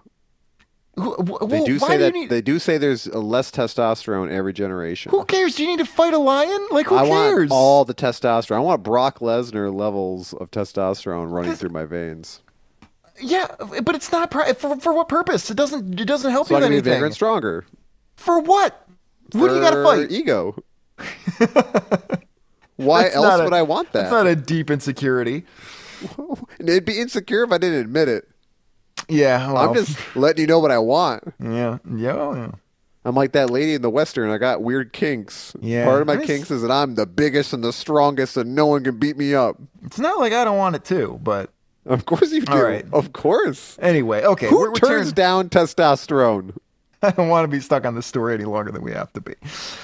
C: Who- wh-
D: They
C: wh-
D: do
C: why
D: say
C: you
D: that
C: need-
D: they do say there's uh, less testosterone every generation.
C: Who cares? Do you need to fight a lion? Like who
D: I
C: cares?
D: want all the testosterone. I want Brock Lesnar levels of testosterone running through my veins.
C: yeah, but it's not pri- for, for what purpose? It doesn't. It doesn't help
D: So
C: you
D: I
C: with
D: can be bigger
C: anything.
D: and stronger.
C: For what? What do you got to
D: For
C: fight? (laughs)
D: Ego. Why
C: That's
D: else
C: not a-
D: would I want that?
C: That's not a deep insecurity.
D: (laughs) It'd be insecure if I didn't admit it.
C: Yeah, well,
D: I'm just letting you know what I want.
C: (laughs) yeah, yeah. well, yeah.
D: I'm like that lady in the western. I got weird kinks.
C: Yeah.
D: Part of my
C: I just-
D: kinks is that I'm the biggest and the strongest, and no one can beat me up.
C: It's not like I don't want it too, but
D: Of course you do.
C: All right.
D: Of course.
C: anyway, okay.
D: Who
C: we're, we're
D: turns
C: turning-
D: down testosterone?
C: (laughs) I don't want to be stuck on this story any longer than we have to be.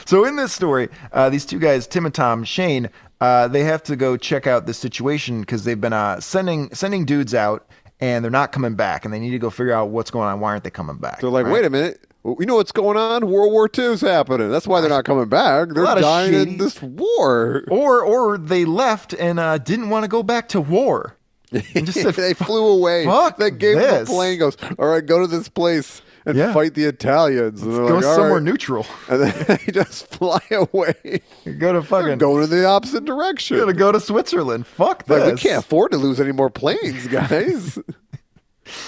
C: So in this story, uh, these two guys, Tim and Tom, Shane, uh, they have to go check out the situation because they've been uh, sending sending dudes out and they're not coming back, and they need to go figure out what's going on. Why aren't they coming back?
D: They're like, wait a minute. You know what's going on? World War II's happening. That's why they're not coming back. They're
C: lot of
D: dying in
C: shitty-
D: this war.
C: or or they left and uh, didn't want to go back to war. And just said,
D: (laughs) they flew away.
C: fuck
D: they gave them a
C: this.
D: plane. Goes, all right, go to this place and
C: Yeah.
D: fight the Italians. And they're
C: go
D: like, "All
C: somewhere
D: right."
C: neutral.
D: And then they just fly (laughs) away.
C: (laughs) Go to
D: (laughs) They're
C: fucking. Go-
D: going in the opposite direction.
C: gonna go to Switzerland. Fuck this.
D: Like, we can't afford to lose any more planes, guys. (laughs)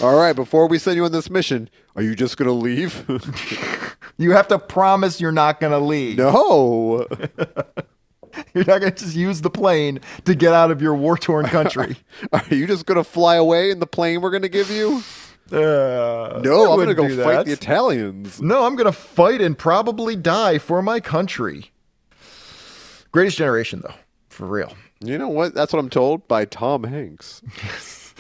D: All right, before we send you on this mission, are you just going to
C: (laughs)
D: leave?
C: You have to promise you're not gonna leave.
D: no.
C: (laughs) You're not gonna just use the plane to get out of your war torn
D: (laughs)
C: country.
D: Are you just going to fly away in the plane we're going to give you?
C: Uh,
D: No,
C: I
D: I'm going to
C: wouldn't
D: go
C: do
D: fight
C: that.
D: the Italians.
C: No, I'm gonna fight and probably die for my country. Greatest Generation, though, for real.
D: You know what? That's what I'm told by Tom Hanks.
C: (laughs)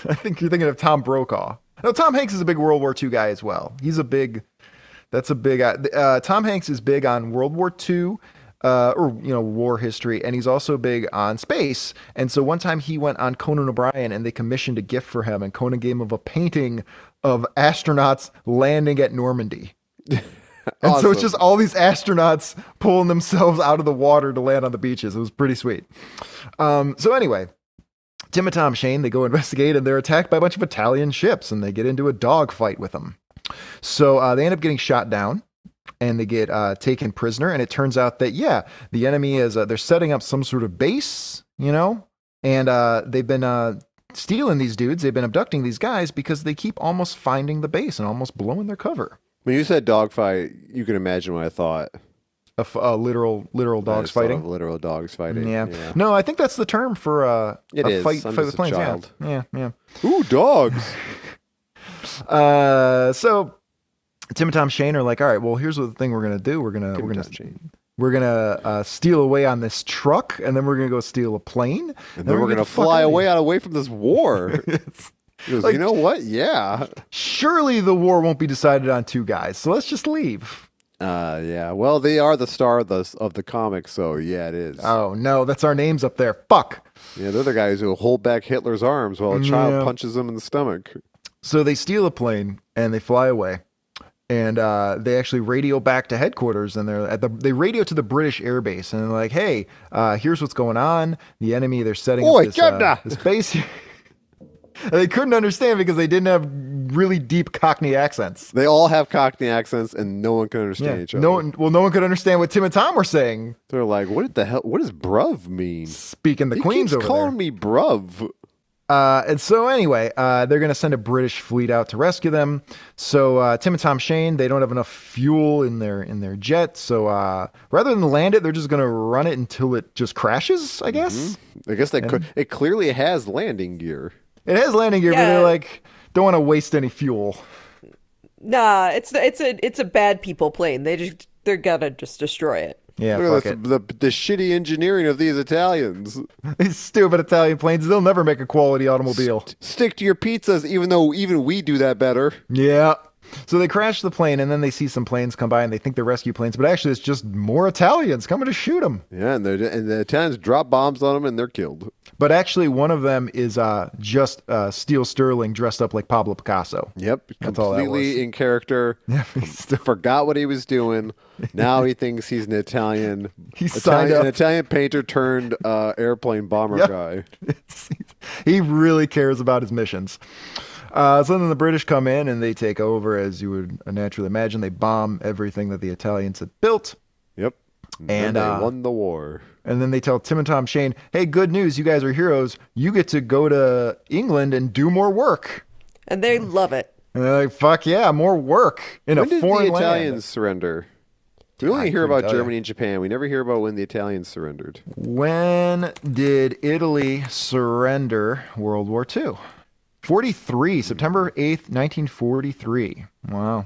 C: I think you're thinking of Tom Brokaw. No, Tom Hanks is a big World War II guy as well. He's a big. That's a big. Uh, uh, Tom Hanks is big on World War II, uh, or you know, war history, and he's also big on space. And so one time he went on Conan O'Brien, and they commissioned a gift for him, and Conan gave him a painting of astronauts landing at Normandy. And so it's
D: Awesome.
C: just all these astronauts pulling themselves out of the water to land on the beaches. It was pretty sweet. Um, so anyway, Tim and Tom Shane, they go (laughs) investigate and they're attacked by a bunch of Italian ships and they get into a dogfight with them. So uh, they end up getting shot down and they get uh, taken prisoner. And it turns out that, yeah, the enemy is, uh, they're setting up some sort of base, you know, and uh, they've been uh, stealing these dudes. They've been abducting these guys because they keep almost finding the base and almost blowing their cover.
D: When you said dogfight, you can imagine what I thought.
C: A, f- a literal, literal
D: I
C: dogs
D: just thought
C: fighting.
D: of literal dogs fighting.
C: Yeah. No, I think that's the term for uh,
D: It
C: a
D: is.
C: fight,
D: I'm
C: fight with
D: just a
C: planes. Yeah.
D: child.
C: Yeah. Yeah.
D: Ooh, dogs.
C: Uh, so Tim and Tom Shane are like, all right, well, here's what the thing we're gonna do. We're gonna (laughs) we're
D: and
C: gonna
D: Tom Shane.
C: we're gonna uh, steal away on this truck, and then we're gonna go steal a plane,
D: And then we're going to fly away out away from
C: (laughs)
D: this war. He goes, you know what? Yeah.
C: Surely the war won't be decided on two guys, so let's just leave.
D: Uh, yeah. Well, they are the star of the, of the comic, so yeah, it is.
C: Oh no, that's our names up there. Fuck.
D: yeah, they're the guys who hold back Hitler's arms while a child
C: Yeah.
D: punches him in the stomach.
C: So they steal a plane and they fly away. And uh, they actually radio back to headquarters, and they're at the they radio to the British air base, and they're like, "Hey, uh, here's what's going on. The enemy, they're setting
D: Oi,
C: up this, uh,
D: Governor!"
C: this base." here." (laughs) and they couldn't understand because they didn't have really deep Cockney accents.
D: They all have Cockney accents, and no one can understand each other.
C: no one, well, no one could understand what Tim and Tom were saying.
D: They're like, what the hell? What does bruv mean?
C: Speaking the
D: He
C: Queen's
D: keeps
C: over there.
D: calling me bruv.
C: Uh, and so anyway, uh, they're going to send a British fleet out to rescue them. So uh, Tim and Tom Shane, they don't have enough fuel in their in their jet, so uh, rather than land it, they're just going to run it until it just crashes. I guess
D: I guess that could. It clearly has landing gear.
C: it has landing gear, but
E: Yeah.
C: they're like don't want to waste any fuel.
E: Nah, it's it's a it's a bad people plane. They just they're gonna just destroy it.
C: Yeah,
D: Look
C: fuck
D: at
C: it.
D: this- the, the shitty engineering of these Italians.
C: These (laughs) stupid Italian planes, they'll never make a quality automobile.
D: Stick to your pizzas, even though even we do that better.
C: Yeah. So they crash the plane, and then they see some planes come by, and they think they're rescue planes, but actually it's just more Italians coming to shoot them.
D: Yeah, and, they're- and the Italians drop bombs on them and they're killed.
C: But actually, one of them is uh, just uh, Steel Sterling dressed up like Pablo Picasso. (laughs)
D: Yep,
C: That's all that
D: completely
C: was.
D: in character.
C: (laughs) Yeah,
D: forgot what he was doing. Now he thinks he's an Italian.
C: (laughs) He signed
D: Italian,
C: up.
D: an Italian painter turned uh, airplane bomber
C: Yep.
D: guy.
C: he really cares about his missions. Uh, so then the British come in and they take over, as you would naturally imagine. They bomb everything that the Italians had built.
D: Yep, and, then
C: And,
D: they
C: uh,
D: won the war.
C: And then they tell Tim and Tom Shane, hey, good news. You guys are heroes. You get to go to England and do more work.
E: and they love it.
C: And they're like, fuck yeah, more work in
D: When
C: a
D: did the
C: foreign
D: Italians
C: land.
D: surrender? We only
C: I
D: hear
C: couldn't
D: about
C: tell ya.
D: Germany and Japan. We never hear about when the Italians surrendered.
C: When did Italy surrender World War II? 43, September 8th, 1943. Wow.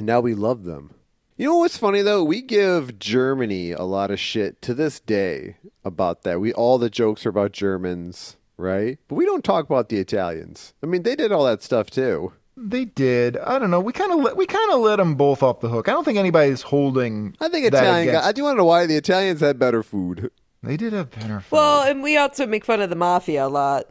D: Now we love them. You know what's funny though? We give Germany a lot of shit to this day about that. We all the jokes are about Germans, right? But we don't talk about the Italians. I mean, they did all that stuff too.
C: They did. I don't know. We kind of let we kind of let them both off the hook. I don't think anybody's holding.
D: I think
C: that
D: Italian. Guy,
C: against-
D: I do want to know why the Italians had better food.
C: They did have better. Food.
E: Well, and we also make fun of the mafia a lot.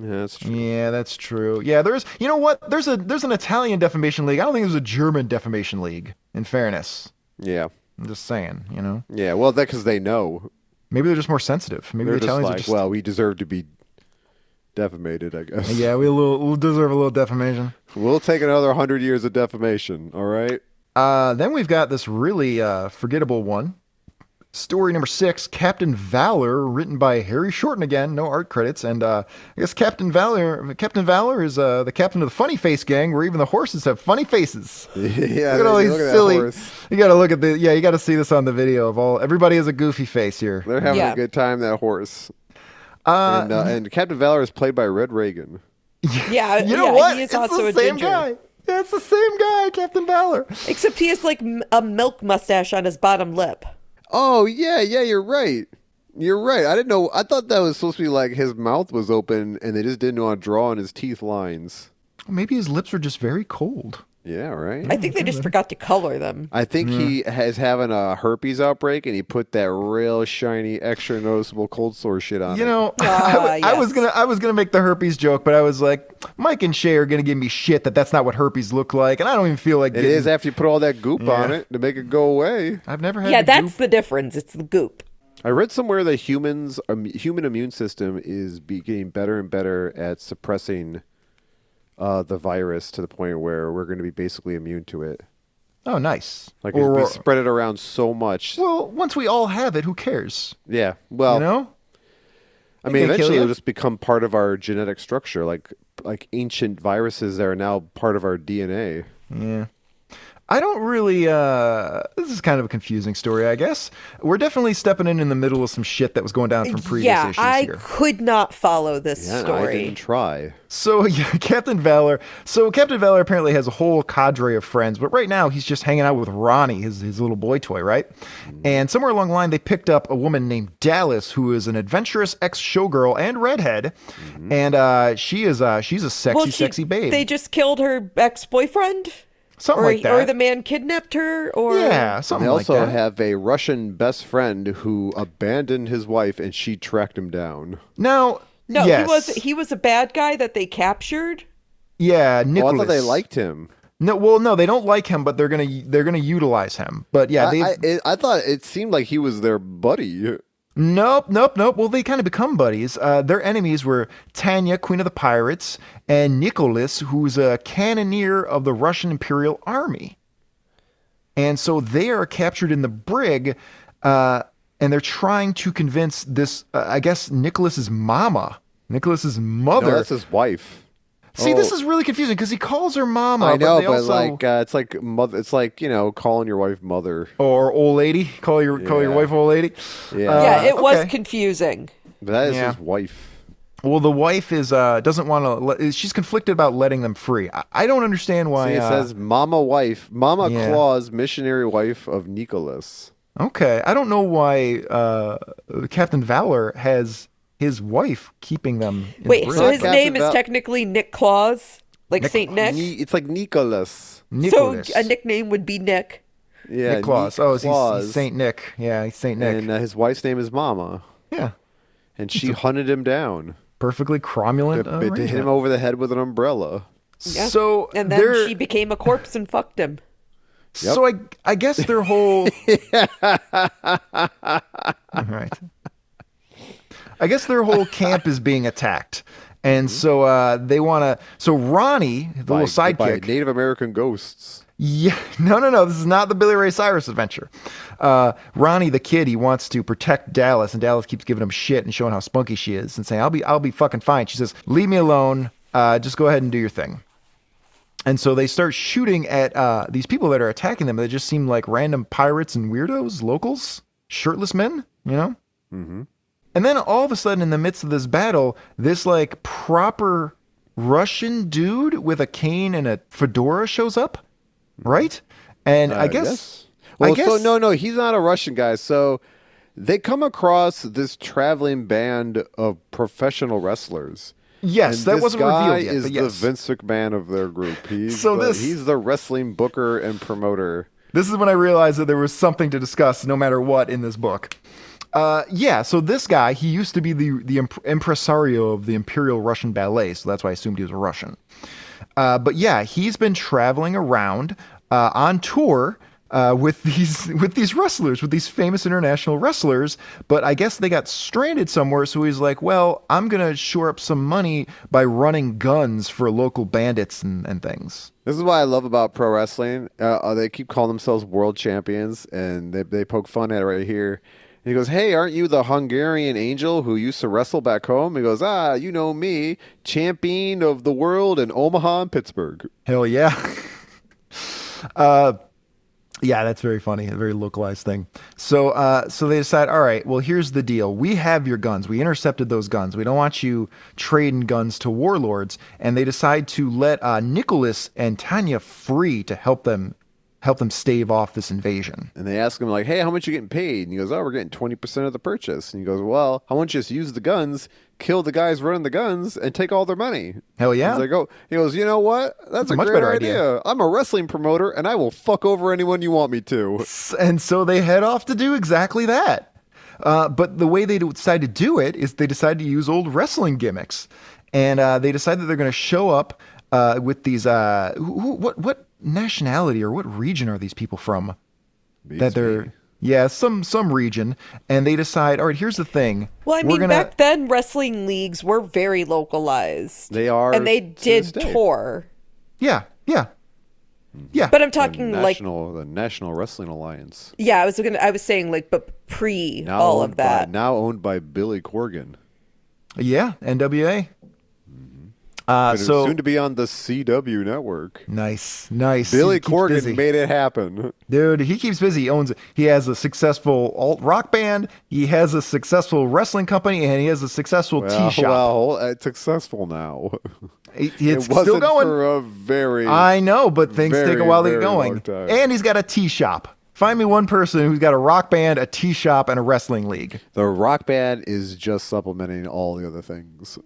D: Yeah, that's true.
C: yeah, that's true. Yeah, there's. You know what? There's a there's an Italian defamation league. I don't think there's a German defamation league. In fairness,
D: Yeah,
C: I'm just saying. You know,
D: yeah. Well, that because they know
C: maybe they're just more sensitive. Maybe
D: they're
C: the
D: just
C: Italians
D: like,
C: are just.
D: well, we deserve to be defamated. I guess.
C: yeah, we a little we'll deserve a little defamation.
D: we'll take another hundred years of defamation. All right.
C: Uh, then we've got this really uh, forgettable one. Story number six, Captain Valor, written by Harry Shorten again, no art credits, and uh, I guess Captain Valor, Captain Valor is uh, the captain of the Funny Face Gang, where even the horses have funny faces.
D: (laughs) yeah.
C: look at all
D: they-
C: these
D: look at that
C: silly.
D: horse.
C: You got to look at the. Yeah, you got to see this on the video of all. Everybody has a goofy face here.
D: They're having
E: Yeah.
D: a good time. That horse. and, uh, and Captain Valor is played by Red Reagan.
C: (laughs)
E: Yeah,
C: You know
E: yeah,
C: what?
E: He is
C: it's
E: also
C: the
E: a
C: same
E: ginger.
C: guy. Yeah, it's the same guy, Captain Valor.
E: Except he has like m- a milk mustache on his bottom lip.
D: Oh yeah, yeah. You're right. You're right. I didn't know. I thought that was supposed to be like his mouth was open, and they just didn't want to draw on his teeth lines.
C: Maybe his lips are just very cold.
D: Yeah, right.
E: I think they just forgot to color them.
D: I think he has having a herpes outbreak, and he put that real shiny, extra noticeable cold sore shit on.
C: You
D: it.
C: know, (laughs) I, w-
E: Ah,
C: I was
E: yes.
C: gonna I was gonna make the herpes joke, but I was like, Mike and Shay are gonna give me shit that that's not what herpes look like, and I don't even feel like
D: it
C: getting-
D: is after you put all that goop on
C: Yeah.
D: it to make it go away.
C: I've never had.
E: Yeah,
C: to
E: that's
C: do-
E: the difference. It's the goop.
D: I read somewhere that humans, um, human immune system is be getting better and better at suppressing uh, the virus to the point where we're going to be basically immune to it.
C: oh nice.
D: Like
C: Or-
D: we
C: or-
D: spread it around so much.
C: well, once we all have it, who cares?
D: yeah. Well,
C: you know,
D: I mean,
C: They kill
D: eventually
C: you?
D: it'll just become part of our genetic structure, like like ancient viruses that are now part of our DNA.
C: I don't really. uh This is kind of a confusing story, I guess. We're definitely stepping in in the middle of some shit that was going down from previous
E: yeah,
C: issues
E: I
C: here.
E: could not follow this
D: Yeah, and I
E: story.
D: didn't try.
C: So (laughs) yeah, Captain Valor. So Captain Valor apparently has a whole cadre of friends, but right now he's just hanging out with Ronnie, his his little boy toy, right?
D: Mm-hmm.
C: And somewhere along the line, they picked up a woman named Dallas, who is an adventurous ex showgirl and redhead,
D: Mm-hmm.
C: and uh, she is uh, she's a sexy,
E: she-
C: sexy babe,
E: They just killed her ex boyfriend,
C: something
E: or
C: like that.
E: or the man kidnapped her, or
C: yeah,
D: They
C: something
D: also
C: like that.
D: have a Russian best friend who abandoned his wife and she tracked him down.
C: now,
E: no,
C: yes.
E: he was he was a bad guy that they captured.
C: yeah,
D: Oh,
C: Nicholas.
D: I thought they liked him.
C: No, well, no, they don't like him, but they're gonna they're gonna utilize him. But yeah, they
D: I, I, it, I thought it seemed like he was their buddy.
C: Nope, nope, nope. Well, they kind of become buddies. Uh, their enemies were Tanya, Queen of the Pirates, and Nicholas, who's a cannoneer of the Russian Imperial Army. And so they are captured in the brig, uh, and they're trying to convince this, uh, I guess, Nicholas's mama, Nicholas's
D: No,
C: mother.
D: that's his wife.
C: See, this is really confusing because he calls her mama.
D: I know,
C: they
D: but
C: also-
D: like uh, it's like mother. It's like you know, calling your wife mother.
C: or old lady. Call your call your
D: Yeah.
C: wife old lady.
D: Yeah.
C: Uh,
E: yeah, it was
C: okay.
E: confusing.
D: But that is
C: yeah.
D: his wife.
C: Well, the wife is uh, doesn't want to. She's conflicted about letting them free. I, I don't understand
D: See,
C: why.
D: it
C: uh,
D: says Mama wife, Mama
C: Yeah.
D: Claus, missionary wife of Nicholas.
C: okay, I don't know why uh, Captain Valor has his wife keeping them. In
E: Wait,
C: the
E: so
C: brig.
E: his
D: Captain
E: name is
D: Val-
E: technically Nick Claus, like Saint Nick.
D: Ni- it's like Nicholas.
C: Nicholas.
E: So uh, a nickname would be Nick.
D: Yeah,
C: Nick Claus.
D: Nick
C: Oh, he's, he's,
D: Claus.
C: Saint Nick. Yeah, he's Saint Nick.
D: And uh, his wife's name is Mama,
C: yeah,
D: and she hunted him down
C: perfectly cromulent.
D: to, to hit him
C: arrangement.
D: over the head with an umbrella.
E: Yeah.
C: So
E: and then
C: there-
E: she became a corpse and fucked him.
C: So I, I guess their whole. All right. I guess their whole camp is being attacked, and so uh, they want to. So Ronnie, the
D: by-
C: little
D: by
C: sidekick,
D: Native American ghosts.
C: yeah, (laughs) no, no, no. This is not the Billy Ray Cyrus adventure. Uh, Ronnie, the kid, he wants to protect Dallas, and Dallas keeps giving him shit and showing how spunky she is, and saying, "I'll be, I'll be fucking fine." She says, "Leave me alone. Uh, just go ahead and do your thing." And so they start shooting at uh, these people that are attacking them. They just seem like random pirates and weirdos, locals, shirtless men, you know.
D: Mm-hmm.
C: And then all of a sudden, in the midst of this battle, this like proper Russian dude with a cane and a fedora shows up, right? And I
D: Mm-hmm. Uh,
C: guess,
D: yes.
C: I
D: Well,
C: guess,
D: so no, no, he's not a Russian guy. So they come across this traveling band of professional wrestlers.
C: yes,
D: And
C: that
D: this
C: wasn't
D: guy
C: revealed yet.
D: Is
C: but yes.
D: the Vince McMahon of their group?
C: (laughs)
D: He's
C: So
D: the,
C: this-
D: he's the wrestling booker and promoter.
C: This is when I realized that there was something to discuss, no matter what, in this book. Uh, yeah, so this guy, he used to be the the imp- impresario of the Imperial Russian Ballet, so that's why I assumed he was a Russian. Uh, but yeah, he's been traveling around uh, on tour uh, with these (laughs) with these wrestlers, with these famous international wrestlers. But I guess they got stranded somewhere, so he's like, "Well, I'm gonna shore up some money by running guns for local bandits and, and things."
D: This is what I love about pro wrestling. Uh, uh, they keep calling themselves world champions, and they, they poke fun at it right here. And he goes, "Hey, aren't you the Hungarian angel who used to wrestle back home?" He goes, "Ah, you know me, champion of the world in Omaha and Pittsburgh."
C: Hell yeah. (laughs) uh, yeah, that's very funny. A very localized thing. So, uh, so they decide, all right, well, here's the deal. We have your guns. We intercepted those guns. We don't want you trading guns to warlords. And they decide to let uh, Nicholas and Tanya free to help them help them stave off this invasion.
D: And they ask him like, "Hey, how much you getting paid?" And he goes, "Oh, we're getting twenty percent of the purchase." And he goes, "Well, I want you to just use the guns, kill the guys running the guns, and take all their money."
C: Hell yeah.
D: He's like, "Oh," he goes, "You know what? That's a
C: Much
D: great
C: better
D: idea.
C: idea.
D: I'm a wrestling promoter, and I will fuck over anyone you want me to."
C: S- and so they head off to do exactly that. Uh, but the way they decide to do it is they decide to use old wrestling gimmicks, and uh, they decide that they're going to show up uh, with these. Uh, who, who- what what nationality or what region are these people from? (laughs) that they're yeah some some region, and they decide. All right, here's the thing.
E: Well, I
C: We're
E: mean,
C: gonna-
E: back then wrestling leagues were very localized.
D: They are
E: and they
D: to this
E: did
D: day.
E: tour.
C: yeah yeah yeah.
E: But I'm
D: The
E: talking like,
D: national, the National Wrestling Alliance,
E: yeah, I was gonna, I was saying like, but pre
D: now
E: all
D: owned
E: of that.
D: by, now owned by Billy Corgan,
C: yeah, NWA.
D: Mm-hmm.
C: Uh,
D: and
C: so
D: soon to be on the CW network.
C: nice, nice.
D: Billy
C: He keeps
D: Corgan
C: busy.
D: made it happen.
C: Dude, he keeps busy. He owns he has a successful alt rock band, he has a successful wrestling company, and he has a successful
D: Well,
C: tea shop.
D: well, it's successful now. (laughs)
C: It- it's
D: it wasn't
C: still going.
D: for a very.
C: I know, but things take a
D: very,
C: while to get
D: very long
C: going.
D: time.
C: And he's got a tea shop. Find me one person who's got a rock band, a tea shop, and a wrestling league.
D: the rock band is just supplementing all the other things.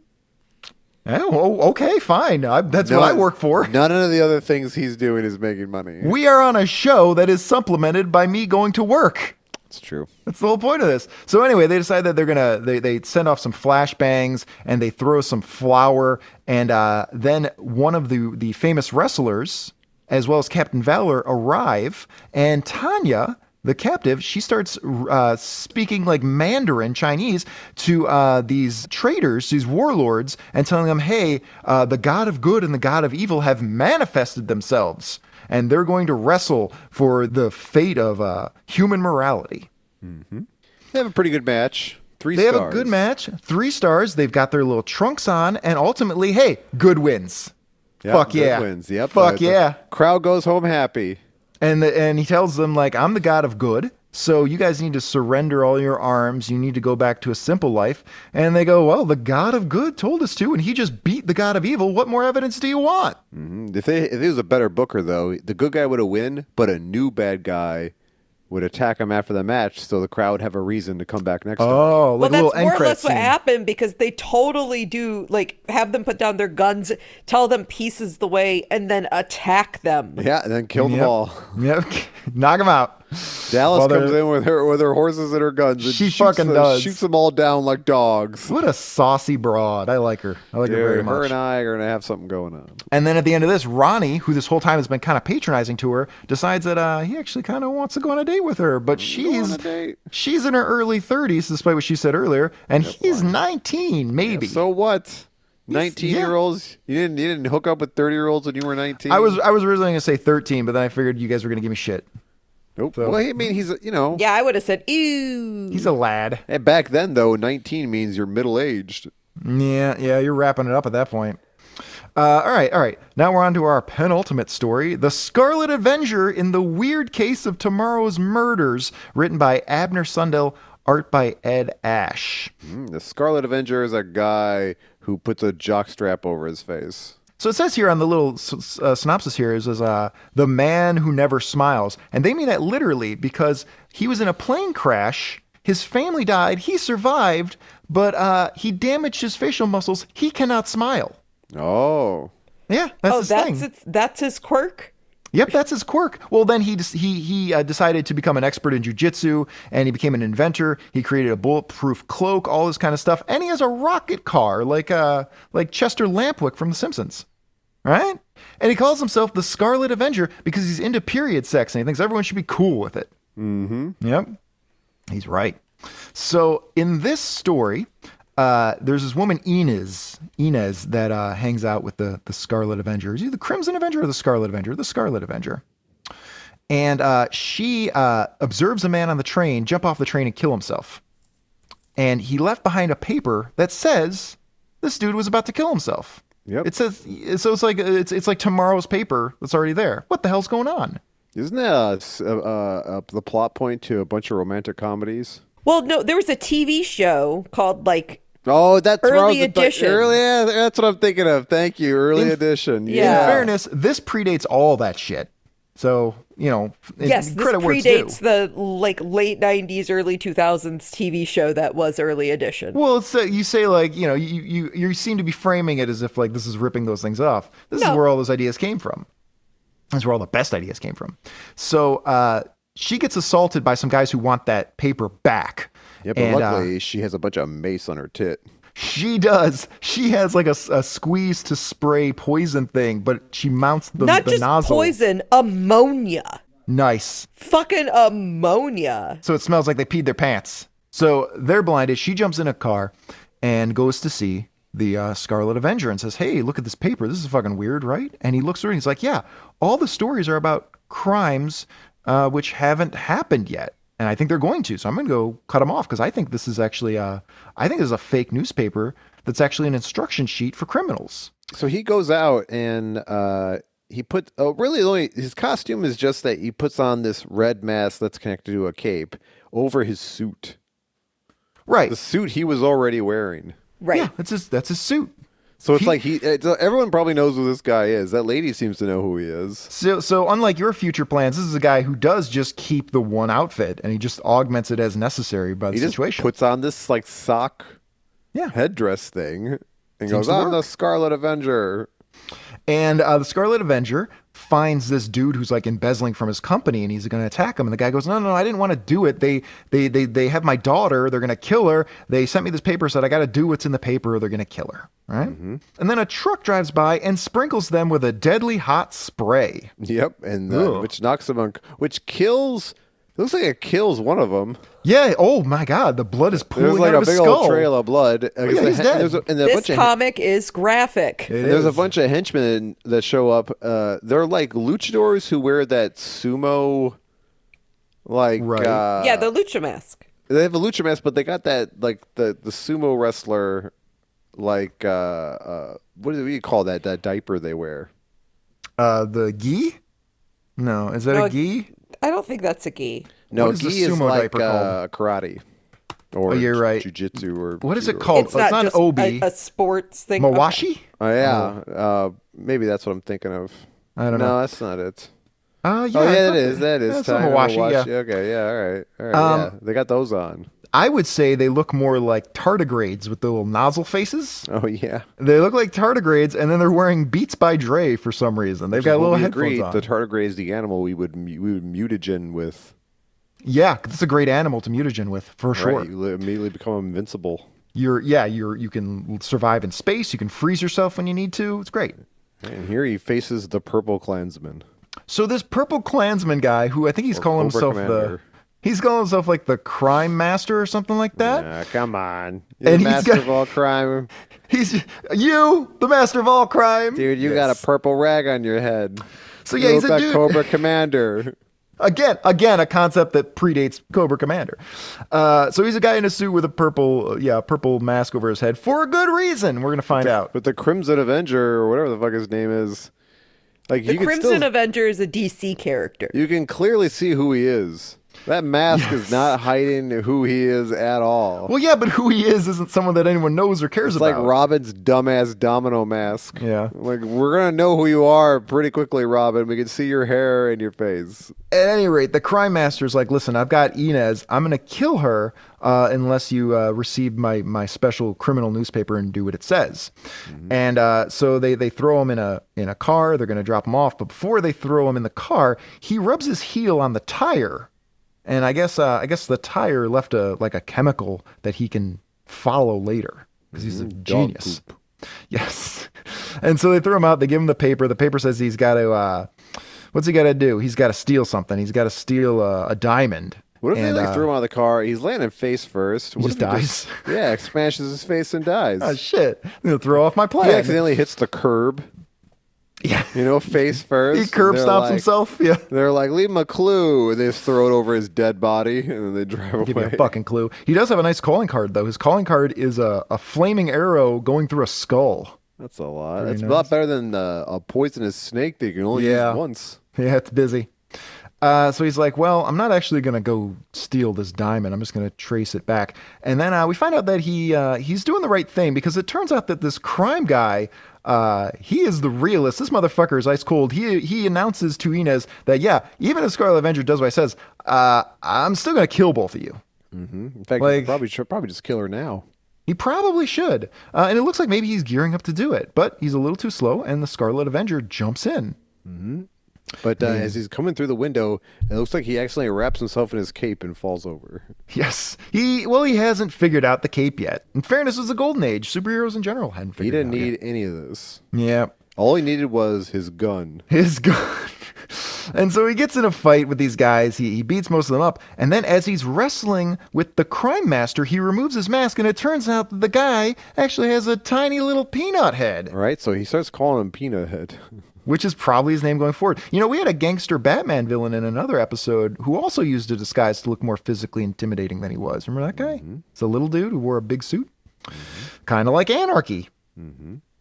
C: Oh, okay, fine. I, that's what I
D: None-
C: work for.
D: None of the other things he's doing is making money.
C: We are on a show that is supplemented by me going to work.
D: It's true.
C: (laughs) That's the whole point of this. So anyway, they decide that they're gonna they, they send off some flashbangs and they throw some flour and uh, then one of the the famous wrestlers as well as Captain Valor arrive and Tanya the captive she starts uh, speaking like Mandarin Chinese to uh, these traders these warlords and telling them hey uh, the god of good and the god of evil have manifested themselves and they're going to wrestle for the fate of uh, human morality.
D: They have a pretty good match. Three.
C: They have a
D: stars.
C: good match, three stars. They've got their little trunks on, and ultimately, hey, good wins.
D: Yep,
C: Fuck
D: good
C: yeah.
D: Wins. Yep.
C: Fuck
D: the- the
C: yeah.
D: crowd goes home happy.
C: And the, and he tells them like, I'm the god of good, so you guys need to surrender all your arms. You need to go back to a simple life. And they go, well, the god of good told us to, and he just beat the god of evil. What more evidence do you want?
D: Mm. Mm-hmm. Mhm. If they if he was a better booker though, the good guy would have win, but a new bad guy would attack him after the match, so the crowd have a reason to come back next time.
C: Oh,
E: Well,
C: like a
E: that's
C: little end
E: more or
C: credit
E: less what
C: scene.
E: happened because they totally do like have them put down their guns, tell them pieces the way, and then attack them.
D: Yeah, and then kill them
C: Yep.
D: all. (laughs)
C: Yep. (laughs) Knock him out.
D: Dallas
C: Well,
D: comes
C: they're-
D: in with her with her horses and her guns. And
C: She
D: shoots
C: fucking
D: them,
C: does.
D: Shoots them all down like dogs.
C: What a saucy broad. I like her. I like her very
D: Dude, her
C: much.
D: and I are gonna have something going on.
C: And then at the end of this, Ronnie, who this whole time has been kind of patronizing to her, decides that uh, he actually kind of wants to go on a date with her. But she's
D: a date.
C: she's in her early 30s, despite what she said earlier, and he's 19, maybe.
D: So what? Nineteen
C: yeah.
D: year olds? You didn't you didn't hook up with thirty year olds when you were nineteen?
C: I was I was originally gonna say 13, but then I figured you guys were gonna give me shit.
D: Nope. Well, I mean he's you know
E: Yeah, I would have said, ew.
C: He's a lad.
D: and back then though, nineteen means you're middle aged.
C: Yeah, yeah, you're wrapping it up at that point. Uh, all right, all right. Now we're on to our penultimate story The Scarlet Avenger in the Weird Case of Tomorrow's Murders, written by Abner Sundell, art by Ed Ash.
D: Hmm, The Scarlet Avenger is a guy who puts a jockstrap over his face.
C: So it says here on the little s- uh, synopsis here is, is uh, the man who never smiles, and they mean that literally because he was in a plane crash. His family died. He survived, but uh, he damaged his facial muscles. He cannot smile.
D: Oh.
C: Yeah, that's
E: oh,
C: his
E: that's
C: thing.
E: its, that's his quirk.
C: Yep, that's his quirk. Well, then he des- he he uh, decided to become an expert in jujitsu, and he became an inventor. He created a bulletproof cloak, all this kind of stuff, and he has a rocket car like uh like Chester Lampwick from The Simpsons, right? And he calls himself the Scarlet Avenger because he's into period sex and he thinks everyone should be cool with it. Mm-hmm. Yep, he's right. So in this story, uh, there's this woman Inez, Inez that uh, hangs out with the the Scarlet Avenger. Is he the Crimson Avenger or the Scarlet Avenger? The Scarlet Avenger. And uh, she uh, observes a man on the train jump off the train and kill himself. And he left behind a paper that says this dude was about to kill himself.
D: Yep.
C: It says so. It's like it's it's like tomorrow's paper that's already there. What the hell's going on?
D: Isn't that uh, s- uh, uh, the plot point to a bunch of romantic comedies?
E: Well, no, there was a TV show called like
D: Oh, that's where I
E: Early
D: was-
E: edition.
D: Early, yeah, that's what I'm thinking of. Thank you. Early edition.
E: Yeah.
C: In fairness, this predates all that shit. So you know, in-
E: yes, this
C: credit where it's due.
E: predates the like late '90s, early 2000s TV show that was Early Edition.
C: Well, it's uh, you say like you know you, you you seem to be framing it as if like this is ripping those things off. This
E: No.
C: is where all those ideas came from. That's where all the best ideas came from. So uh, she gets assaulted by some guys who want that paper back.
D: Yeah, but
C: And, uh,
D: luckily she has a bunch of mace on her tit.
C: she does. She has like a, s- a squeeze to spray poison thing, but she mounts the,
E: Not
C: the
E: just
C: nozzle.
E: poison, ammonia,
C: Nice.
E: fucking ammonia.
C: so it smells like they peed their pants. So they're blinded. She jumps in a car and goes to see the uh, Scarlet Avenger and says, "Hey, look at this paper. This is fucking weird, right?" And he looks through it and he's like, "Yeah, all the stories are about crimes uh, which haven't happened yet." And I think they're going to, so I'm going to go cut them off because I think this is actually, uh, I think this is a fake newspaper that's actually an instruction sheet for criminals.
D: So he goes out and uh, he put oh, really the only his costume is just that he puts on this red mask that's connected to a cape over his suit.
C: Right?
D: The suit he was already wearing.
E: Right.
C: Yeah, that's his that's his suit.
D: So it's
C: He-
D: like he it's, uh, everyone probably knows who this guy is. That lady seems to know who he is.
C: So, so unlike your future plans, this is a guy who does just keep the one outfit and he just augments it as necessary by the
D: He just
C: situation.
D: puts on this like sock
C: Yeah.
D: headdress thing and goes,
C: to
D: "I'm the
C: work."
D: Scarlet Avenger."
C: and uh, the Scarlet Avenger finds this dude who's like embezzling from his company, and he's going to attack him. And the guy goes, "No, no, no, I didn't want to do it. They, they, they, they have my daughter. They're going to kill her. They sent me this paper, said I got to do what's in the paper, or they're going to kill her." Right?
D: Mm-hmm.
C: And then a truck drives by and sprinkles them with a deadly hot spray.
D: Yep, and uh,
C: Ugh.
D: which knocks him on, which kills. It looks like it kills one of them.
C: Yeah. Oh my God, the blood is pooling
D: There's like
C: out
D: a
C: of his
D: big
C: skull. Oh,
D: old trail of blood.
C: yeah,
D: Uh,
C: he's
D: and
C: dead.
D: There's a, and a bunch
E: This
D: of,
E: comic is graphic.
C: It
D: and there's a
C: is.
D: bunch of henchmen that show up. Uh, they're like luchadors who wear that sumo, like
C: Right.
D: uh,
E: yeah, the lucha mask.
D: they have a lucha mask, but they got that like the the sumo wrestler, like uh, uh, what do you call that? That diaper they wear.
C: Uh, the gi? No, is that
E: No,
C: a gi?
E: I don't think that's a gi.
D: No,
C: What is the
D: gi is
C: sumo
D: like
C: diaper called?
D: uh, karate. Or
C: Oh, you're right.
D: Jujitsu or
C: What is it
D: judo.
C: called?
E: It's not, just
C: obi.
E: A, a sports thing. Okay.
C: Mawashi?
D: Oh yeah, uh, maybe that's what I'm thinking of.
C: Oh. I don't
D: no,
C: know.
D: that's not it.
C: Uh, yeah,
D: Oh yeah,
C: I
D: it is.
C: thought-
D: That is
C: that's
D: time.
C: Omawashi,
D: Omawashi,
C: yeah. Um,
D: Okay. Yeah. All right. All right. yeah. They got those on. (laughs)
C: I would say they look more like tardigrades with the little nozzle faces.
D: Oh yeah.
C: They look like tardigrades, and then they're wearing Beats by Dre for some reason. They've got
D: Well,
C: little
D: we
C: headphones
D: agreed
C: on.
D: The tardigrade is the animal we would mu- we would mutagen with.
C: yeah, 'cause it's a great animal to mutagen with for sure.
D: Right. You li- immediately become invincible.
C: You're yeah, you're you can survive in space. You can freeze yourself when you need to. It's great.
D: And here he faces the purple clansman.
C: So this purple Klansman guy, who I think he's calling
D: Cobra
C: himself
D: Commander.
C: the, he's calling himself like the crime master or something like that.
D: Ah, come on. You're
C: And
D: the
C: he's
D: master
C: got-
D: of
C: (laughs)
D: all crime.
C: He's you, the master of all crime.
D: Dude, you got a purple rag on your head.
C: So, yeah,
D: You
C: he's
D: look
C: a
D: like
C: dude. (laughs)
D: Cobra Commander.
C: Again, again, a concept that predates Cobra Commander. Uh, so he's a guy in a suit with a purple, yeah, purple mask over his head for a good reason. We're gonna find out.
D: But the Crimson Avenger or whatever the fuck his name is. Like
E: The
D: you
E: Crimson
D: can still,
E: Avenger is a DC character.
D: you can clearly see who he is. That mask is not hiding who he is at all.
C: Well, yeah, but who he is isn't someone that anyone knows or cares
D: It's like
C: about.
D: Robin's dumbass domino mask.
C: Yeah.
D: Like we're gonna know who you are pretty quickly, Robin. We can see your hair and your face.
C: at any rate, the crime master's like, listen, I've got Inez. I'm going to kill her uh, unless you uh, receive my, my special criminal newspaper and do what it says. And uh, so they, they throw him in a in a car. They're going to drop him off. But before they throw him in the car, he rubs his heel on the tire. And I guess uh, I guess the tire left a like a chemical that he can follow later because he's a genius. (laughs) Yes. And so they throw him out. They give him the paper. The paper says he's got to. Uh, what's he got to do? He's got to steal something. He's got to steal uh, a diamond.
D: What if they
C: And,
D: like
C: uh,
D: threw him out of the car? He's landing face first. What
C: just
D: if
C: (laughs)
D: he yeah, smashes his face and dies.
C: Oh shit! I'm gonna throw off my
D: he
C: plan.
D: accidentally hits the curb.
C: Yeah.
D: You know, face
C: (laughs)
D: first.
C: he curb
D: (laughs) They're
C: stomps
D: like-
C: himself. (laughs) Yeah.
D: They're like, leave him a clue. And they just throw it over his dead body (laughs) and then they drive
C: Give me
D: away.
C: a fucking clue. He does have a nice calling card though. His calling card is a, a flaming arrow going through a skull.
D: That's a lot. That's a lot better than uh, a poisonous snake that you can only
C: Yeah.
D: use once.
C: (laughs) Yeah, it's busy. Uh, so he's like, "Well, I'm not actually gonna go steal this diamond. I'm just gonna trace it back." And then uh, we find out that he uh, he's doing the right thing because it turns out that this crime guy, uh, he is the realist. This motherfucker is ice cold. He he announces to Inez that yeah, even if Scarlet Avenger does what I says, uh, I'm still gonna kill both of you.
D: In fact,
C: Like-
D: like, probably should probably just kill her now.
C: He probably should. Uh, and it looks like maybe he's gearing up to do it, but he's a little too slow, and the Scarlet Avenger jumps in.
D: But uh, as he's coming through the window, it looks like he accidentally wraps himself in his cape and falls over.
C: Yes. He well, he hasn't figured out the cape yet. In fairness, it was the golden age. Superheroes in general hadn't
D: He
C: figured
D: didn't
C: it out.
D: need any of this.
C: need Yeah.
D: All he needed was his gun.
C: His (laughs) gun. and so he gets in a fight with these guys. He, he beats most of them up. And then as he's wrestling with the crime master, he removes his mask and it turns out that the guy actually has a tiny little peanut head,
D: All right, so he starts calling him Peanut Head. (laughs)
C: which is probably his name going forward. You know, we had a gangster Batman villain in another episode who also used a disguise to look more physically intimidating than he was. Remember that guy?
D: Mm-hmm.
C: It's a little dude who wore a big suit. Kind of like anarchy.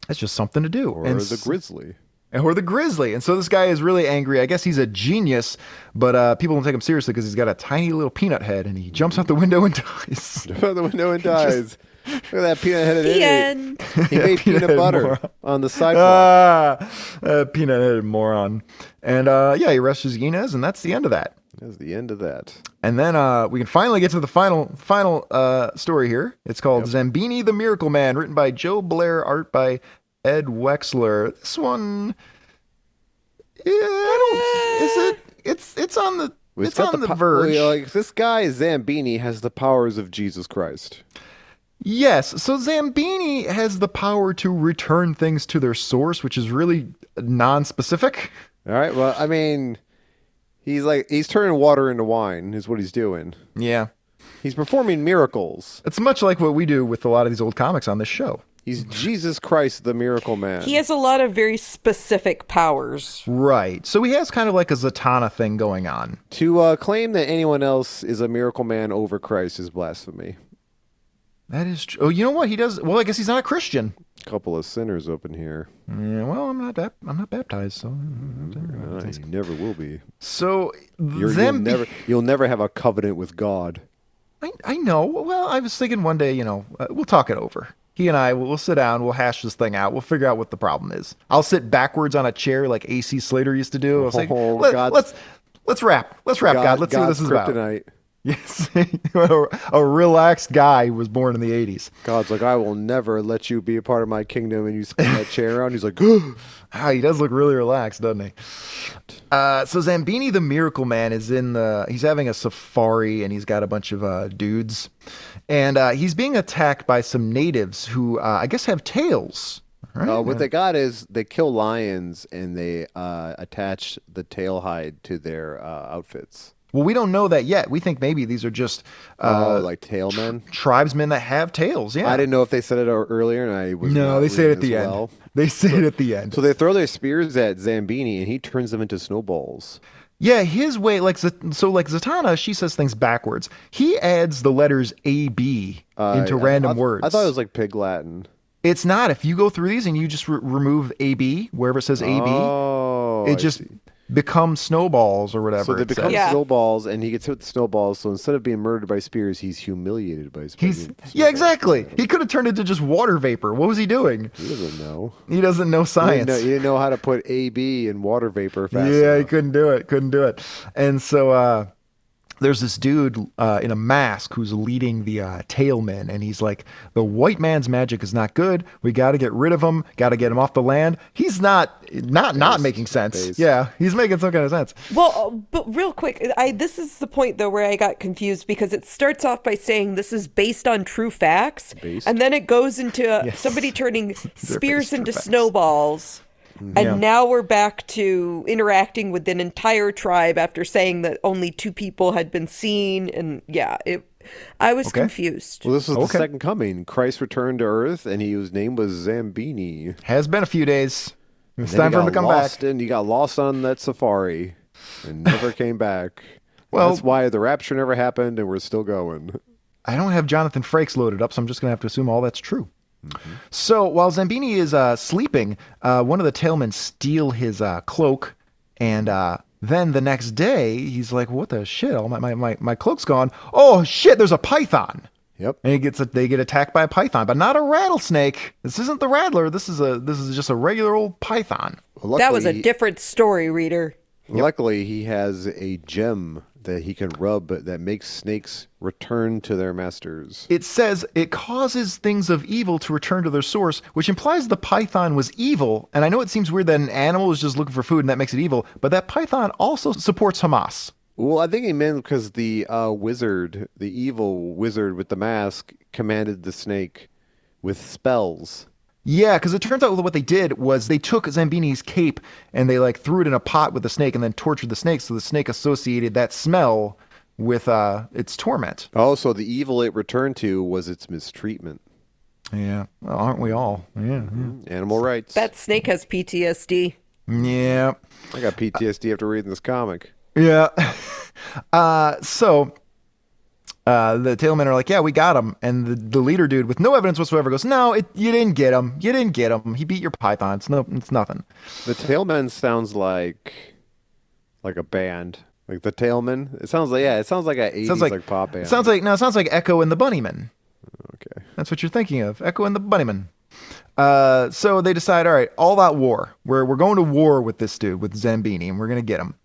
C: That's just something to do.
D: Mm-hmm. Or
C: And
D: the
C: s-
D: Grizzly. (laughs)
C: or the grizzly. And so this guy is really angry. I guess he's a genius, but uh, people don't take him seriously because he's got a tiny little peanut head and he jumps out the window and (laughs)
D: (laughs)
C: dies.
D: out the
C: (laughs)
D: window and dies. Look at that peanut headed
E: The
D: idiot.
E: end.
C: (laughs)
D: He made peanut,
C: peanut-headed
D: butter
C: moron.
D: on the sidewalk.
C: ah, uh, peanut headed moron. And uh, yeah, he rescues Inez, and that's the end of that.
D: That's the end of that.
C: And then uh, we can finally get to the final final uh, story here. It's called Zambini the Miracle Man, written by Joe Blair, art by Ed Wexler. This one, yeah, I don't. Is it? It's it's on the
D: Well,
C: it's
D: got
C: on the, uh,
D: po-
C: verge.
D: well, like, this guy Zambini has the powers of Jesus Christ.
C: Yes, so Zambini has the power to return things to their source, which is really non-specific.
D: All right. Well, I mean, he's like he's turning water into wine. Is what he's doing.
C: Yeah.
D: He's performing miracles.
C: It's much like what we do with a lot of these old comics on this show. (laughs)
D: He's Jesus Christ, the miracle man.
E: He has a lot of very specific powers.
C: Right. So he has kind of like a Zatanna thing going on.
D: to uh, claim that anyone else is a miracle man over Christ is blasphemy.
C: That is true. Oh, you know what? He does Well, I guess he's not a Christian.
D: couple of sinners up in here.
C: Yeah, well, I'm not bap- I'm not baptized, so Oh,
D: Uh, he never will be.
C: So
D: You're, you'll
C: Zambi-
D: never you'll never have a covenant with God.
C: I, I know. Well, I was thinking one day, you know, uh, we'll talk it over. He and I, we'll sit down, we'll hash this thing out, we'll figure out what the problem is. I'll sit backwards on a chair like AC Slater used to do. I'll say,
D: Oh,
C: Let,
D: God's-
C: us let's wrap, let's wrap, Oh, God. Let's
D: God's
C: see what this is about.
D: kryptonite.
C: (laughs) Yes, (laughs) a, a relaxed guy who was born in the '80s.
D: God's like, I will never let you be a part of my kingdom. And you spin that chair around. He's like, "Ugh."
C: Ah, he does look really relaxed, doesn't he? Uh, so Zambini the Miracle Man is in the. He's having a safari and he's got a bunch of uh, dudes, and uh, he's being attacked by some natives who uh, I guess have tails. (laughs) Right?
D: uh, what they got is they kill lions and they uh, attach the tail hide to their uh, outfits.
C: Well, we don't know that yet. We think maybe these are just uh,
D: Oh, like tailmen.
C: tribesmen that have tails. Yeah.
D: I didn't know if they said it or- earlier, and I was
C: No,
D: not
C: they say it at
D: reading
C: the
D: as
C: end.
D: well.
C: They say it at the end.
D: So they throw their spears at Zambini, and he turns them into snowballs.
C: Yeah, his way, like Z- so, like Zatanna, she says things backwards. He adds the letters A B into
D: Uh, I-
C: random
D: I-
C: words.
D: I thought it was like pig Latin.
C: It's not. If you go through these and you just re- remove AB wherever it says AB,
D: Oh, I
C: it just
D: see.
C: becomes snowballs or whatever.
D: So they
C: it
D: become
C: says.
E: Yeah.
D: snowballs, and he gets hit with snowballs. So instead of being murdered by spears, he's humiliated by spears.
C: He's yeah, exactly. He could have turned into just water vapor. What was he doing?
D: He doesn't know.
C: He doesn't know
D: He didn't
C: science.
D: know, he didn't know how to put AB in water vapor fast
C: yeah, he
D: enough.
C: couldn't do it. Couldn't do it. And so uh, there's this dude uh, in a mask who's leading the uh, tailmen, and he's like, "The white man's magic is not good. We got to get rid of him. Got to get him off the land." He's not not not making sense.
D: Based.
C: Yeah, he's making some kind of sense.
E: Well, uh, but real quick, I this is the point though where I got confused because it starts off by saying this is based on true facts, and then it goes into uh,
C: (laughs)
E: somebody turning
C: based
E: spears
C: true
E: into
C: facts. Mm-hmm.
E: snowballs, and now we're back to interacting with an entire tribe after saying that only two people had been seen, and yeah, it. I was confused.
D: Well, this was
C: Okay.
D: the second coming. Christ returned to Earth, and he, his name was Zambini.
C: Has been a few days. It's
D: Then he
C: time for him to
D: got
C: come
D: lost
C: back.
D: And he got lost on that safari,
C: (laughs)
D: and never came back.
C: Well-
D: Well, that's why the rapture never happened, and we're still going.
C: I don't have Jonathan Frakes loaded up, so I'm just going to have to assume all that's true.
D: Mm-hmm.
C: So while Zambini is uh, sleeping, uh, one of the tailmen steal his uh, cloak, and uh, then the next day he's like, "What the shit? All my, my my my cloak's gone. Oh shit! There's a python."
D: Yep.
C: And he gets a, they get attacked by a python, but not a rattlesnake. This isn't the rattler. This is a this is just a regular old python.
D: Luckily,
E: that was a different story, reader.
D: Luckily, he has a gem that he can rub that makes snakes return to their masters.
C: It says it causes things of evil to return to their source, which implies the python was evil. And I know it seems weird that an animal is just looking for food and that makes it evil, but that python also supports Hamas.
D: Well, I think he meant because the uh, wizard, the evil wizard with the mask, commanded the snake with spells.
C: Yeah, because it turns out what they did was they took Zambini's cape and they like threw it in a pot with the snake and then tortured the snake, so the snake associated that smell with uh, its torment.
D: Oh, so the evil it returned to was its mistreatment. Hmm,
C: Yeah, well, aren't we all? Yeah,
D: Animal rights.
E: That snake has PTSD.
C: yeah.
D: I got PTSD after reading this comic.
C: Yeah. (laughs) Uh, so uh, the tailmen are like, yeah, we got him. And the, the leader dude with no evidence whatsoever goes, no, it, you didn't get him. You didn't get him. He beat your python. It's, no, it's nothing.
D: The Tailmen sounds like like a band. Like the Tailmen. It sounds like yeah, it sounds like a 80s
C: It sounds like,
D: pop band.
C: It sounds like, no, it sounds like Echo and the Bunnymen.
D: okay.
C: That's what you're thinking of. Echo and the Bunnymen. Uh, so they decide, all right, all out war. We're, we're going to war with this dude, with Zambini, and we're going to get him.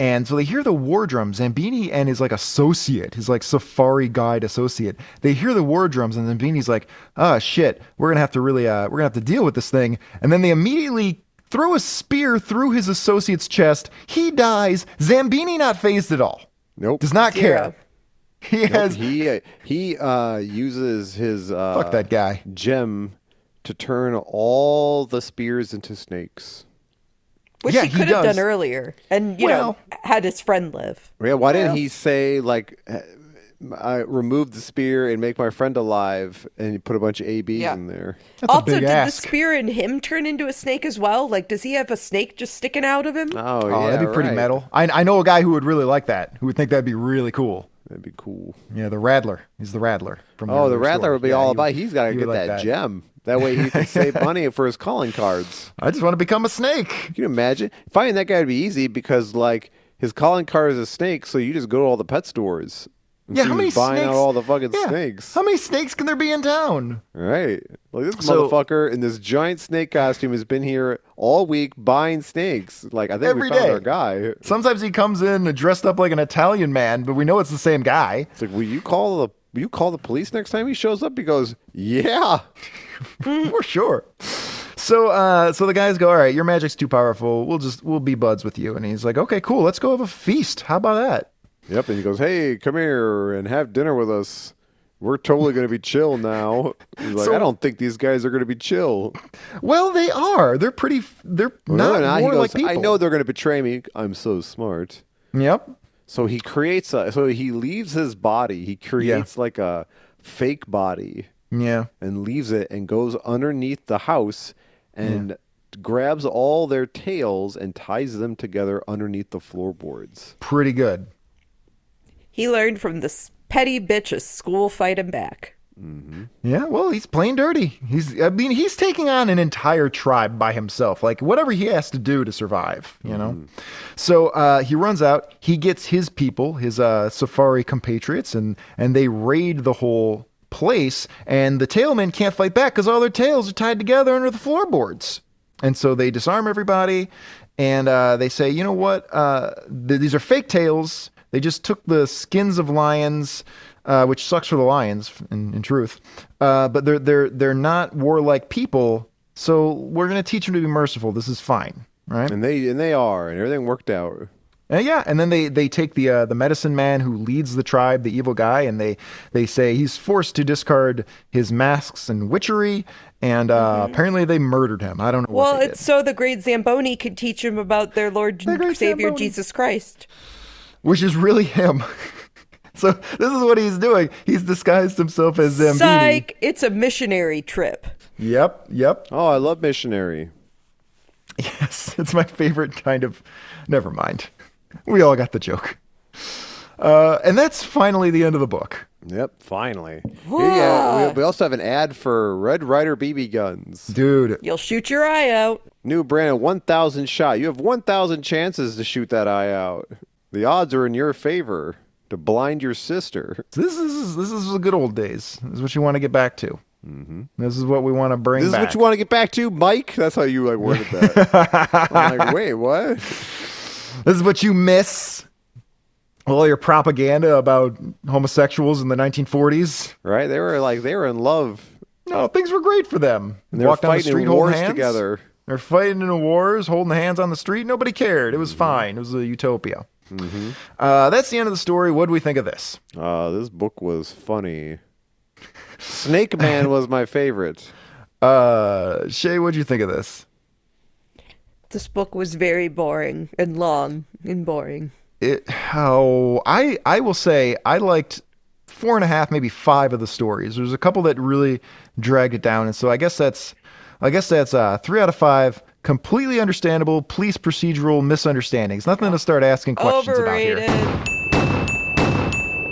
C: And so they hear the war drums. Zambini and his like associate, his like safari guide associate, they hear the war drums, and Zambini's like, "Oh shit, we're gonna have to really, uh, we're gonna have to deal with this thing." And then they immediately throw a spear through his associate's chest. He dies. Zambini not phased at all.
D: Nope.
C: Does not
E: Zero.
C: care. He has
D: he uh, he uh, uses his uh,
C: fuck that guy.
D: gem to turn all the spears into snakes.
E: Which
C: Yeah,
E: he
C: he
E: could have
C: does.
E: done earlier, and you know, had his friend live.
D: Yeah, why didn't he say like eh, I remove the spear and make my friend alive and you put a bunch of ABs
E: Yeah.
D: in there?
C: a
E: also,
C: big
E: did
C: ask.
E: the spear in him turn into a snake as well? Like, does he have a snake just sticking out of him?
D: Oh,
C: Oh,
D: yeah,
C: that'd be pretty
D: right.
C: metal. I, I know a guy who would really like that, who would think that'd be really cool.
D: That'd be cool.
C: Yeah, the Rattler. He's the Rattler. From
D: Oh, the
C: other
D: Rattler
C: story.
D: would be
C: Yeah,
D: all
C: he
D: about.
C: would-
D: He's got to
C: he
D: get
C: would like
D: that, gem. That way he can save money for his calling cards.
C: I just want to become a snake.
D: Can you imagine? Finding that guy would be easy because, like, his calling card is a snake, so you just go to all the pet stores And she was buying out all the fucking
C: yeah.
D: snakes.
C: How many snakes can there be in town?
D: Right. Like this
C: So-
D: motherfucker in this giant snake costume has been here all week buying snakes. Like I think
C: Every
D: we found
C: day.
D: our guy.
C: Sometimes he comes in dressed up like an Italian man, but we know it's the same
D: (laughs)
C: guy.
D: It's like, will you call the will you call the police next time he shows up? He goes, Yeah.
C: for sure. So, uh, so the guys go, all right, your magic's too powerful. We'll just, we'll be buds with you. And he's like, okay, cool. Let's go have a feast. How about that?
D: Yep. And he goes, Hey, come here and have dinner with us. We're totally gonna be chill now. He's like,
C: So-
D: I don't think these guys are gonna be chill.
C: Well, they are. They're pretty, f- they're
D: No,
C: not
D: they're not. He
C: more
D: goes,
C: like people.
D: I know they're gonna betray me. I'm so smart.
C: Yep.
D: So he creates a so he leaves his body. He creates like a fake body
C: Yeah.
D: and leaves it and goes underneath the house and grabs all their tails and ties them together underneath the floorboards.
C: Pretty good.
E: He learned from this petty bitch at school fighting back.
C: Yeah, well, he's plain dirty. He's I mean, he's taking on an entire tribe by himself. Like whatever he has to do to survive, you know. So, uh, he runs out, he gets his people, his uh, safari compatriots and and they raid the whole place and the tailmen can't fight back cuz all their tails are tied together under the floorboards. And so they disarm everybody and uh, they say, you know what? Uh, th- these are fake tails. They just took the skins of lions, uh, which sucks for the lions, in, in truth. Uh, but they're they're they're not warlike people, so we're gonna teach them to be merciful. This is fine, right?
D: And they and they are and everything worked out.
C: Uh, yeah, and then they they take the uh, the medicine man who leads the tribe, the evil guy, and they they say he's forced to discard his masks and witchery, and uh, apparently they murdered him. I don't know.
E: Well,
C: what they
E: it's so the great Zamboni could teach him about their Lord and
C: great
E: Savior
C: Zamboni.
E: Jesus Christ.
C: did, which is really him. (laughs) so this is what he's doing. He's disguised himself as Zambini.
E: Psych, it's a missionary trip.
C: Yep, yep. (laughs)
D: Oh, I love missionary.
C: Yes, it's my favorite kind of. Never mind. We all got the joke. Uh, and that's finally the end of the book.
D: Yep, finally. Yeah, we, we also have an ad for Red Rider BB guns.
C: Dude,
E: You'll shoot your eye out.
D: New brand of 1000 shot. You have 1000 chances to shoot that eye out. The odds are in your favor to blind your sister.
C: this is this is the good old days. This is what you want to get back to. Mm-hmm. This is what we want to bring
D: This is
C: back.
D: what you want to get back to, Mike? That's how you like worded that. I'm like, wait, what?
C: This is what you miss. All your propaganda about homosexuals in the 1940s.
D: Right? They were like they were in love.
C: No, things were great for them.
D: They were fighting in
C: holding
D: wars
C: hands.
D: together.
C: They're fighting in wars, holding hands on the street. Nobody cared. It was fine. It was a utopia.
D: Mm-hmm.
C: Uh, that's the end of the story. What do we think of this?
D: Uh, this book was funny. Snake Man was my favorite.
C: (laughs) Uh, Shay, what'd you think of this?
E: This book was very boring and long and boring.
C: It how I I will say I liked four and a half, maybe five of the stories. There's a couple that really dragged it down, and so I guess that's I guess that's uh, three out of five. Completely understandable police procedural misunderstandings. Nothing to start asking questions about
E: Overrated.
C: here.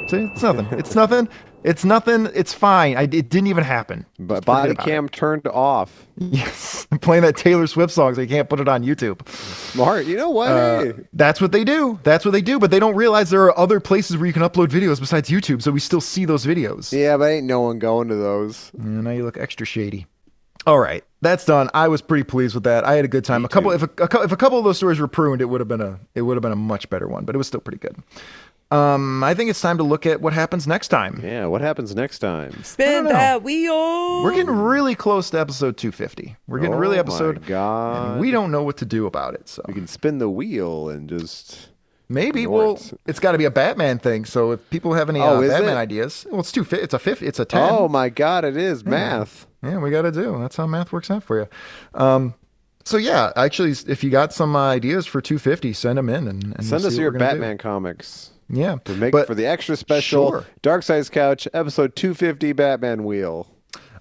C: See, it's nothing. It's nothing. It's nothing. It's fine. I, it didn't even happen. Just forget
D: But body
C: about
D: cam turned off.
C: it. Yes, I'm (laughs) playing that Taylor Swift song, so you can't put it on YouTube.
D: Smart. You know what?
C: Uh,
D: Hey.
C: that's what they do. That's what they do. But they don't realize there are other places where you can upload videos besides YouTube. So we still see those videos.
D: Yeah, but ain't no one going to those.
C: And now you look extra shady. All right, that's done. I was pretty pleased with that. I had a good time. a couple, if a, a cou- if a couple of those stories were pruned, it would have been a it would have been a much better one. But it was still pretty good. Um, I think it's time to look at what happens next time.
D: Yeah, what happens next time?
E: Spin
C: know.
E: that wheel.
C: We're getting really close to episode 250. We're getting
D: Oh
C: really
D: my
C: episode.
D: God.
C: and we don't know what to do about it. So
D: You can spin the wheel and just
C: Maybe.
D: Ignore
C: Well,
D: it.
C: it's got to be a Batman thing. So if people have any
D: Oh,
C: uh,
D: is
C: Batman
D: it?
C: ideas, well, it's two. Fi- it's a fifth. It's a ten.
D: Oh my god, it is
C: Hmm.
D: math.
C: yeah, we got to do. That's how math works out for you. Um, so yeah, actually, s- if you got some uh, ideas for 250, send them in and, and we'll
D: Send us
C: see what
D: your
C: we're gonna do.
D: Batman comics.
C: Yeah,
D: To make
C: but,
D: for the extra special
C: Sure.
D: Dark Side's Couch episode 250 Batman Wheel.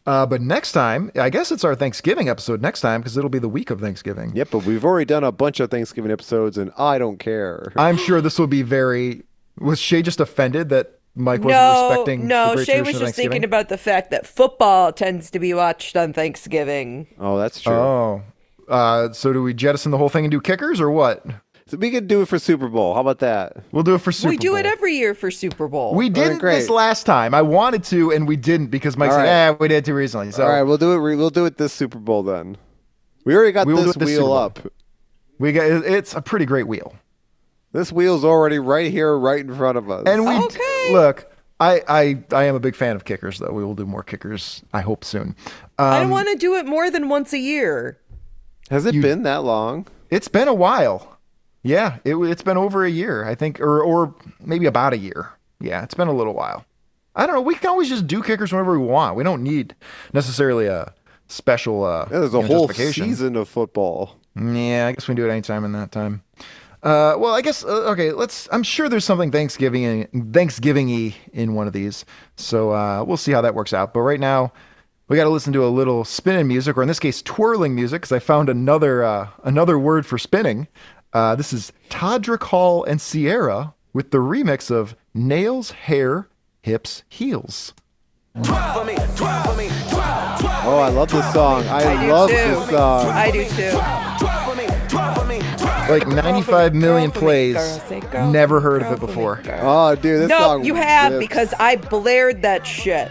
C: uh, but next time, I guess it's our Thanksgiving episode next time because it'll be the week of Thanksgiving.
D: Yep, but we've already done a bunch of Thanksgiving episodes and I don't care.
C: I'm sure this will be very. Was Shay just offended that Mike wasn't
E: no,
C: respecting? the
E: no.
C: great
E: Shay
C: tradition
E: was
C: of
E: just thinking
C: Thanksgiving?
E: about the fact that football tends to be watched on Thanksgiving.
D: Oh, that's true.
C: Oh, uh, so do we jettison the whole thing and do kickers or what?
D: So we could do it for Super Bowl. How about that?
C: We'll do it for Super
E: we do
C: Bowl.
E: it every year for Super Bowl.
C: We
D: right,
C: didn't this
D: great.
C: last time. I wanted to, and we didn't because Mike
D: All
C: said,
D: right.
C: "Ah, we did too recently." So
D: All right, we'll do it. Re- we'll do it this Super Bowl then. We already got
C: We will do
D: this
C: it this Super
D: wheel
C: Bowl.
D: up.
C: we got it's a pretty great wheel.
D: This wheel's already right here, right in front of us.
C: And we
E: Okay.
C: look. I, I I am a big fan of kickers, though. We will do more kickers. I hope soon. Uh,
E: I want to do it more than once a year.
D: has it been that long?
C: it's been a while. Yeah, it, w- it's been over a year, I think, or or maybe about a year. Yeah, it's been a little while. I don't know. We can always just do kickers whenever we want. We don't need necessarily a special. Uh,
D: Yeah, there's
C: you
D: a
C: know,
D: whole
C: justification.
D: season of football.
C: Yeah, I guess we can do it anytime in that time. Uh, well, I guess uh, okay. Let's. I'm sure there's something Thanksgiving Thanksgiving-y in one of these, so uh, we'll see how that works out. But right now, we got to listen to a little spinning music, or in this case, twirling music, because I found another uh, another word for spinning. Uh, this is Todrick Hall and Sierra with the remix of Nails, Hair, Hips, Heels.
D: Oh, I love this song. I,
E: I do
D: love
E: too.
D: this
C: uh,
D: song.
E: I do too.
C: Like 95 million plays, never heard of it before.
D: Oh, dude, this
E: No,
D: song.
E: you have
D: rips.
E: because I blared that shit.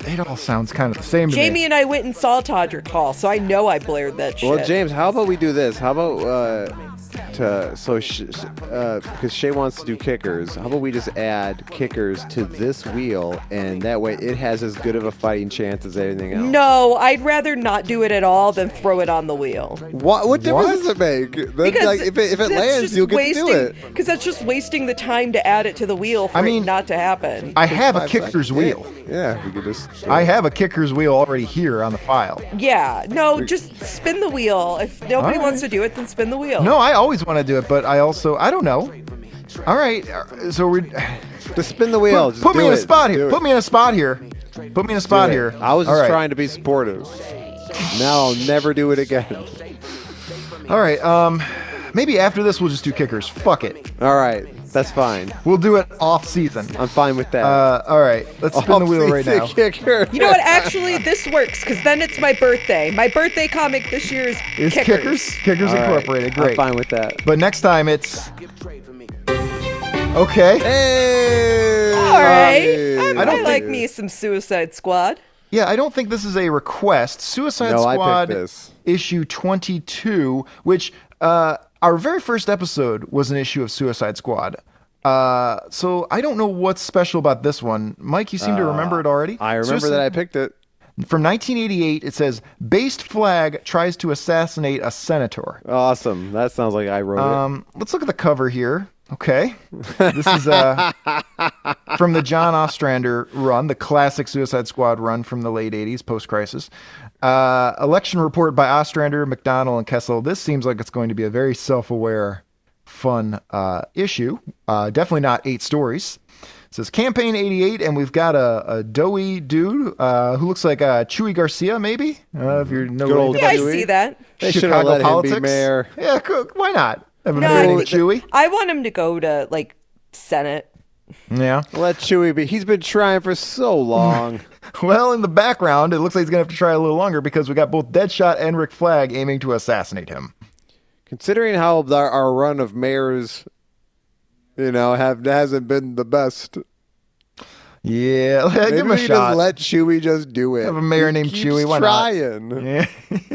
C: It all sounds kind of the same to
E: Jamie
C: me.
E: and I went and saw Todrick Hall, so I know I blared that shit.
D: Well, James, how about we do this? How about uh, to so sh- uh, because Shay wants to do kickers. How about we just add kickers to this wheel, and that way it has as good of a fighting chance as anything else.
E: No, I'd rather not do it at all than throw it on the wheel.
D: What, what difference does it make? That- like, if it, if it lands, you'll get to do it.
E: Because that's just wasting the time to add it to the wheel for
C: I mean-
E: it not to happen.
C: I have a kicker's wheel.
D: Yeah, we could just.
C: I have a kicker's wheel already here on the file.
E: yeah, no, just spin the wheel. If nobody
C: All
E: wants to do it, then spin the wheel.
C: No, I always want to do it, but I also I don't know. All right, uh, so we
D: just spin the wheel. just
C: put
D: do
C: me in a
D: it,
C: spot
D: do
C: here.
D: it,
C: Put me in a spot here. Put me in a
D: do
C: spot
D: it.
C: here.
D: I was
C: All
D: just
C: right.
D: trying to be supportive. Now I'll never do it again.
C: All right, um, maybe after this we'll just do kickers. Fuck it,
D: All right, that's fine.
C: we'll do it off season.
D: I'm fine with that.
C: Uh, all right, let's spin the wheel right
D: Off-season
C: now.
D: Kicker.
E: You know what? Actually, this works because then it's my birthday. My birthday comic this year is
C: It's kickers, kickers
D: All right,
C: incorporated.
D: I'm
C: Great,
D: fine with that.
C: but next time it's okay.
D: Hey!
E: All right. I,
D: Bobby.
E: Um, I,
C: don't
E: like
C: think-
E: me some Suicide Squad.
C: Yeah, I don't think this is a request. Suicide
D: No, I picked
C: Squad
D: this.
C: issue 22, which uh, our very first episode was an issue of Suicide Squad. Uh, so I don't know what's special about this one. Mike, you seem to remember it already.
D: Uh, I remember
C: Suicide-
D: that I picked it.
C: from 1988. It says based flag tries to assassinate a senator.
D: Awesome. That sounds like I wrote
C: Um, let's look at the cover here. Okay, this is
D: (laughs)
C: uh, from the John Ostrander run, the classic Suicide Squad run from the late '80s, post-crisis. Uh, election report by Ostrander, McDonald, and Kessel. This seems like it's going to be a very self-aware, fun uh, issue. Uh, definitely not eight stories. It says campaign '88, and we've got a, a doughy dude uh, who looks like uh, Chewy Garcia, maybe. Uh, if you know
D: Mm-hmm. Good old
C: anything
E: Yeah,
C: about
E: I
D: Chewy?
E: see that.
D: it. They should have let him be mayor.
C: yeah, cool. why not? Haven't
E: No,
C: heard
E: I
C: any
D: (laughs)
E: think
C: Chewy.
E: I want him to go to like Senate.
C: Yeah.
D: Let Chewy be. He's been trying for
C: (laughs)
D: so long.
C: Well, in the background, it looks like he's gonna have to try a little longer because we got both Deadshot and Rick Flag aiming to assassinate him.
D: Considering how the, our run of mayors, you know, have hasn't been the best.
C: Yeah, (laughs)
D: Maybe
C: give him a
D: we
C: shot.
D: just let Chewy just do it.
C: Have a mayor
D: He
C: named
D: keeps
C: Chewy, why not?
D: trying.
C: yeah.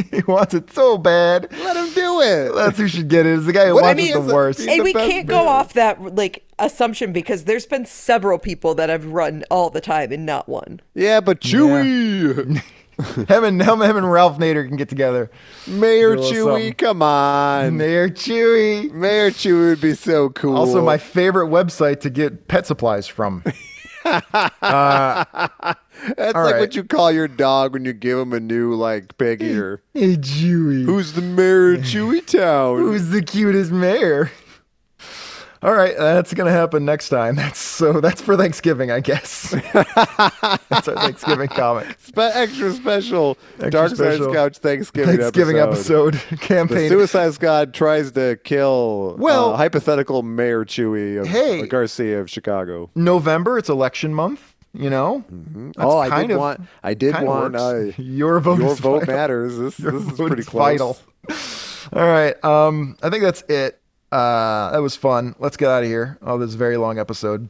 C: (laughs) he wants it so bad.
D: Let him do it.
C: That's who should get it. Is the guy who
D: What I
C: wants
D: mean
C: it
D: is
C: the
D: that-
C: worst.
D: He's
E: And
D: the
E: we
D: best
E: can't
D: man.
E: go off that like assumption because there's been several people that have run all the time and not one.
D: yeah, but Chewy,
C: (laughs) (laughs) him and him, him and Ralph Nader can get together.
D: Mayor
C: Do a little
D: Chewy,
C: something. (laughs)
D: come on.
C: Mayor Chewy.
D: Mayor Chewy would be so cool.
C: Also, my favorite website to get pet supplies from. (laughs)
D: That's
C: All
D: like
C: right.
D: what you call your dog when you give him a new like
C: (laughs)
D: big ear.
C: hey, Chewy.
D: Who's the mayor of Chewy Town?
C: Who's the cutest mayor? (laughs) All right, that's gonna happen next time. (laughs) That's so. That's for Thanksgiving, I guess. (laughs) that's our
D: (laughs)
C: Thanksgiving comic,
D: Spe- extra special Dark Side
C: special
D: Scouts Thanksgiving,
C: Thanksgiving episode, (laughs) campaign.
D: The Suicide Squad tries to kill well
C: Well-
D: hypothetical Mayor Chewy of uh,
C: Hey.
D: Garcia of Chicago.
C: November. It's election month. You know. That's
D: oh, I
C: kind
D: did
C: of-
D: want.
C: (laughs)
D: I did
C: kind of
D: want. Uh,
C: works. Your vote
D: Your
C: is
D: vote
C: vital.
D: matters. This,
C: Your
D: this
C: (laughs)
D: is
C: vote
D: pretty
C: is
D: close.
C: vital. All right. Um, I think that's it. Uh, that was fun. Let's get out of here. Oh, this is a very long episode.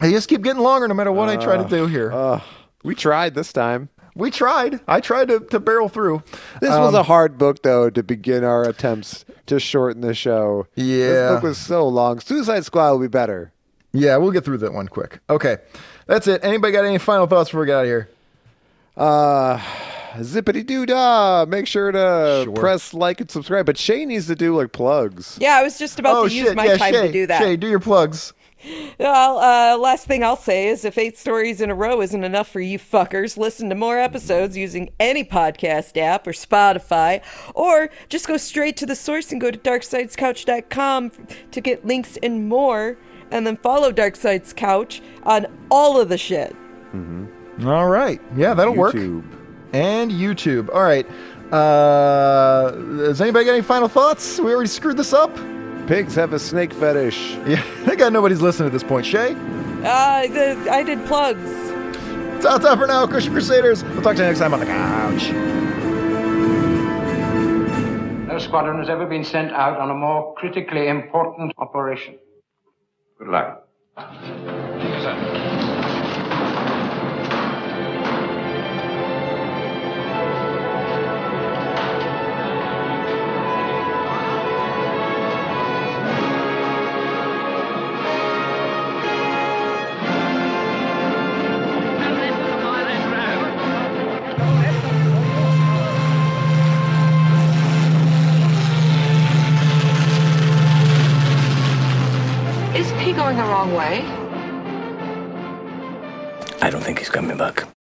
C: They just keep getting longer no matter what I
D: Uh,
C: try to do here.
D: We tried this time.
C: we tried. I tried to, to barrel through.
D: This was
C: Um,
D: a hard book, though, to begin our attempts to shorten the show.
C: Yeah.
D: This book was so long. Suicide Squad will be better.
C: Yeah, we'll get through that one quick. Okay, that's it. Anybody got any final thoughts before we get out of here?
D: Zippity doo dah. Make sure to
C: Sure.
D: press like and subscribe. But Shay needs to do like plugs.
E: Yeah, I was just about
D: Oh,
E: to use my
C: Oh, yeah,
E: time
C: Shay,
E: to do that.
C: Shay, do your plugs.
E: Well, uh, last thing I'll say is if eight stories in a row isn't enough for you fuckers, listen to more episodes using any podcast app or Spotify, or just go straight to the source and go to darksidescouch.com to get links and more, and then follow Dark Sides Couch on all of the shit.
C: All right. Yeah, that'll work.
D: YouTube.
C: And YouTube. All right. Uh, has anybody got any final thoughts? We already screwed this up. (laughs)
D: Pigs have a snake fetish.
C: Yeah, I got nobody's listening at this point. Shay,
E: Uh, the, I did plugs.
C: ta ta for now, Christian Crusaders. We'll talk to you next time on the couch.
G: No squadron has ever been sent out on a more critically important operation.
A: Good luck.
H: Is he going the wrong way?
I: I don't think he's coming back.